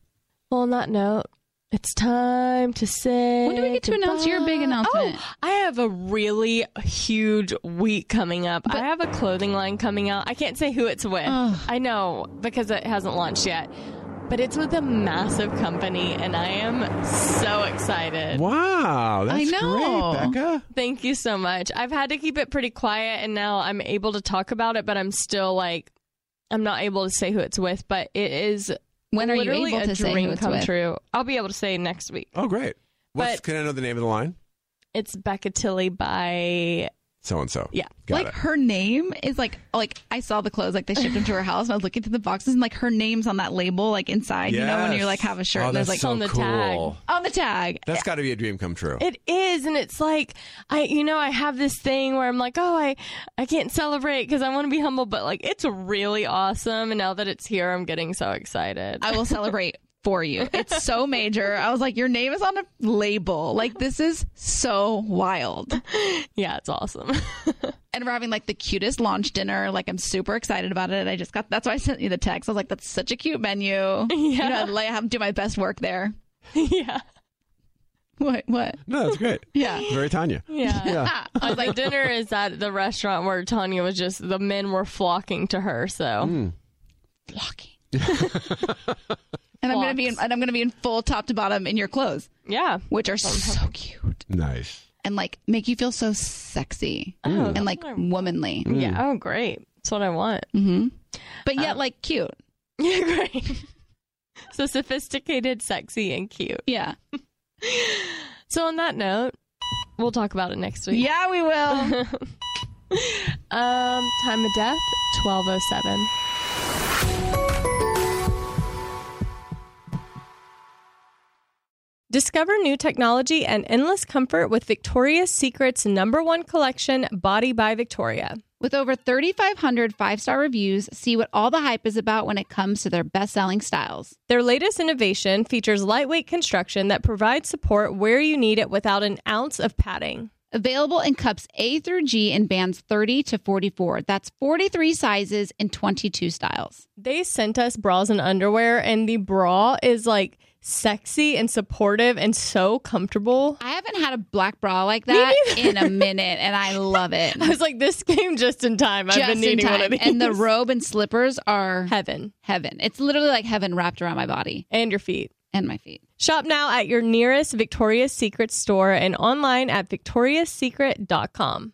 B: Well, on that note, it's time to say.
A: When do we get to announce your big
B: goodbye.
A: announcement?
B: Oh, I have a really huge week coming up. I have a clothing line coming out. I can't say who it's with.
A: Ugh.
B: I know because it hasn't launched yet, but it's with a massive company, and I am so excited.
D: Wow. That's
A: I know.
D: great, Becca.
B: Thank you so much. I've had to keep it pretty quiet, and now I'm able to talk about it, but I'm still like, I'm not able to say who it's with, but it is.
A: When are you
B: literally
A: able
B: a
A: to say who
B: dream
A: it's
B: come
A: with?
B: true? I'll be able to say next week.
D: Oh, great. What's,
B: But-
D: can I know the name of the line?
B: It's Becca Tilly by
D: So and so.
B: Yeah.
D: Got
A: like
D: it.
A: her name is like like I saw the clothes like they shipped them to her house and I was looking through the boxes and like her name's on that label like inside you know when you
D: Yes.
A: like have a shirt
D: Oh,
A: and there's like
D: that's so
B: on the
D: cool.
B: tag.
A: on the tag
D: That's got to be a dream come true.
B: It is, and it's like I, you know, I have this thing where I'm like, oh, I, I can't celebrate because I want to be humble, but like it's really awesome, and now that it's here, I'm getting so excited.
A: I will celebrate for you it's <laughs> so major I was like your name is on a label like this is so wild
B: yeah, it's awesome. <laughs>
A: and we're having like the cutest launch dinner like I'm super excited about it and I just got that's why I sent you the text I was like that's such a cute menu yeah you know, I'd lay- have do my best work there
B: yeah,
A: what what
D: No, that's great.
A: yeah
D: Very Tanya.
B: yeah. <laughs>
D: Yeah.
A: Ah,
B: Uh, the dinner is at the restaurant where Tanya was just the men were flocking to her. So
A: <laughs> Mm.
D: <laughs>
A: blocking. and I'm gonna be in,
B: Blocks.
A: and I'm gonna be in full top to bottom in your clothes,
B: yeah,
A: which are so cute.
D: Nice.
A: and like make you feel so sexy
D: Oh,
A: Mm. and like mm. womanly.
D: Yeah. Oh, great. That's what
B: <laughs>
D: I want.
A: Mm-hmm. But yet, like cute.
D: Yeah, great.
B: <laughs>
D: so sophisticated, sexy, and cute.
A: Yeah.
D: so on that note, we'll talk about it next week.
A: Yeah,
B: <laughs>
A: we will.
D: um, time of death, twelve oh seven.
B: Discover new technology and endless comfort with Victoria's Secret's number one collection, Body by Victoria.
A: With over 3,500 five star reviews, see what all the hype is about when it comes to their best selling styles.
B: Their latest innovation features lightweight construction that provides support where you need it without an ounce of padding.
A: Available in cups A through G in bands 30 to 44. That's 43 sizes and 22 styles.
B: They sent us bras and underwear, and the bra is like sexy and supportive and so comfortable.
A: I haven't had a black bra like that in a minute, and I
B: <laughs>
A: love it.
B: I was like, this came just in time. I've
A: Just
B: been needing
A: in time.
B: one of these.
A: And the robe and slippers are
B: heaven.
A: Heaven. It's literally like heaven wrapped around my body
B: and your feet
A: and my feet.
B: Shop now at your nearest Victoria's Secret store and online at victoriassecret.com.